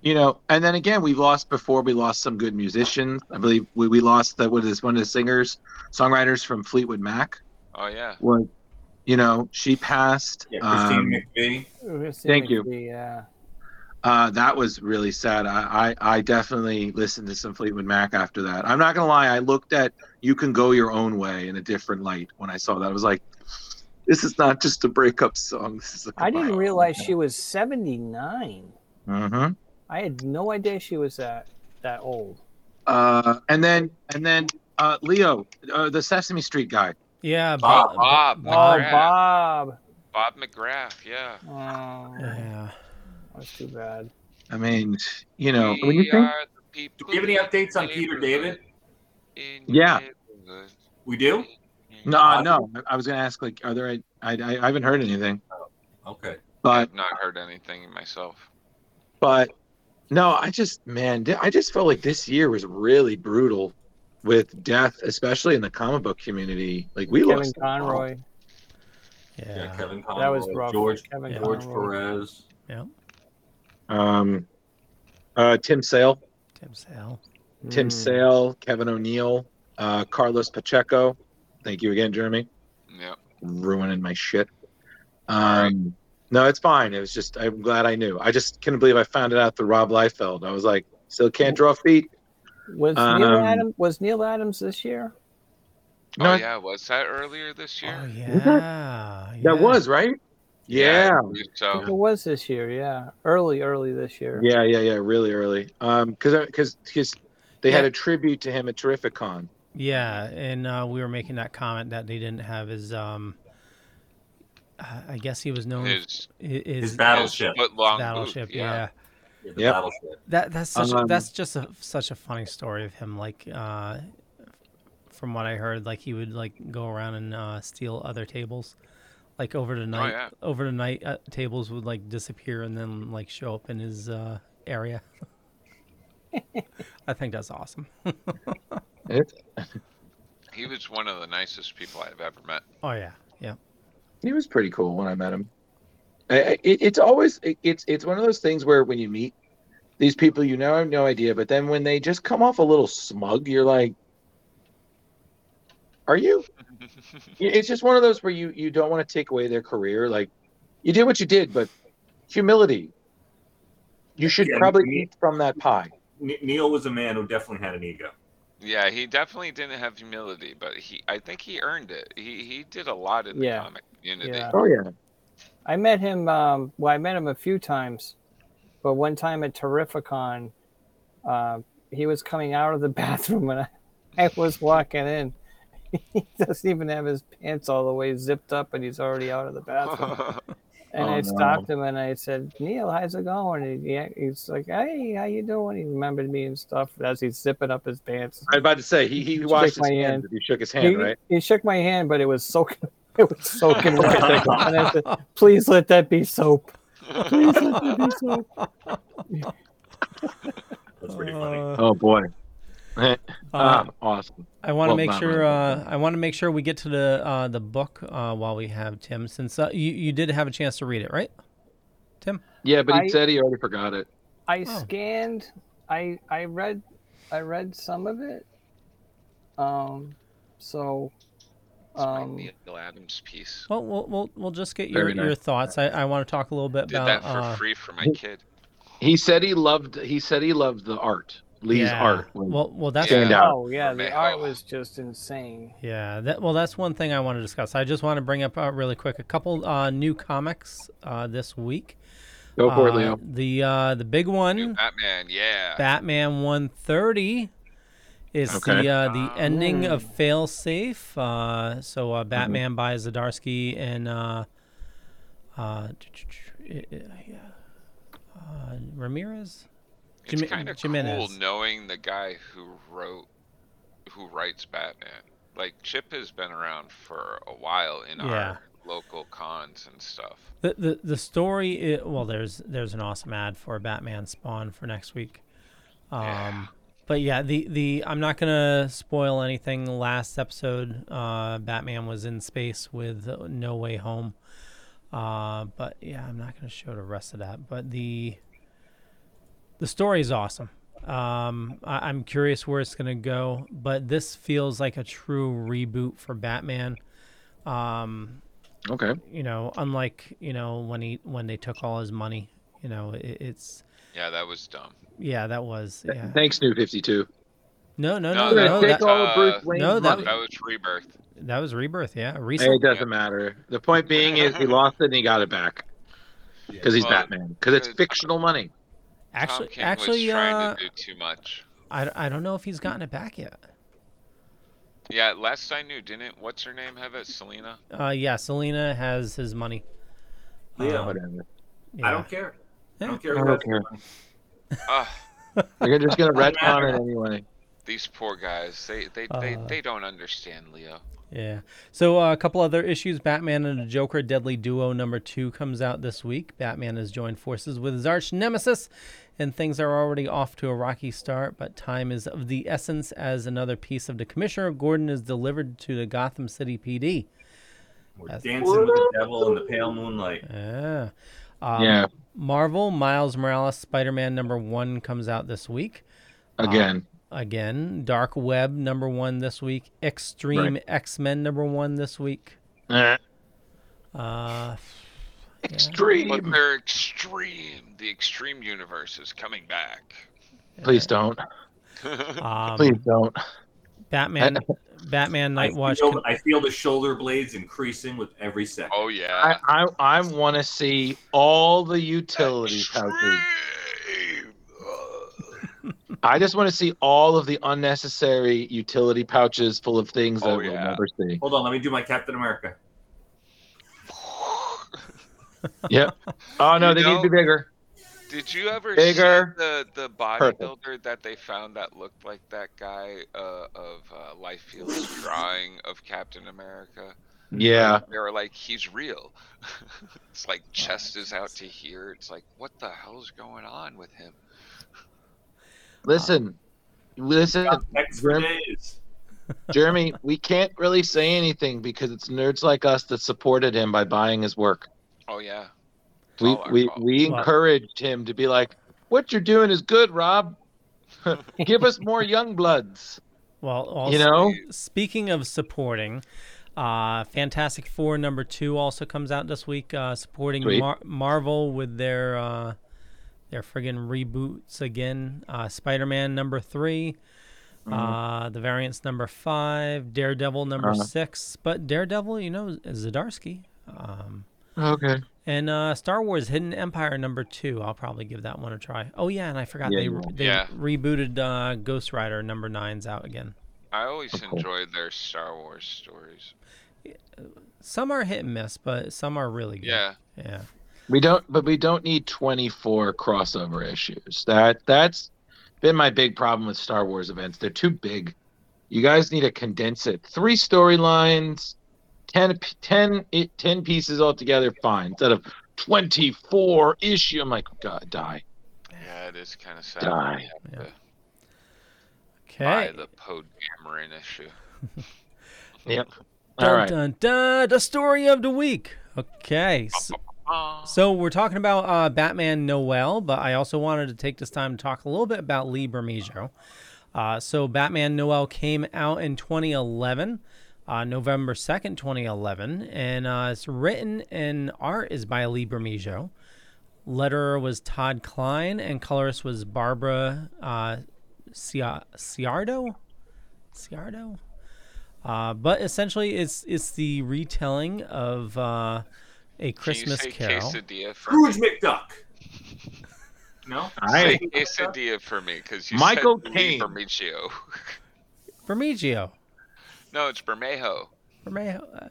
[SPEAKER 3] you know and then again we lost before we lost some good musicians I believe we, we lost that what is one of the singers songwriters from Fleetwood Mac
[SPEAKER 10] Oh, yeah.
[SPEAKER 3] was you know she passed
[SPEAKER 11] Yeah,
[SPEAKER 3] um,
[SPEAKER 11] Christine McVie.
[SPEAKER 3] Thank you.
[SPEAKER 12] Yeah.
[SPEAKER 3] uh, that was really sad I, I I definitely listened to some Fleetwood Mac after that I'm not gonna lie I looked at You Can Go Your Own Way in a different light when I saw that I was like this is not just a breakup song this is a
[SPEAKER 12] I didn't realize she was 79.
[SPEAKER 3] Mhm.
[SPEAKER 12] I had no idea she was that that old.
[SPEAKER 3] Uh, and then and then uh, Leo, uh, the Sesame Street guy. Uh,
[SPEAKER 8] Yeah,
[SPEAKER 10] Bob. Bob.
[SPEAKER 12] Oh,
[SPEAKER 10] McGrath.
[SPEAKER 12] Bob.
[SPEAKER 10] Bob McGrath, yeah.
[SPEAKER 12] Oh,
[SPEAKER 8] yeah.
[SPEAKER 12] That's too bad.
[SPEAKER 3] I mean, you know,
[SPEAKER 10] We
[SPEAKER 3] when you think,
[SPEAKER 10] are the people.
[SPEAKER 11] Do we have any updates on Peter David?
[SPEAKER 3] yeah,
[SPEAKER 11] We do?
[SPEAKER 3] no, uh, no. I- I was gonna ask, like, are there? I, I, I haven't heard anything,
[SPEAKER 11] Okay.
[SPEAKER 3] but
[SPEAKER 10] I've not heard anything myself.
[SPEAKER 3] but no, I just, man, I just felt like this year was really brutal with death, especially in the comic book community. Like we
[SPEAKER 12] Kevin
[SPEAKER 3] lost
[SPEAKER 12] Conroy.
[SPEAKER 8] Yeah.
[SPEAKER 11] Yeah, Kevin Conroy.
[SPEAKER 12] That was rough.
[SPEAKER 11] George,
[SPEAKER 12] Kevin
[SPEAKER 11] George
[SPEAKER 12] Conroy.
[SPEAKER 11] Perez.
[SPEAKER 3] um, uh, Tim Sale,
[SPEAKER 8] Tim Sale. Mm.
[SPEAKER 3] Tim
[SPEAKER 12] Mm.
[SPEAKER 3] Sale, Kevin O'Neill, uh, Carlos Pacheco. Thank you again, Jeremy.
[SPEAKER 10] Yep.
[SPEAKER 3] ruining my shit. Um, no, it's fine. It was just I'm glad I knew. I just couldn't believe I found it out through Rob Liefeld. I was like, still can't draw feet.
[SPEAKER 12] Was Neil
[SPEAKER 3] Um,
[SPEAKER 12] Adams was Neil Adams this year?
[SPEAKER 10] Oh,
[SPEAKER 3] No,
[SPEAKER 10] yeah. Was that earlier this year?
[SPEAKER 8] Oh, yeah.
[SPEAKER 3] that was right. Yeah.
[SPEAKER 10] I believe so.
[SPEAKER 12] It was this year, yeah. Early, early this year.
[SPEAKER 3] yeah, yeah, yeah, really early. Um, because because they had
[SPEAKER 8] Yeah.
[SPEAKER 3] a tribute to him at Terrificon.
[SPEAKER 8] Yeah, and uh, we were making that comment that they didn't have his. Um, uh, I I guess he was known
[SPEAKER 10] His-
[SPEAKER 8] hi- his,
[SPEAKER 11] His battleship.
[SPEAKER 10] Foot long
[SPEAKER 8] battleship.
[SPEAKER 10] boot,
[SPEAKER 8] yeah.
[SPEAKER 10] yeah.
[SPEAKER 11] Yeah, the
[SPEAKER 3] Yep.
[SPEAKER 11] battleship.
[SPEAKER 8] that that's such a,
[SPEAKER 3] Um,
[SPEAKER 8] that's just a, such a funny story of him. Like, uh, from what I heard, like he would like go around and uh, steal other tables, like over the night.
[SPEAKER 10] Oh, yeah.
[SPEAKER 8] Over the night, uh, tables would like disappear and then like show up in his uh, area. I think that's awesome.
[SPEAKER 10] He was one of the nicest people I've ever met.
[SPEAKER 8] oh yeah, yeah.
[SPEAKER 3] He was pretty cool when I met him. I- I- It, it's always it- it's it's one of those things where when you meet these people, you know, I have no idea, but then when they just come off a little smug, you're like, "Are you?" it's just one of those where you you don't want to take away their career. Like, you did what you did, but humility. You should
[SPEAKER 11] Yeah,
[SPEAKER 3] probably
[SPEAKER 11] me-
[SPEAKER 3] eat from that pie.
[SPEAKER 11] Ne- Neil was a man who definitely had an ego.
[SPEAKER 10] Yeah, he definitely didn't have humility, but he I think he earned it. He he did a lot in the
[SPEAKER 12] Yeah.
[SPEAKER 10] comic community.
[SPEAKER 12] Yeah.
[SPEAKER 3] Oh yeah,
[SPEAKER 12] I met him. Um, well, I met him a few times, but one time at Terrificon, uh, he was coming out of the bathroom and I, I was walking in. he doesn't even have his pants all the way zipped up, and he's already out of the bathroom. And
[SPEAKER 15] Oh,
[SPEAKER 12] I
[SPEAKER 15] no.
[SPEAKER 12] stopped him and I said, "Neil, how's it going?" And he, he's like, "Hey, how you doing?" He remembered me and stuff as he's zipping up his pants.
[SPEAKER 9] I was about to say he he
[SPEAKER 12] Shook
[SPEAKER 9] washed his
[SPEAKER 12] my
[SPEAKER 9] hands.
[SPEAKER 12] hand.
[SPEAKER 9] He shook his hand,
[SPEAKER 12] he,
[SPEAKER 9] right?
[SPEAKER 12] He shook my hand, but it was soaking. It was soaking wet. and I said, "Please let that be soap. Please let that be soap."
[SPEAKER 11] That's pretty funny.
[SPEAKER 3] oh boy.
[SPEAKER 8] Uh,
[SPEAKER 3] um, awesome.
[SPEAKER 8] I want to
[SPEAKER 3] Well,
[SPEAKER 8] make
[SPEAKER 3] not
[SPEAKER 8] sure.
[SPEAKER 3] really.
[SPEAKER 8] Uh, I want to make sure we get to the uh, the book uh, while we have Tim, since uh, you you did have a chance to read it, right? Tim.
[SPEAKER 3] yeah, but he
[SPEAKER 12] I-
[SPEAKER 3] said he already forgot it.
[SPEAKER 12] I scanned. I I read. I read some of it. Um, so. Um,
[SPEAKER 10] Neil Adams piece.
[SPEAKER 8] Well, we'll we'll, we'll just get your,
[SPEAKER 3] Very nice.
[SPEAKER 8] your thoughts. I, I want to talk a little bit
[SPEAKER 10] Did
[SPEAKER 8] about.
[SPEAKER 10] that for
[SPEAKER 8] uh,
[SPEAKER 10] free for my kid.
[SPEAKER 3] He said he loved. He said he loved the art. Lee's
[SPEAKER 8] Yeah.
[SPEAKER 3] art.
[SPEAKER 8] Well, well, that's
[SPEAKER 3] stand out.
[SPEAKER 12] Oh yeah, the art was just insane.
[SPEAKER 8] Yeah, that, well, that's one thing I want to discuss. I just want to bring up uh, really quick a couple uh, new comics uh, this week.
[SPEAKER 3] Go for it,
[SPEAKER 8] Uh,
[SPEAKER 3] Leo.
[SPEAKER 8] The uh, the big one,
[SPEAKER 10] Batman, yeah.
[SPEAKER 8] Batman 130 is
[SPEAKER 3] Okay.
[SPEAKER 8] the uh,
[SPEAKER 12] Um,
[SPEAKER 8] the
[SPEAKER 12] hmm.
[SPEAKER 8] ending
[SPEAKER 3] Mm.
[SPEAKER 8] of Failsafe. Uh, so
[SPEAKER 3] Mm-hmm.
[SPEAKER 8] uh, Batman by Zadarsky and uh, uh, uh, Ramirez.
[SPEAKER 10] It's
[SPEAKER 8] Jim-
[SPEAKER 10] kind of cool
[SPEAKER 8] Jimenez.
[SPEAKER 10] knowing the guy who wrote, who writes Batman. Like Chip has been around for a while in
[SPEAKER 8] Yeah.
[SPEAKER 10] our local cons and stuff.
[SPEAKER 8] The the the story. i well, there's there's an awesome ad for Batman Spawn for next week. Um, But yeah, the the I'm not gonna spoil anything. Last episode, uh, Batman was in space with No Way Home. Uh, but yeah, I'm not gonna show the rest of that. But the the story is awesome. Um, I, I'm curious where it's gonna go, but this feels like a true reboot for Batman. Um,
[SPEAKER 3] Okay.
[SPEAKER 8] You know, unlike you know when he when they took all his money, you know it, it's
[SPEAKER 10] Yeah, that was dumb.
[SPEAKER 8] yeah that was yeah
[SPEAKER 3] Thanks, New Fifty Two.
[SPEAKER 8] no no
[SPEAKER 10] No,
[SPEAKER 8] no no
[SPEAKER 10] that-
[SPEAKER 8] that,
[SPEAKER 10] uh,
[SPEAKER 8] no Oh, that,
[SPEAKER 10] that was rebirth.
[SPEAKER 8] that was rebirth yeah
[SPEAKER 3] Hey,
[SPEAKER 8] recently.
[SPEAKER 3] it doesn't matter. The point being is he lost it and he got it back because he's
[SPEAKER 10] Well,
[SPEAKER 3] Batman. Because it's fictional money.
[SPEAKER 8] actually
[SPEAKER 10] Tom King
[SPEAKER 8] actually
[SPEAKER 10] was trying
[SPEAKER 8] uh,
[SPEAKER 10] to do too much.
[SPEAKER 8] I, I don't know if he's gotten it back yet
[SPEAKER 10] Yeah, last I knew, didn't what's her name have it? Selena.
[SPEAKER 8] uh yeah Selena has his money Oh.
[SPEAKER 10] Yeah.
[SPEAKER 3] Whatever.
[SPEAKER 11] I don't care. I
[SPEAKER 8] Yeah.
[SPEAKER 11] don't care.
[SPEAKER 3] I
[SPEAKER 11] who
[SPEAKER 3] don't
[SPEAKER 11] has
[SPEAKER 3] care.
[SPEAKER 11] one.
[SPEAKER 3] They're just gonna
[SPEAKER 11] Doesn't
[SPEAKER 3] retcon
[SPEAKER 11] matter.
[SPEAKER 3] it anyway.
[SPEAKER 10] These poor guys. They they, they,
[SPEAKER 8] Uh,
[SPEAKER 10] they don't understand Leo.
[SPEAKER 8] Yeah. So uh, a couple other issues. Batman and the Joker Deadly Duo number two comes out this week. Batman has joined forces with his arch nemesis, and things are already off to a rocky start. But time is of the essence as another piece of the Commissioner Gordon is delivered to the Gotham City PD. That's-
[SPEAKER 11] Dancing with the devil in the pale moonlight.
[SPEAKER 8] yeah. Um,
[SPEAKER 11] Yeah.
[SPEAKER 8] Marvel Miles Morales Spider Man number one comes out this week.
[SPEAKER 3] Again.
[SPEAKER 8] Um, again. Dark Web number one this week. Extreme
[SPEAKER 3] Right.
[SPEAKER 8] X Men number one this week.
[SPEAKER 3] Eh.
[SPEAKER 8] Uh,
[SPEAKER 3] Extreme.
[SPEAKER 10] But they're extreme. The extreme universe is coming back.
[SPEAKER 3] Please don't.
[SPEAKER 8] um,
[SPEAKER 3] Please don't.
[SPEAKER 8] Batman, Batman
[SPEAKER 11] I
[SPEAKER 8] Night Watch.
[SPEAKER 11] feel, I feel the shoulder blades increasing with every second.
[SPEAKER 10] Oh yeah.
[SPEAKER 3] I I, I want to see all the utilities houses. I just want to see all of the unnecessary utility pouches full of things that we'll never see.
[SPEAKER 11] Hold on, let me do my Captain America.
[SPEAKER 3] Yep. Oh no,
[SPEAKER 10] You
[SPEAKER 3] they need
[SPEAKER 10] know-
[SPEAKER 3] to be bigger.
[SPEAKER 10] Did you ever
[SPEAKER 3] Bigger.
[SPEAKER 10] see the the
[SPEAKER 3] Perfect.
[SPEAKER 10] bodybuilder that they found that looked like that guy uh, of uh, Lifefield's drawing of Captain America?
[SPEAKER 3] Yeah.
[SPEAKER 10] They were like, he's real. it's like chest is out to here. It's like, what the hell's going on with him?
[SPEAKER 3] Listen, listen, Jeremy, Jeremy, we can't really say anything because it's nerds like us that supported him by buying his work.
[SPEAKER 10] Oh yeah.
[SPEAKER 3] We we, we
[SPEAKER 10] Well-
[SPEAKER 3] encouraged him to be like, "What you're doing is good, Rob. Give us more young bloods."
[SPEAKER 8] Well, also,
[SPEAKER 3] You know?
[SPEAKER 8] Speaking of supporting, uh, Fantastic Four number two also comes out this week, uh, supporting
[SPEAKER 3] Sweet.
[SPEAKER 8] Mar- Marvel with their uh, their friggin' reboots again. Uh, Spider Man number 3
[SPEAKER 11] Mm-hmm.
[SPEAKER 8] uh, the variants number five, Daredevil number
[SPEAKER 3] Uh-huh.
[SPEAKER 8] six, but Daredevil, you know, is Zdarsky. Um,
[SPEAKER 3] Okay.
[SPEAKER 8] And uh, Star Wars Hidden Empire number two. I'll probably give that one a try. Oh yeah, and I forgot
[SPEAKER 3] Yeah,
[SPEAKER 8] they
[SPEAKER 3] you will.
[SPEAKER 8] they
[SPEAKER 10] Yeah.
[SPEAKER 8] rebooted uh, Ghost Rider number nine's out again.
[SPEAKER 10] I always enjoyed their Star Wars stories.
[SPEAKER 8] Some are hit and miss, but some are really good.
[SPEAKER 10] Yeah.
[SPEAKER 8] Yeah.
[SPEAKER 3] We don't, but we don't need 24 crossover issues. That that's been my big problem with Star Wars events. They're too big. You guys need to condense it. Three storylines, 10, 10, it- 10 pieces altogether. Fine. Instead of 24 issue, I'm like, God, die.
[SPEAKER 10] Yeah, it is kind of sad.
[SPEAKER 3] Die.
[SPEAKER 10] By
[SPEAKER 8] Okay.
[SPEAKER 10] the Poe Dameron issue.
[SPEAKER 3] Yep.
[SPEAKER 8] Dun,
[SPEAKER 3] All right.
[SPEAKER 8] dun, dun, the story of the week. Okay. So, so we're talking about uh, Batman Noel, but I also wanted to take this time to talk a little bit about Lee Bermejo. Uh, so Batman Noel came out in 2011, uh, November 2nd, 2011, and uh, it's written and art is by Lee Bermejo. Letterer was Todd Klein, and colorist was Barbara uh, Cia- Ciardo. Ciardo? Uh, but essentially, it's it's the retelling of uh, a Christmas
[SPEAKER 10] Can you say
[SPEAKER 8] Carol.
[SPEAKER 10] quesadilla for
[SPEAKER 11] Scrooge
[SPEAKER 10] me?
[SPEAKER 11] McDuck. No.
[SPEAKER 10] Say quesadilla for me, because you
[SPEAKER 8] Michael
[SPEAKER 10] said
[SPEAKER 8] Caine.
[SPEAKER 10] Bermejo.
[SPEAKER 8] Bermejo.
[SPEAKER 10] No, it's Bermejo.
[SPEAKER 8] Bermejo. uh,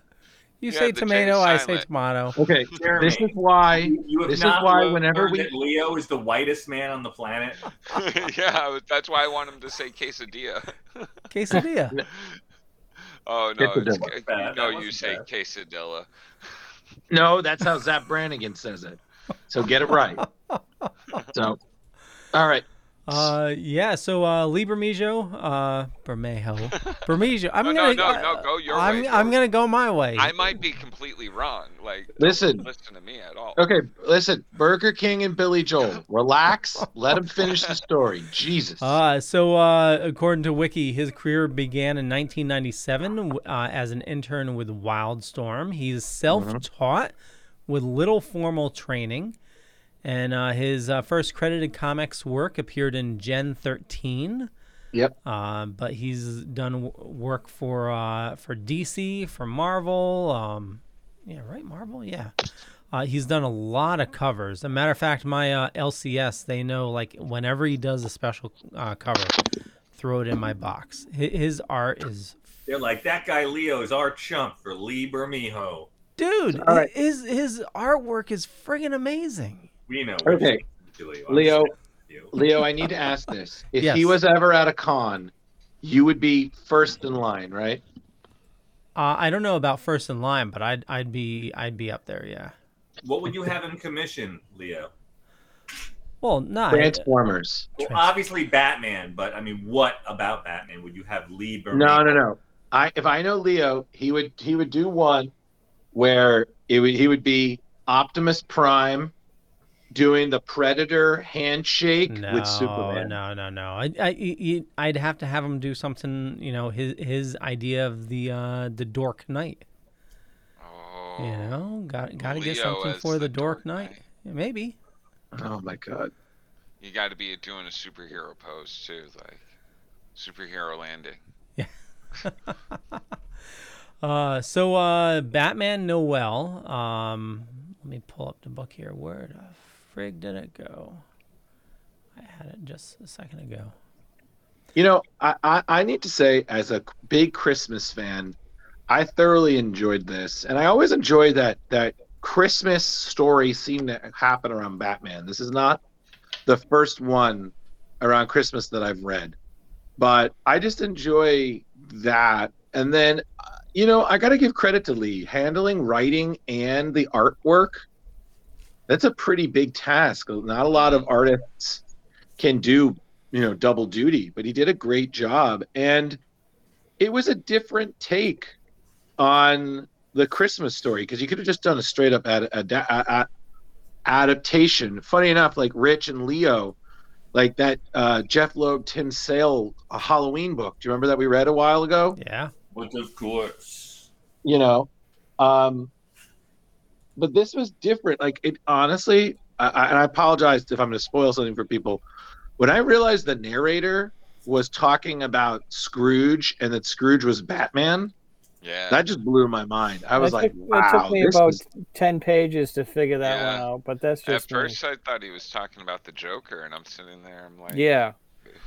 [SPEAKER 8] You
[SPEAKER 10] Yeah,
[SPEAKER 8] say
[SPEAKER 10] the J is
[SPEAKER 8] tomato, I say
[SPEAKER 10] silent.
[SPEAKER 8] tomato.
[SPEAKER 3] Okay,
[SPEAKER 11] Jeremy,
[SPEAKER 3] this is why.
[SPEAKER 11] You have
[SPEAKER 3] This is
[SPEAKER 11] not
[SPEAKER 3] why
[SPEAKER 11] learned
[SPEAKER 3] whenever we-
[SPEAKER 11] that Leo is the whitest man on the planet.
[SPEAKER 10] yeah, I was- that's why I want him to say quesadilla.
[SPEAKER 8] Quesadilla.
[SPEAKER 10] Oh no, it's,
[SPEAKER 3] Quesadilla.
[SPEAKER 10] ca-
[SPEAKER 11] Bad, that
[SPEAKER 10] no, you
[SPEAKER 11] wasn't
[SPEAKER 10] say
[SPEAKER 11] bad.
[SPEAKER 10] quesadilla.
[SPEAKER 3] No, that's how Zap Brannigan says it. So get it right. So, all right.
[SPEAKER 8] Uh, yeah. So uh, Lee Bermejo, uh, Bermejo, Bermejo. I'm
[SPEAKER 10] No, no,
[SPEAKER 8] gonna
[SPEAKER 10] no,
[SPEAKER 8] uh,
[SPEAKER 10] no, go your
[SPEAKER 8] I'm
[SPEAKER 10] way,
[SPEAKER 8] I'm gonna go my way.
[SPEAKER 10] I might be completely wrong. Like, don't
[SPEAKER 3] Listen.
[SPEAKER 10] listen to me at all.
[SPEAKER 3] Okay, listen. Burger King and Billy Joel. Relax. Let him finish the story. Jesus.
[SPEAKER 8] Uh, so, uh, according to Wiki, his career began in 1997 uh, as an intern with Wildstorm. He's
[SPEAKER 3] Mm-hmm.
[SPEAKER 8] self taught with little formal training, and uh, his uh, first credited comics work appeared in Gen 13.
[SPEAKER 3] Yep.
[SPEAKER 8] Uh, but he's done w- work for uh, for DC, for Marvel. Um, yeah, right, Marvel. Yeah. Uh, he's done a lot of covers. As a matter of fact, my uh, LCS, they know like whenever he does a special uh, cover, throw it in my box. Hi- His art is,
[SPEAKER 11] They're like that guy Leo is our chump for Lee Bermejo.
[SPEAKER 8] dude. His his artwork is friggin' amazing.
[SPEAKER 11] We know. we're
[SPEAKER 3] Okay,
[SPEAKER 11] just to Leo. I'm
[SPEAKER 3] Leo.
[SPEAKER 11] just-
[SPEAKER 3] Leo, I need to ask this. If
[SPEAKER 8] Yes.
[SPEAKER 3] he was ever at a con, you would be first in line, right?
[SPEAKER 8] Uh, I don't know about first in line, but I'd I'd be I'd be up there. Yeah.
[SPEAKER 11] What would you have him commission, Leo?
[SPEAKER 8] Well, not
[SPEAKER 3] Transformers.
[SPEAKER 11] Well, obviously Batman, but I mean, what about Batman would you have Lee Bermejo?
[SPEAKER 3] No, no, no. I if I know Leo, he would he would do one where it would he would be Optimus Prime doing the Predator handshake
[SPEAKER 8] no,
[SPEAKER 3] with Superman.
[SPEAKER 8] No, no, no. I, I, you- I'd have to have him do something. You know, his his idea of the uh, the Dork Knight.
[SPEAKER 10] Oh,
[SPEAKER 8] You know, got got to get
[SPEAKER 10] Leo
[SPEAKER 8] something
[SPEAKER 10] as
[SPEAKER 8] for the,
[SPEAKER 10] the
[SPEAKER 8] Dork Knight. Yeah, maybe.
[SPEAKER 3] Oh my god.
[SPEAKER 10] you got to be doing a superhero pose too, like superhero landing.
[SPEAKER 8] Uh, so uh, Batman Noel. Um, let me pull up the book here. Where the frig did it go? I had it just a second ago.
[SPEAKER 3] You know, I, I, I need to say, as a big Christmas fan, I thoroughly enjoyed this, and I always enjoy that that Christmas story seemed to happen around Batman. This is not the first one around Christmas that I've read, but I just enjoy that. And then, uh, you know, I got to give credit to Lee handling writing and the artwork. That's a pretty big task. Not a lot of artists can do you know double duty but he did a great job and it was a different take on the christmas story because you could have just done a straight up ad- ad- ad- adaptation funny enough like rich and leo like that uh, jeff loeb tim sale a halloween book do you remember that we read a while ago
[SPEAKER 8] Yeah.
[SPEAKER 11] But of course.
[SPEAKER 3] you know um but this was different like it honestly I, I, and i apologize if i'm going to spoil something for people when i realized the narrator was talking about scrooge and that scrooge was batman
[SPEAKER 10] Yeah.
[SPEAKER 3] that just blew my mind i was
[SPEAKER 12] That
[SPEAKER 3] like
[SPEAKER 12] took-
[SPEAKER 3] wow
[SPEAKER 12] It took me
[SPEAKER 3] this
[SPEAKER 12] about
[SPEAKER 3] is-
[SPEAKER 12] ten pages to figure that
[SPEAKER 10] Yeah.
[SPEAKER 12] one out, but that's
[SPEAKER 10] At
[SPEAKER 12] just me.
[SPEAKER 10] first, I thought he was talking about the Joker, and I'm sitting there. I'm like,
[SPEAKER 12] Yeah.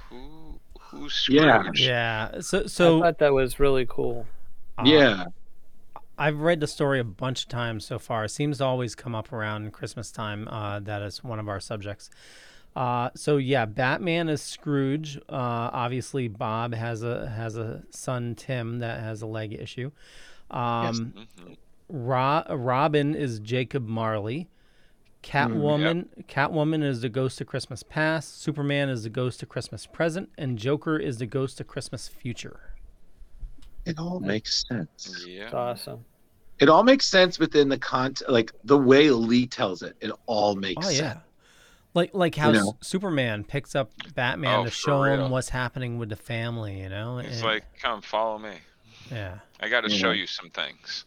[SPEAKER 10] who? who's
[SPEAKER 3] Yeah.
[SPEAKER 10] Scrooge?
[SPEAKER 8] Yeah. So, so
[SPEAKER 12] I thought that was really cool.
[SPEAKER 8] Uh, I've read the story a bunch of times so far. It seems to always come up around Christmas time. Uh, that is one of our subjects. Uh, so yeah, Batman is Scrooge. Uh, obviously, Bob has a has a son Tim that has a leg issue. Um,
[SPEAKER 10] Mm-hmm,
[SPEAKER 8] Ro- Robin is Jacob Marley.
[SPEAKER 12] Hmm.
[SPEAKER 8] Catwoman, Catwoman is the ghost of Christmas past. Superman is the ghost of Christmas present, and Joker is the ghost of Christmas future.
[SPEAKER 3] It all makes sense.
[SPEAKER 10] Yeah.
[SPEAKER 12] awesome.
[SPEAKER 3] It all makes sense within the context, like the way Lee tells it. It all makes
[SPEAKER 8] Oh yeah,
[SPEAKER 3] sense.
[SPEAKER 8] like like how
[SPEAKER 3] You
[SPEAKER 8] S-
[SPEAKER 3] know?
[SPEAKER 8] Superman picks up Batman
[SPEAKER 10] Oh,
[SPEAKER 8] to
[SPEAKER 10] for
[SPEAKER 8] show him
[SPEAKER 10] real.
[SPEAKER 8] what's happening with the family. You know,
[SPEAKER 10] He's
[SPEAKER 8] And-
[SPEAKER 10] like, come follow me.
[SPEAKER 8] yeah,
[SPEAKER 10] I got to
[SPEAKER 3] Yeah.
[SPEAKER 10] show you some things.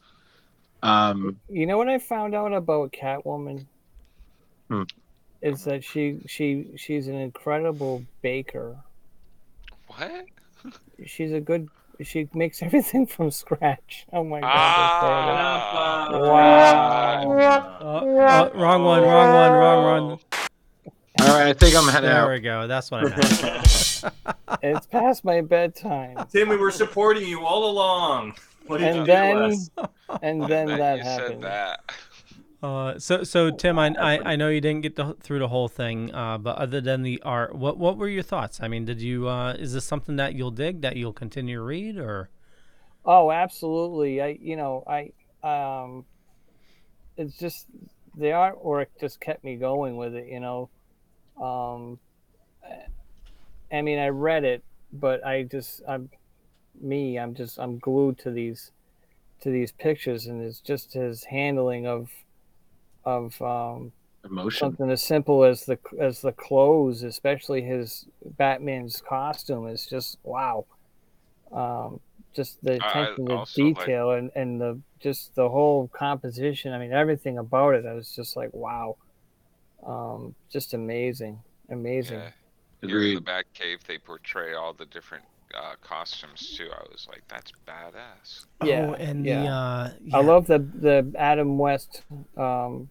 [SPEAKER 3] Um,
[SPEAKER 12] You know what I found out about Catwoman?
[SPEAKER 3] Hmm.
[SPEAKER 12] Is that she she she's an incredible baker.
[SPEAKER 10] What?
[SPEAKER 12] She's a good. She makes everything from scratch. Oh my god!
[SPEAKER 10] Ah.
[SPEAKER 12] that's terrible. wow.
[SPEAKER 8] Uh, uh, wrong one, wrong one, wrong
[SPEAKER 11] Oh.
[SPEAKER 8] one.
[SPEAKER 3] all right, I think I'm heading
[SPEAKER 8] there
[SPEAKER 3] out.
[SPEAKER 8] we go. That's what I meant.
[SPEAKER 12] It's past my bedtime.
[SPEAKER 11] Tim, we were supporting you all along. What did you
[SPEAKER 12] And
[SPEAKER 11] do to
[SPEAKER 12] then,
[SPEAKER 11] us?
[SPEAKER 12] and then that
[SPEAKER 10] you said
[SPEAKER 12] happened.
[SPEAKER 10] that.
[SPEAKER 8] Uh, so so Tim, I, I I know you didn't get the, through the whole thing, uh, but other than the art, what what were your thoughts? I mean, did you uh, is this something that you'll dig that you'll continue to read or?
[SPEAKER 12] Oh, absolutely. I, you know, I, um, it's just the artwork just kept me going with it, you know. Um, I mean, I read it, but I just, I'm me, I'm just, I'm glued to these, to these pictures, and it's just his handling of, of, um,
[SPEAKER 3] Emotion.
[SPEAKER 12] something as simple as the as the clothes, especially his Batman's costume, is just wow. Um, just the
[SPEAKER 10] I- I
[SPEAKER 12] attention to
[SPEAKER 10] also like-
[SPEAKER 12] detail and, and the just the whole composition. I mean, everything about it. I was just like, wow, um, just amazing, amazing.
[SPEAKER 10] Yeah. Here in the
[SPEAKER 3] Agreed.
[SPEAKER 10] back cave, they portray all the different uh, costumes too. I was like, that's badass.
[SPEAKER 12] Yeah,
[SPEAKER 8] oh, and the
[SPEAKER 12] yeah.
[SPEAKER 8] uh,
[SPEAKER 12] I
[SPEAKER 8] yeah.
[SPEAKER 12] love the the Adam West um,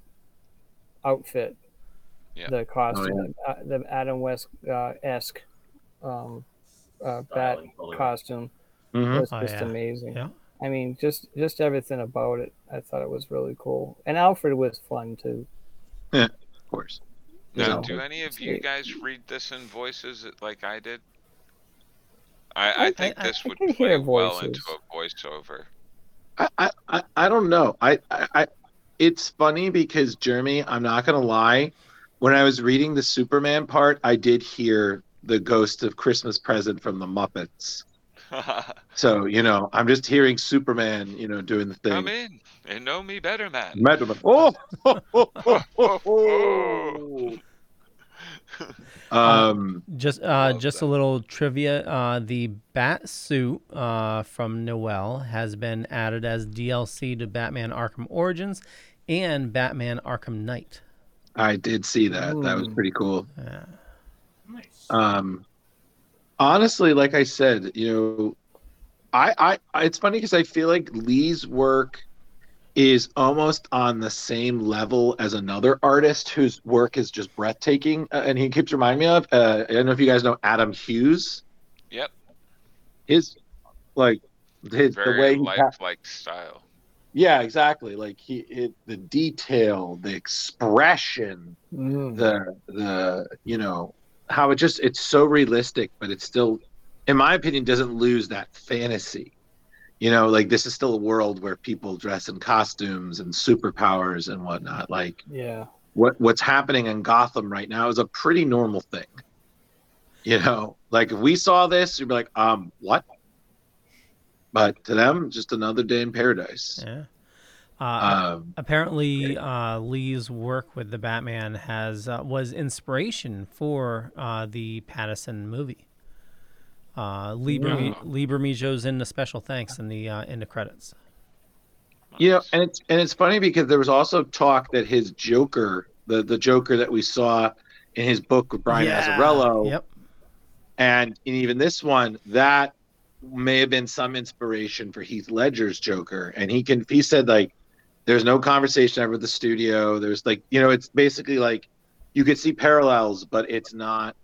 [SPEAKER 12] outfit,
[SPEAKER 10] Yeah.
[SPEAKER 12] the costume, uh, the Adam West uh, esque um, uh, bat
[SPEAKER 11] Styling, coloring.
[SPEAKER 12] costume
[SPEAKER 3] Mhm.
[SPEAKER 12] was
[SPEAKER 8] Oh,
[SPEAKER 12] just
[SPEAKER 8] yeah.
[SPEAKER 12] amazing.
[SPEAKER 8] Yeah.
[SPEAKER 12] I mean, just just everything about it. I thought it was really cool, and Alfred was fun too.
[SPEAKER 3] Of course.
[SPEAKER 10] Now,
[SPEAKER 3] No.
[SPEAKER 10] do any of you
[SPEAKER 12] Sweet.
[SPEAKER 10] guys read this in voices like I did? I, I think
[SPEAKER 12] I-
[SPEAKER 10] this
[SPEAKER 12] I
[SPEAKER 10] would
[SPEAKER 12] can
[SPEAKER 10] play
[SPEAKER 12] hear
[SPEAKER 10] well into
[SPEAKER 12] voices.
[SPEAKER 10] a voiceover.
[SPEAKER 3] I, I, I- I don't know. I, I, I, it's funny because Jeremy, I'm not gonna lie. When I was reading the Superman part, I did hear the ghost of Christmas present from the Muppets. So you know, I'm just hearing Superman, you know, doing the
[SPEAKER 10] Come
[SPEAKER 3] thing.
[SPEAKER 10] in and know me better, man.
[SPEAKER 3] Madam, oh, ho, ho, ho, ho,
[SPEAKER 10] Oh.
[SPEAKER 3] ho. um,
[SPEAKER 8] Just uh,
[SPEAKER 10] Love
[SPEAKER 8] just a little trivia. Uh, the bat suit uh, from Noel has been added as DLC to Batman Arkham Origins and Batman Arkham Knight.
[SPEAKER 3] I did see that. That was pretty cool.
[SPEAKER 8] Yeah.
[SPEAKER 11] Nice.
[SPEAKER 3] um honestly like i said you know i i, I it's funny because i feel like lee's work is almost on the same level as another artist whose work is just breathtaking uh, and he keeps reminding me of uh, i don't know if you guys know adam hughes
[SPEAKER 10] Yep.
[SPEAKER 3] his like his, the way
[SPEAKER 10] Very
[SPEAKER 3] he ca-
[SPEAKER 10] lifelike style.
[SPEAKER 3] yeah exactly like he it, the detail the expression
[SPEAKER 12] Mm.
[SPEAKER 3] the the you know how it just it's so realistic but it's still in my opinion doesn't lose that fantasy you know like this is still a world where people dress in costumes and superpowers and whatnot like
[SPEAKER 12] Yeah,
[SPEAKER 3] what what's happening in gotham right now is a pretty normal thing you know like if we saw this you'd be like um what but to them just another day in paradise
[SPEAKER 8] Yeah. Uh,
[SPEAKER 3] um
[SPEAKER 8] apparently, uh, Lee's work with the Batman has uh, was inspiration for uh, the Pattison movie. Uh, Lee, Berme- Lee Bermejo's in the special thanks in the uh, in the credits.
[SPEAKER 3] You know, and it's and it's funny because there was also talk that his Joker, the the Joker that we saw in his book with Brian
[SPEAKER 8] Yeah.
[SPEAKER 3] Azzarello,
[SPEAKER 8] Yep.
[SPEAKER 3] and in even this one, that may have been some inspiration for Heath Ledger's Joker. And he can he said like, "There's no conversation ever at the studio. There's like you know, it's basically like you could see parallels, but it's not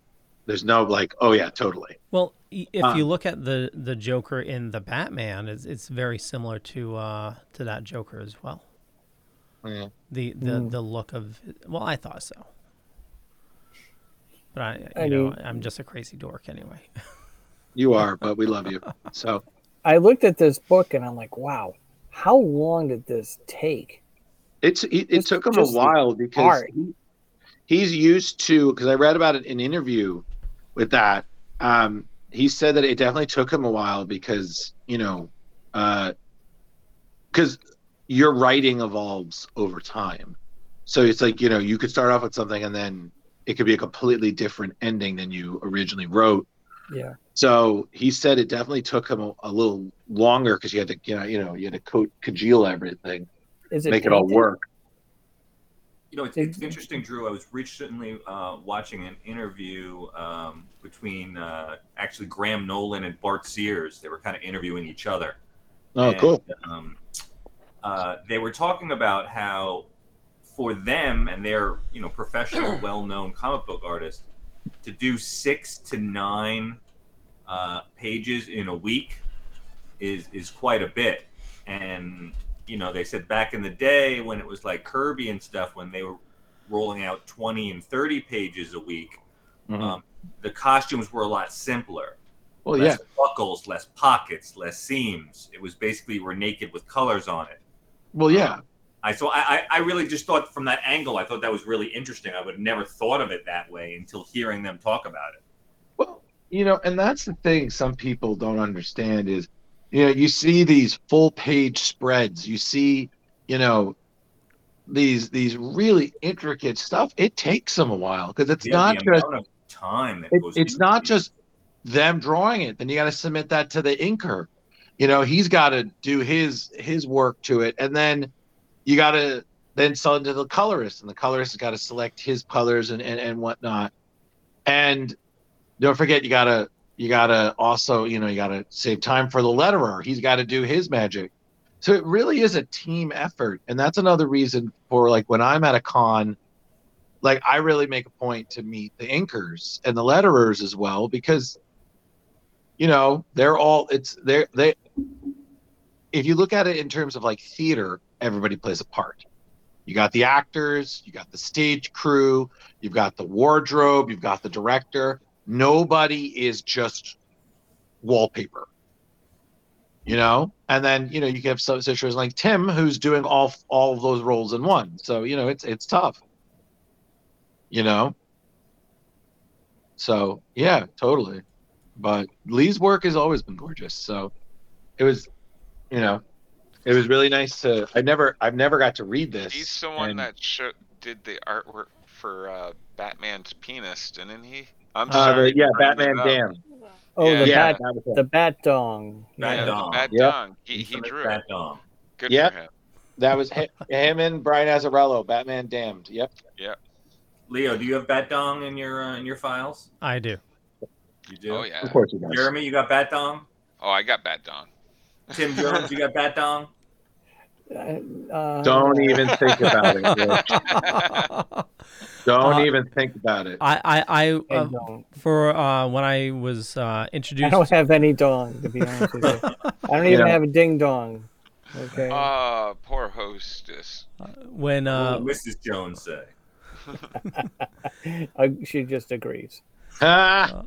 [SPEAKER 3] There's no like, oh yeah, totally.
[SPEAKER 8] Well, i- if
[SPEAKER 3] Um,
[SPEAKER 11] Uh,
[SPEAKER 8] you look at the the Joker in the Batman, it's, it's very similar to uh to that Joker as well.
[SPEAKER 3] Yeah.
[SPEAKER 8] The the
[SPEAKER 3] Mm.
[SPEAKER 8] the look of well, I thought so. But I, you
[SPEAKER 12] I
[SPEAKER 8] know,
[SPEAKER 12] mean-
[SPEAKER 8] I'm just a crazy dork anyway.
[SPEAKER 3] You are, but we love you. So
[SPEAKER 12] I looked at this book and I'm like, wow, how long did this take?
[SPEAKER 3] It's it, it took him a
[SPEAKER 12] just the
[SPEAKER 3] while because
[SPEAKER 12] art.
[SPEAKER 3] he, he's used to because I read about it in an interview with that. Um, he said that it definitely took him a while because you know, because your writing evolves over time. So it's like you know you could start off with something and then it could be a completely different ending than you originally wrote.
[SPEAKER 12] Yeah.
[SPEAKER 3] So he said it definitely took him a, a little longer because you had to you know you know you had to co- congeal everything,
[SPEAKER 12] Is it
[SPEAKER 3] make it all
[SPEAKER 12] painted?
[SPEAKER 3] work.
[SPEAKER 11] You know, it's, it's interesting, Drew. I was recently uh, watching an interview um, between uh, actually Graham Nolan and Bart Sears. They were kind of interviewing each other.
[SPEAKER 3] Oh,
[SPEAKER 11] And,
[SPEAKER 3] cool.
[SPEAKER 11] Um, uh, they were talking about how, for them and their you know professional, well-known comic book artists, to do six to nine uh, pages in a week is is quite a bit. And you know, they said back in the day when it was like Kirby and stuff, when they were rolling out twenty and thirty pages a week,
[SPEAKER 3] Mm-hmm.
[SPEAKER 11] um, the costumes were a lot simpler.
[SPEAKER 3] Well,
[SPEAKER 11] less buckles, less pockets, less seams. It was basically we're naked with colors on it.
[SPEAKER 3] Well, yeah.
[SPEAKER 11] I so I I- I really just thought from that angle. I thought that was really interesting. I would have never thought of it that way until hearing them talk about it.
[SPEAKER 3] you know and that's the thing some people don't understand is you know you see these full page spreads you see you know these these really intricate stuff it takes them a while because it's
[SPEAKER 11] Yeah,
[SPEAKER 3] not
[SPEAKER 11] the
[SPEAKER 3] just
[SPEAKER 11] amount of time that
[SPEAKER 3] it-
[SPEAKER 11] goes.
[SPEAKER 3] it's not just them drawing it then you got to submit that to the inker you know he's got to do his his work to it and then you got to then sell it to the colorist and the colorist has got to select his colors and, and and whatnot and don't forget you got to you got to also you know you got to save time for the letterer he's got to do his magic so it really is a team effort and that's another reason for like when i'm at a con like I really make a point to meet the inkers and the letterers as well because you know they're all it's they're they if you look at it in terms of like theater everybody plays a part you got the actors you got the stage crew you've got the wardrobe you've got the director nobody is just wallpaper you know and then you know you can have some situations like tim who's doing all all of those roles in one so you know it's it's tough you know so yeah totally but lee's work has always been gorgeous so it was you know it was really nice to i never i've never got to read this
[SPEAKER 10] He's the one
[SPEAKER 3] and-
[SPEAKER 10] that show, did the artwork for uh, Batman's penis, didn't he? I'm
[SPEAKER 3] Uh,
[SPEAKER 10] sorry.
[SPEAKER 3] the- yeah,
[SPEAKER 10] bringing it
[SPEAKER 3] Batman
[SPEAKER 10] up.
[SPEAKER 3] Dam.
[SPEAKER 12] Oh, the
[SPEAKER 3] Yeah.
[SPEAKER 12] bat, the bat dong.
[SPEAKER 10] Yeah,
[SPEAKER 12] Yeah.
[SPEAKER 10] the Bat
[SPEAKER 3] Yep.
[SPEAKER 10] Dong. He, he drew it.
[SPEAKER 11] Dong.
[SPEAKER 10] Good
[SPEAKER 3] Yep.
[SPEAKER 10] for him.
[SPEAKER 3] that was hi- him and brian azarello batman damned yep
[SPEAKER 10] Yep.
[SPEAKER 11] Leo, do you have Bat Dong in your uh, in your files?
[SPEAKER 8] I do.
[SPEAKER 11] You do. Oh
[SPEAKER 10] yeah.
[SPEAKER 3] Of course he does.
[SPEAKER 11] Jeremy, you got Bat Dong.
[SPEAKER 10] Oh, I got Bat Dong.
[SPEAKER 11] Tim Jones, you got Bat Dong.
[SPEAKER 12] Uh,
[SPEAKER 3] don't even think about it Rich. don't
[SPEAKER 8] Uh,
[SPEAKER 3] even think about it
[SPEAKER 8] I I, I
[SPEAKER 12] I
[SPEAKER 8] uh,
[SPEAKER 12] don't.
[SPEAKER 8] for uh, when I was uh,
[SPEAKER 12] I
[SPEAKER 8] introduced.
[SPEAKER 12] don't have any dong, to be honest with you. I don't even
[SPEAKER 8] Yeah.
[SPEAKER 12] have a ding dong. Okay.
[SPEAKER 3] Uh,
[SPEAKER 10] Oh, poor hostess.
[SPEAKER 8] when uh,
[SPEAKER 11] What does Mrs. Jones say?
[SPEAKER 12] Uh, she just agrees.
[SPEAKER 3] uh,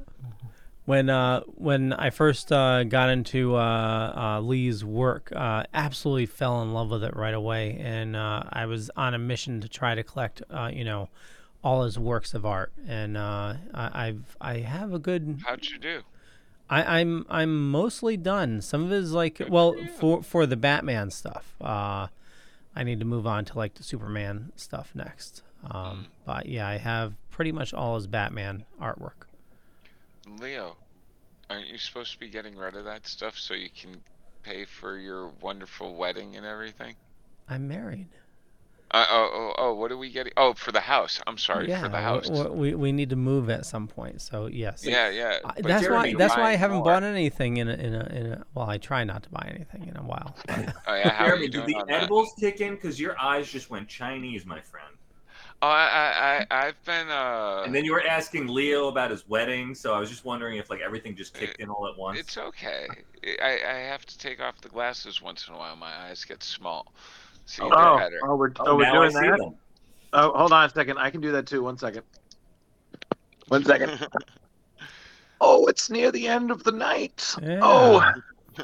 [SPEAKER 8] when uh, when I first uh, got into uh, uh, Lee's work, uh, absolutely fell in love with it right away, and uh, I was on a mission to try to collect, uh, you know, all his works of art, and uh, I, I've I have a
[SPEAKER 3] Mm-hmm.
[SPEAKER 8] good.
[SPEAKER 10] How'd you do?
[SPEAKER 8] I, I'm I'm mostly done. Some of his like well for for the Batman stuff. Uh, I need to move on to like the Superman stuff next.
[SPEAKER 12] Hmm.
[SPEAKER 8] Um, but yeah, I have pretty much all his Batman artwork.
[SPEAKER 10] Leo, aren't you supposed to be getting rid of that stuff so you can pay for your wonderful wedding and everything?
[SPEAKER 8] I'm married.
[SPEAKER 10] Uh, oh, oh, oh, what are we getting? Oh, for the house. I'm sorry,
[SPEAKER 8] yeah,
[SPEAKER 10] for the
[SPEAKER 8] w-
[SPEAKER 10] house.
[SPEAKER 8] w- we, we need to move at some point. So yes.
[SPEAKER 10] Yeah, yeah,
[SPEAKER 8] I-
[SPEAKER 10] but
[SPEAKER 8] that's
[SPEAKER 10] Jeremy,
[SPEAKER 8] why
[SPEAKER 10] you're
[SPEAKER 8] that's why I
[SPEAKER 10] buying
[SPEAKER 8] haven't
[SPEAKER 10] more.
[SPEAKER 8] bought anything in a, in a in a well I try not to buy anything in a while.
[SPEAKER 10] Oh, yeah, how are
[SPEAKER 11] Jeremy,
[SPEAKER 10] you
[SPEAKER 11] did
[SPEAKER 10] doing
[SPEAKER 11] the
[SPEAKER 10] on that?
[SPEAKER 11] edibles kick in? Because your eyes just went Chinese, my friend.
[SPEAKER 10] Oh, I, I, I I've been. Uh,
[SPEAKER 11] And then you were asking Leo about his wedding, so I was just wondering if like everything just kicked in all at once.
[SPEAKER 10] It's okay. I, I have to take off the glasses once in a while. My eyes get small. See,
[SPEAKER 3] Oh,
[SPEAKER 10] they're
[SPEAKER 3] oh,
[SPEAKER 10] better.
[SPEAKER 3] oh, we're, oh, we're doing that. Oh, hold on a second. I can do that too. One second. One second. oh, it's near the end of the night. Oh,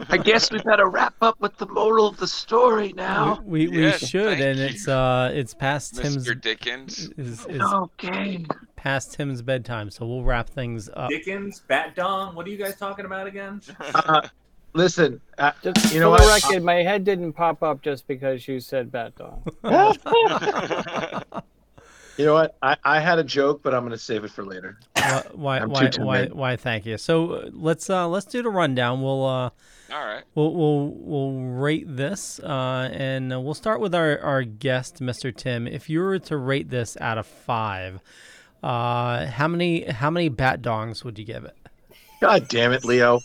[SPEAKER 3] I guess we better wrap up with the moral of the story now.
[SPEAKER 8] We, we should, and it's uh, it's past Tim's.
[SPEAKER 10] Mr. Dickens.
[SPEAKER 8] Is, is
[SPEAKER 3] Okay.
[SPEAKER 8] Past Tim's bedtime, so we'll wrap things
[SPEAKER 3] Uh,
[SPEAKER 8] up.
[SPEAKER 11] Dickens, Bat Dong, what are you guys talking about again?
[SPEAKER 3] listen, uh, you know
[SPEAKER 12] For the
[SPEAKER 3] what?
[SPEAKER 12] record, my head didn't pop up just because you said bat dog.
[SPEAKER 3] You know what? I, I had a joke, but I'm going to save it for later.
[SPEAKER 8] Why? Why?
[SPEAKER 3] I'm too
[SPEAKER 8] Why, why?
[SPEAKER 3] timid.
[SPEAKER 8] Why? Thank you. So uh, let's uh, let's do the rundown. We'll. Uh, All
[SPEAKER 10] right.
[SPEAKER 8] We'll we'll we'll rate this, uh, and uh, we'll start with our our guest, Mr. Tim. If you were to rate this out of five, uh, how many how many bat dongs would you give it?
[SPEAKER 3] God damn it, Leo!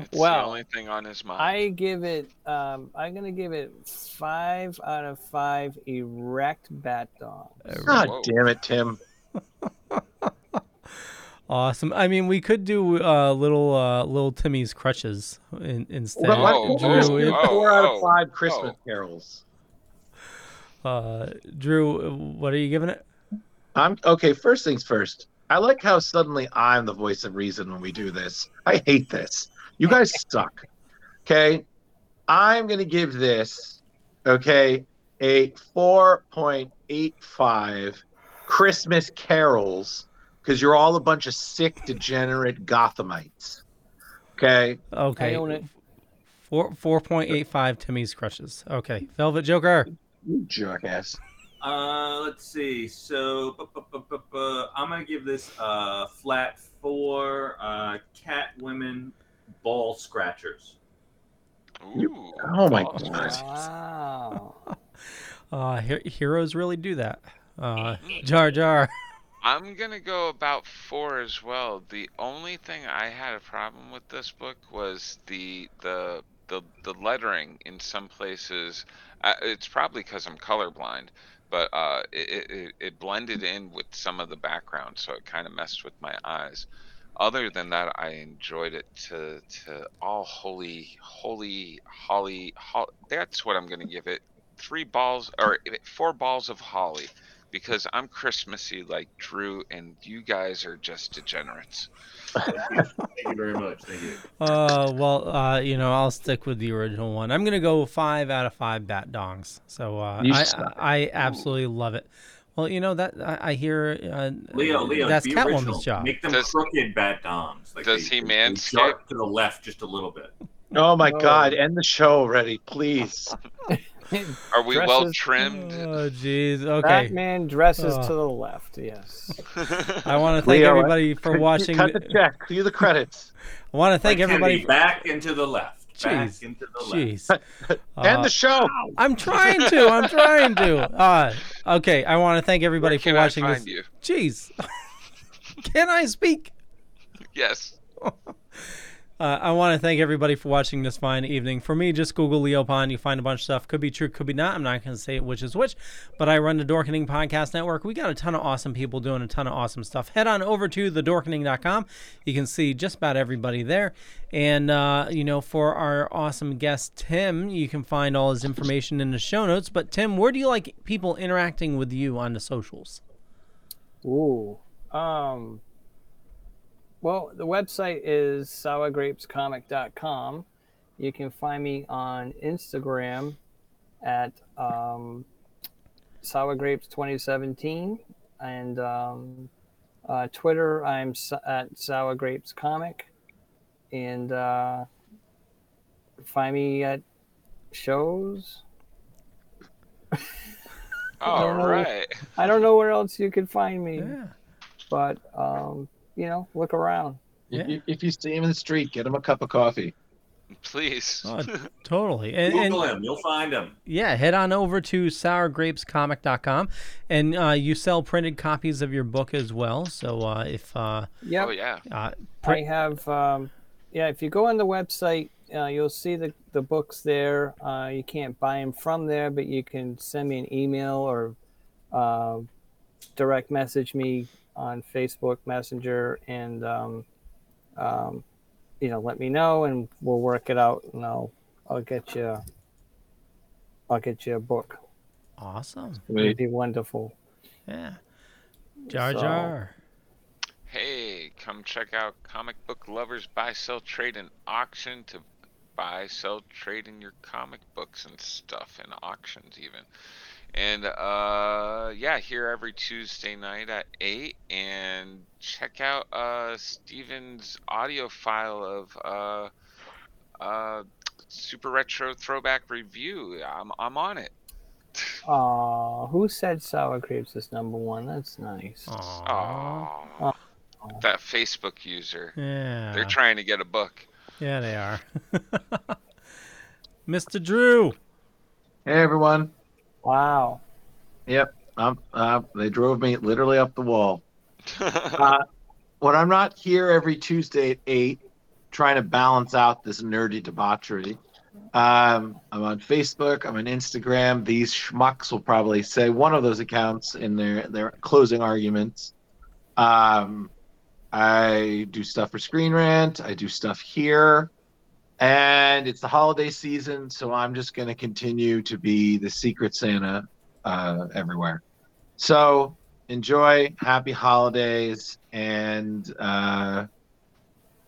[SPEAKER 10] It's the only thing on his mind.
[SPEAKER 12] I give it. Um, I'm gonna give it five out of five erect bat dogs.
[SPEAKER 3] God damn it, Tim.
[SPEAKER 8] Awesome. I mean, we could do uh, little uh, little Timmy's crutches in, instead.
[SPEAKER 3] Well, let-
[SPEAKER 8] Drew,
[SPEAKER 3] Oh, let's do
[SPEAKER 8] it-
[SPEAKER 3] four out of five Christmas carols.
[SPEAKER 8] uh, Drew, what are you giving it?
[SPEAKER 3] I'm okay. First things first. I like how suddenly I'm the voice of reason when we do this. I hate this. You guys suck. Okay, I'm gonna give this. Okay, a four point eight five Christmas carols because you're all a bunch of sick, degenerate Gothamites. Okay.
[SPEAKER 8] Okay. Four four point eight five Timmy's crushes. Okay, Velvet Joker.
[SPEAKER 3] You jackass.
[SPEAKER 11] Uh, let's see. So bu- bu- bu- bu- bu- I'm gonna give this uh, flat four uh, cat women ball scratchers.
[SPEAKER 10] Ooh,
[SPEAKER 3] Oh my
[SPEAKER 11] Ball
[SPEAKER 3] God.
[SPEAKER 11] scratchers.
[SPEAKER 12] Wow.
[SPEAKER 8] Uh, he- heroes really do that. Uh, Jar Jar.
[SPEAKER 10] I'm gonna go about four as well. The only thing I had a problem with this book was the the the, the lettering in some places. Uh, it's probably because I'm colorblind, but uh, it, it- it it blended in with some of the background, so it kind of messed with my eyes. Other than that, I enjoyed it to to all holy holy holly. Ho- that's what I'm gonna give it. Three balls or eh, four balls of holly because I'm Christmassy like Drew, and you guys are just degenerates.
[SPEAKER 11] Thank you very much. Thank you.
[SPEAKER 8] Uh, well, uh, you know, I'll stick with the original one. I'm gonna go five out of five bat dongs. So uh,
[SPEAKER 11] You
[SPEAKER 8] I,
[SPEAKER 11] suck.
[SPEAKER 8] I absolutely love it. Well, you know that I, I hear uh,
[SPEAKER 11] Leo, Leo,
[SPEAKER 8] that's
[SPEAKER 11] be original.
[SPEAKER 8] Catwoman's job.
[SPEAKER 11] Make them crooked bat doms. Like
[SPEAKER 10] does he manscape?
[SPEAKER 11] sharp to the left just a little bit?
[SPEAKER 3] Oh my
[SPEAKER 11] No.
[SPEAKER 3] God! End the show already, please.
[SPEAKER 10] Are we well
[SPEAKER 12] Dresses-
[SPEAKER 10] trimmed?
[SPEAKER 8] Oh, jeez. Okay.
[SPEAKER 12] Batman dresses to
[SPEAKER 8] Oh.
[SPEAKER 12] the left. Yes.
[SPEAKER 8] I want to thank
[SPEAKER 3] Leo,
[SPEAKER 8] everybody for
[SPEAKER 3] cut-
[SPEAKER 8] watching.
[SPEAKER 3] cut the check. Do the credits.
[SPEAKER 8] I want to thank
[SPEAKER 11] Like
[SPEAKER 8] everybody.
[SPEAKER 11] Kennedy, back into the left.
[SPEAKER 8] Jeez.
[SPEAKER 11] Back into the left.
[SPEAKER 8] Jeez. Uh,
[SPEAKER 11] End the
[SPEAKER 3] show.
[SPEAKER 8] I'm trying to. I'm trying to. Uh, okay. I want to thank everybody for
[SPEAKER 10] can I
[SPEAKER 8] watching
[SPEAKER 10] find
[SPEAKER 8] this.
[SPEAKER 10] you?
[SPEAKER 8] Jeez. Can I speak?
[SPEAKER 10] Yes.
[SPEAKER 8] Uh, I want to thank everybody for watching this fine evening. For me, just Google Leo Pond. You find a bunch of stuff. Could be true, could be not. I'm not going to say which is which, but I run the Dorkening Podcast Network. We got a ton of awesome people doing a ton of awesome stuff. Head on over to thedorkening.com. You can see just about everybody there. And, uh, you know, for our awesome guest, Tim, you can find all his information in the show notes. But, Tim, where do you like people interacting with you on the socials?
[SPEAKER 12] Ooh. Um. Well, the website is sourgrapescomic.com. You can find me on Instagram at um, sourgrapes2017 and um, uh, Twitter. I'm s- at sourgrapescomic and uh, find me at shows.
[SPEAKER 8] Oh,
[SPEAKER 12] I
[SPEAKER 10] All
[SPEAKER 12] don't know-
[SPEAKER 10] right.
[SPEAKER 12] I don't know where else you could find me. But um, you know, look around.
[SPEAKER 3] If, you, if you see him in the street, get him a cup of coffee.
[SPEAKER 10] Please.
[SPEAKER 8] Oh, totally. And,
[SPEAKER 11] Google
[SPEAKER 8] and-
[SPEAKER 11] him. You'll find him.
[SPEAKER 8] Yeah, head on over to sourgrapescomic.com, and uh, you sell printed copies of your book as well. So uh, if uh,
[SPEAKER 12] Yep.
[SPEAKER 10] Oh, yeah.
[SPEAKER 8] uh,
[SPEAKER 12] I have um, yeah, if you go on the website Uh, you'll see the, the books there. Uh, you can't buy them from there, but you can send me an email or uh, direct message me on Facebook Messenger and, um, um, you know, let me know and we'll work it out and I'll, I'll get you, I'll get you a book.
[SPEAKER 8] Awesome.
[SPEAKER 12] It'd be wonderful.
[SPEAKER 8] Yeah. Jar Jar.
[SPEAKER 10] Hey, come check out Comic Book Lovers Buy Sell Trade and Auction to buy, sell, trade in your comic books and stuff and auctions even. And uh yeah, here every Tuesday night at 8 and check out uh Steven's audio file of uh uh Super Retro Throwback Review. I'm I'm on it.
[SPEAKER 12] Aw, who said sour grapes is number one? That's nice.
[SPEAKER 8] Oh.
[SPEAKER 10] Aw.
[SPEAKER 12] Aw.
[SPEAKER 10] That Facebook user.
[SPEAKER 8] Yeah.
[SPEAKER 10] They're trying to get a book.
[SPEAKER 8] Yeah, they are. Mr. Drew.
[SPEAKER 3] Hey everyone.
[SPEAKER 12] Wow.
[SPEAKER 3] Yep. I'm, uh, they drove me literally up the wall. uh, when I'm not here every Tuesday at eight, trying to balance out this nerdy debauchery, um, I'm on Facebook. I'm on Instagram. These schmucks will probably say one of those accounts in their their closing arguments. Um, I do stuff for Screen Rant. I do stuff here. And it's the holiday season, so I'm just going to continue to be the secret Santa uh, everywhere. So enjoy, happy holidays, and uh,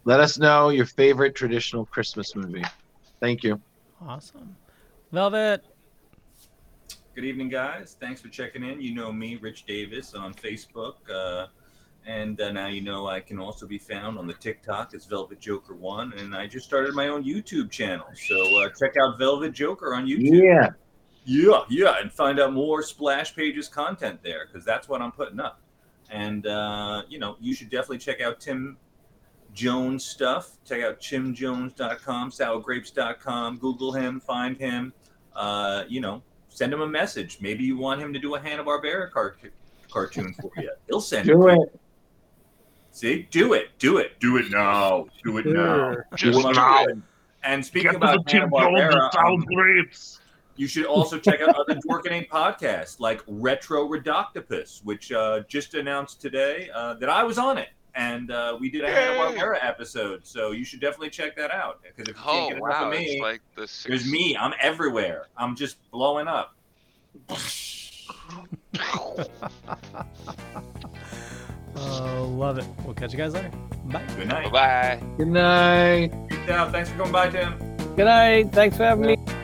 [SPEAKER 3] let us know your favorite traditional Christmas movie. Thank you.
[SPEAKER 8] Awesome. Velvet.
[SPEAKER 11] Good evening, guys. Thanks for checking in. You know me, Rich Davis, on Facebook. Uh, and uh, now you know I can also be found on the TikTok. It's Velvet Joker One, and I just started my own YouTube channel. So uh, check out Velvet Joker on YouTube.
[SPEAKER 3] Yeah.
[SPEAKER 11] yeah, yeah, and find out more splash pages content there because that's what I'm putting up. And uh, you know, you should definitely check out Tim Jones stuff. Check out chimjones.com, sourgrapes.com. Google him, find him. Uh, you know, send him a message. Maybe you want him to do a Hanna Barbera cartoon cartoon for you. He'll send
[SPEAKER 3] Do
[SPEAKER 11] it.
[SPEAKER 3] it.
[SPEAKER 11] See, do it, do it, do it now, do it now,
[SPEAKER 3] Sure.
[SPEAKER 11] Just
[SPEAKER 15] Just
[SPEAKER 11] now.
[SPEAKER 15] do it.
[SPEAKER 11] And speaking
[SPEAKER 15] Get
[SPEAKER 11] about um,
[SPEAKER 15] the Tim
[SPEAKER 11] Hanna
[SPEAKER 15] Jones
[SPEAKER 11] Barbera,
[SPEAKER 15] sour
[SPEAKER 11] grapes. You should also check out other Dorkening podcasts like Retro Redoctopus, which uh, just announced today uh, that I was on it, and uh, we did a Hanna Barbera episode. So you should definitely check that out because if you
[SPEAKER 10] Oh
[SPEAKER 11] can't get enough
[SPEAKER 10] wow,
[SPEAKER 11] of me,
[SPEAKER 10] it's like the six...
[SPEAKER 11] there's me. I'm everywhere. I'm just blowing up.
[SPEAKER 8] Uh, love it. We'll catch you guys later. Bye.
[SPEAKER 11] Good night.
[SPEAKER 10] Bye.
[SPEAKER 3] Good night.
[SPEAKER 11] Peace out. Thanks for coming by, Tim.
[SPEAKER 12] Good night. Thanks for having me.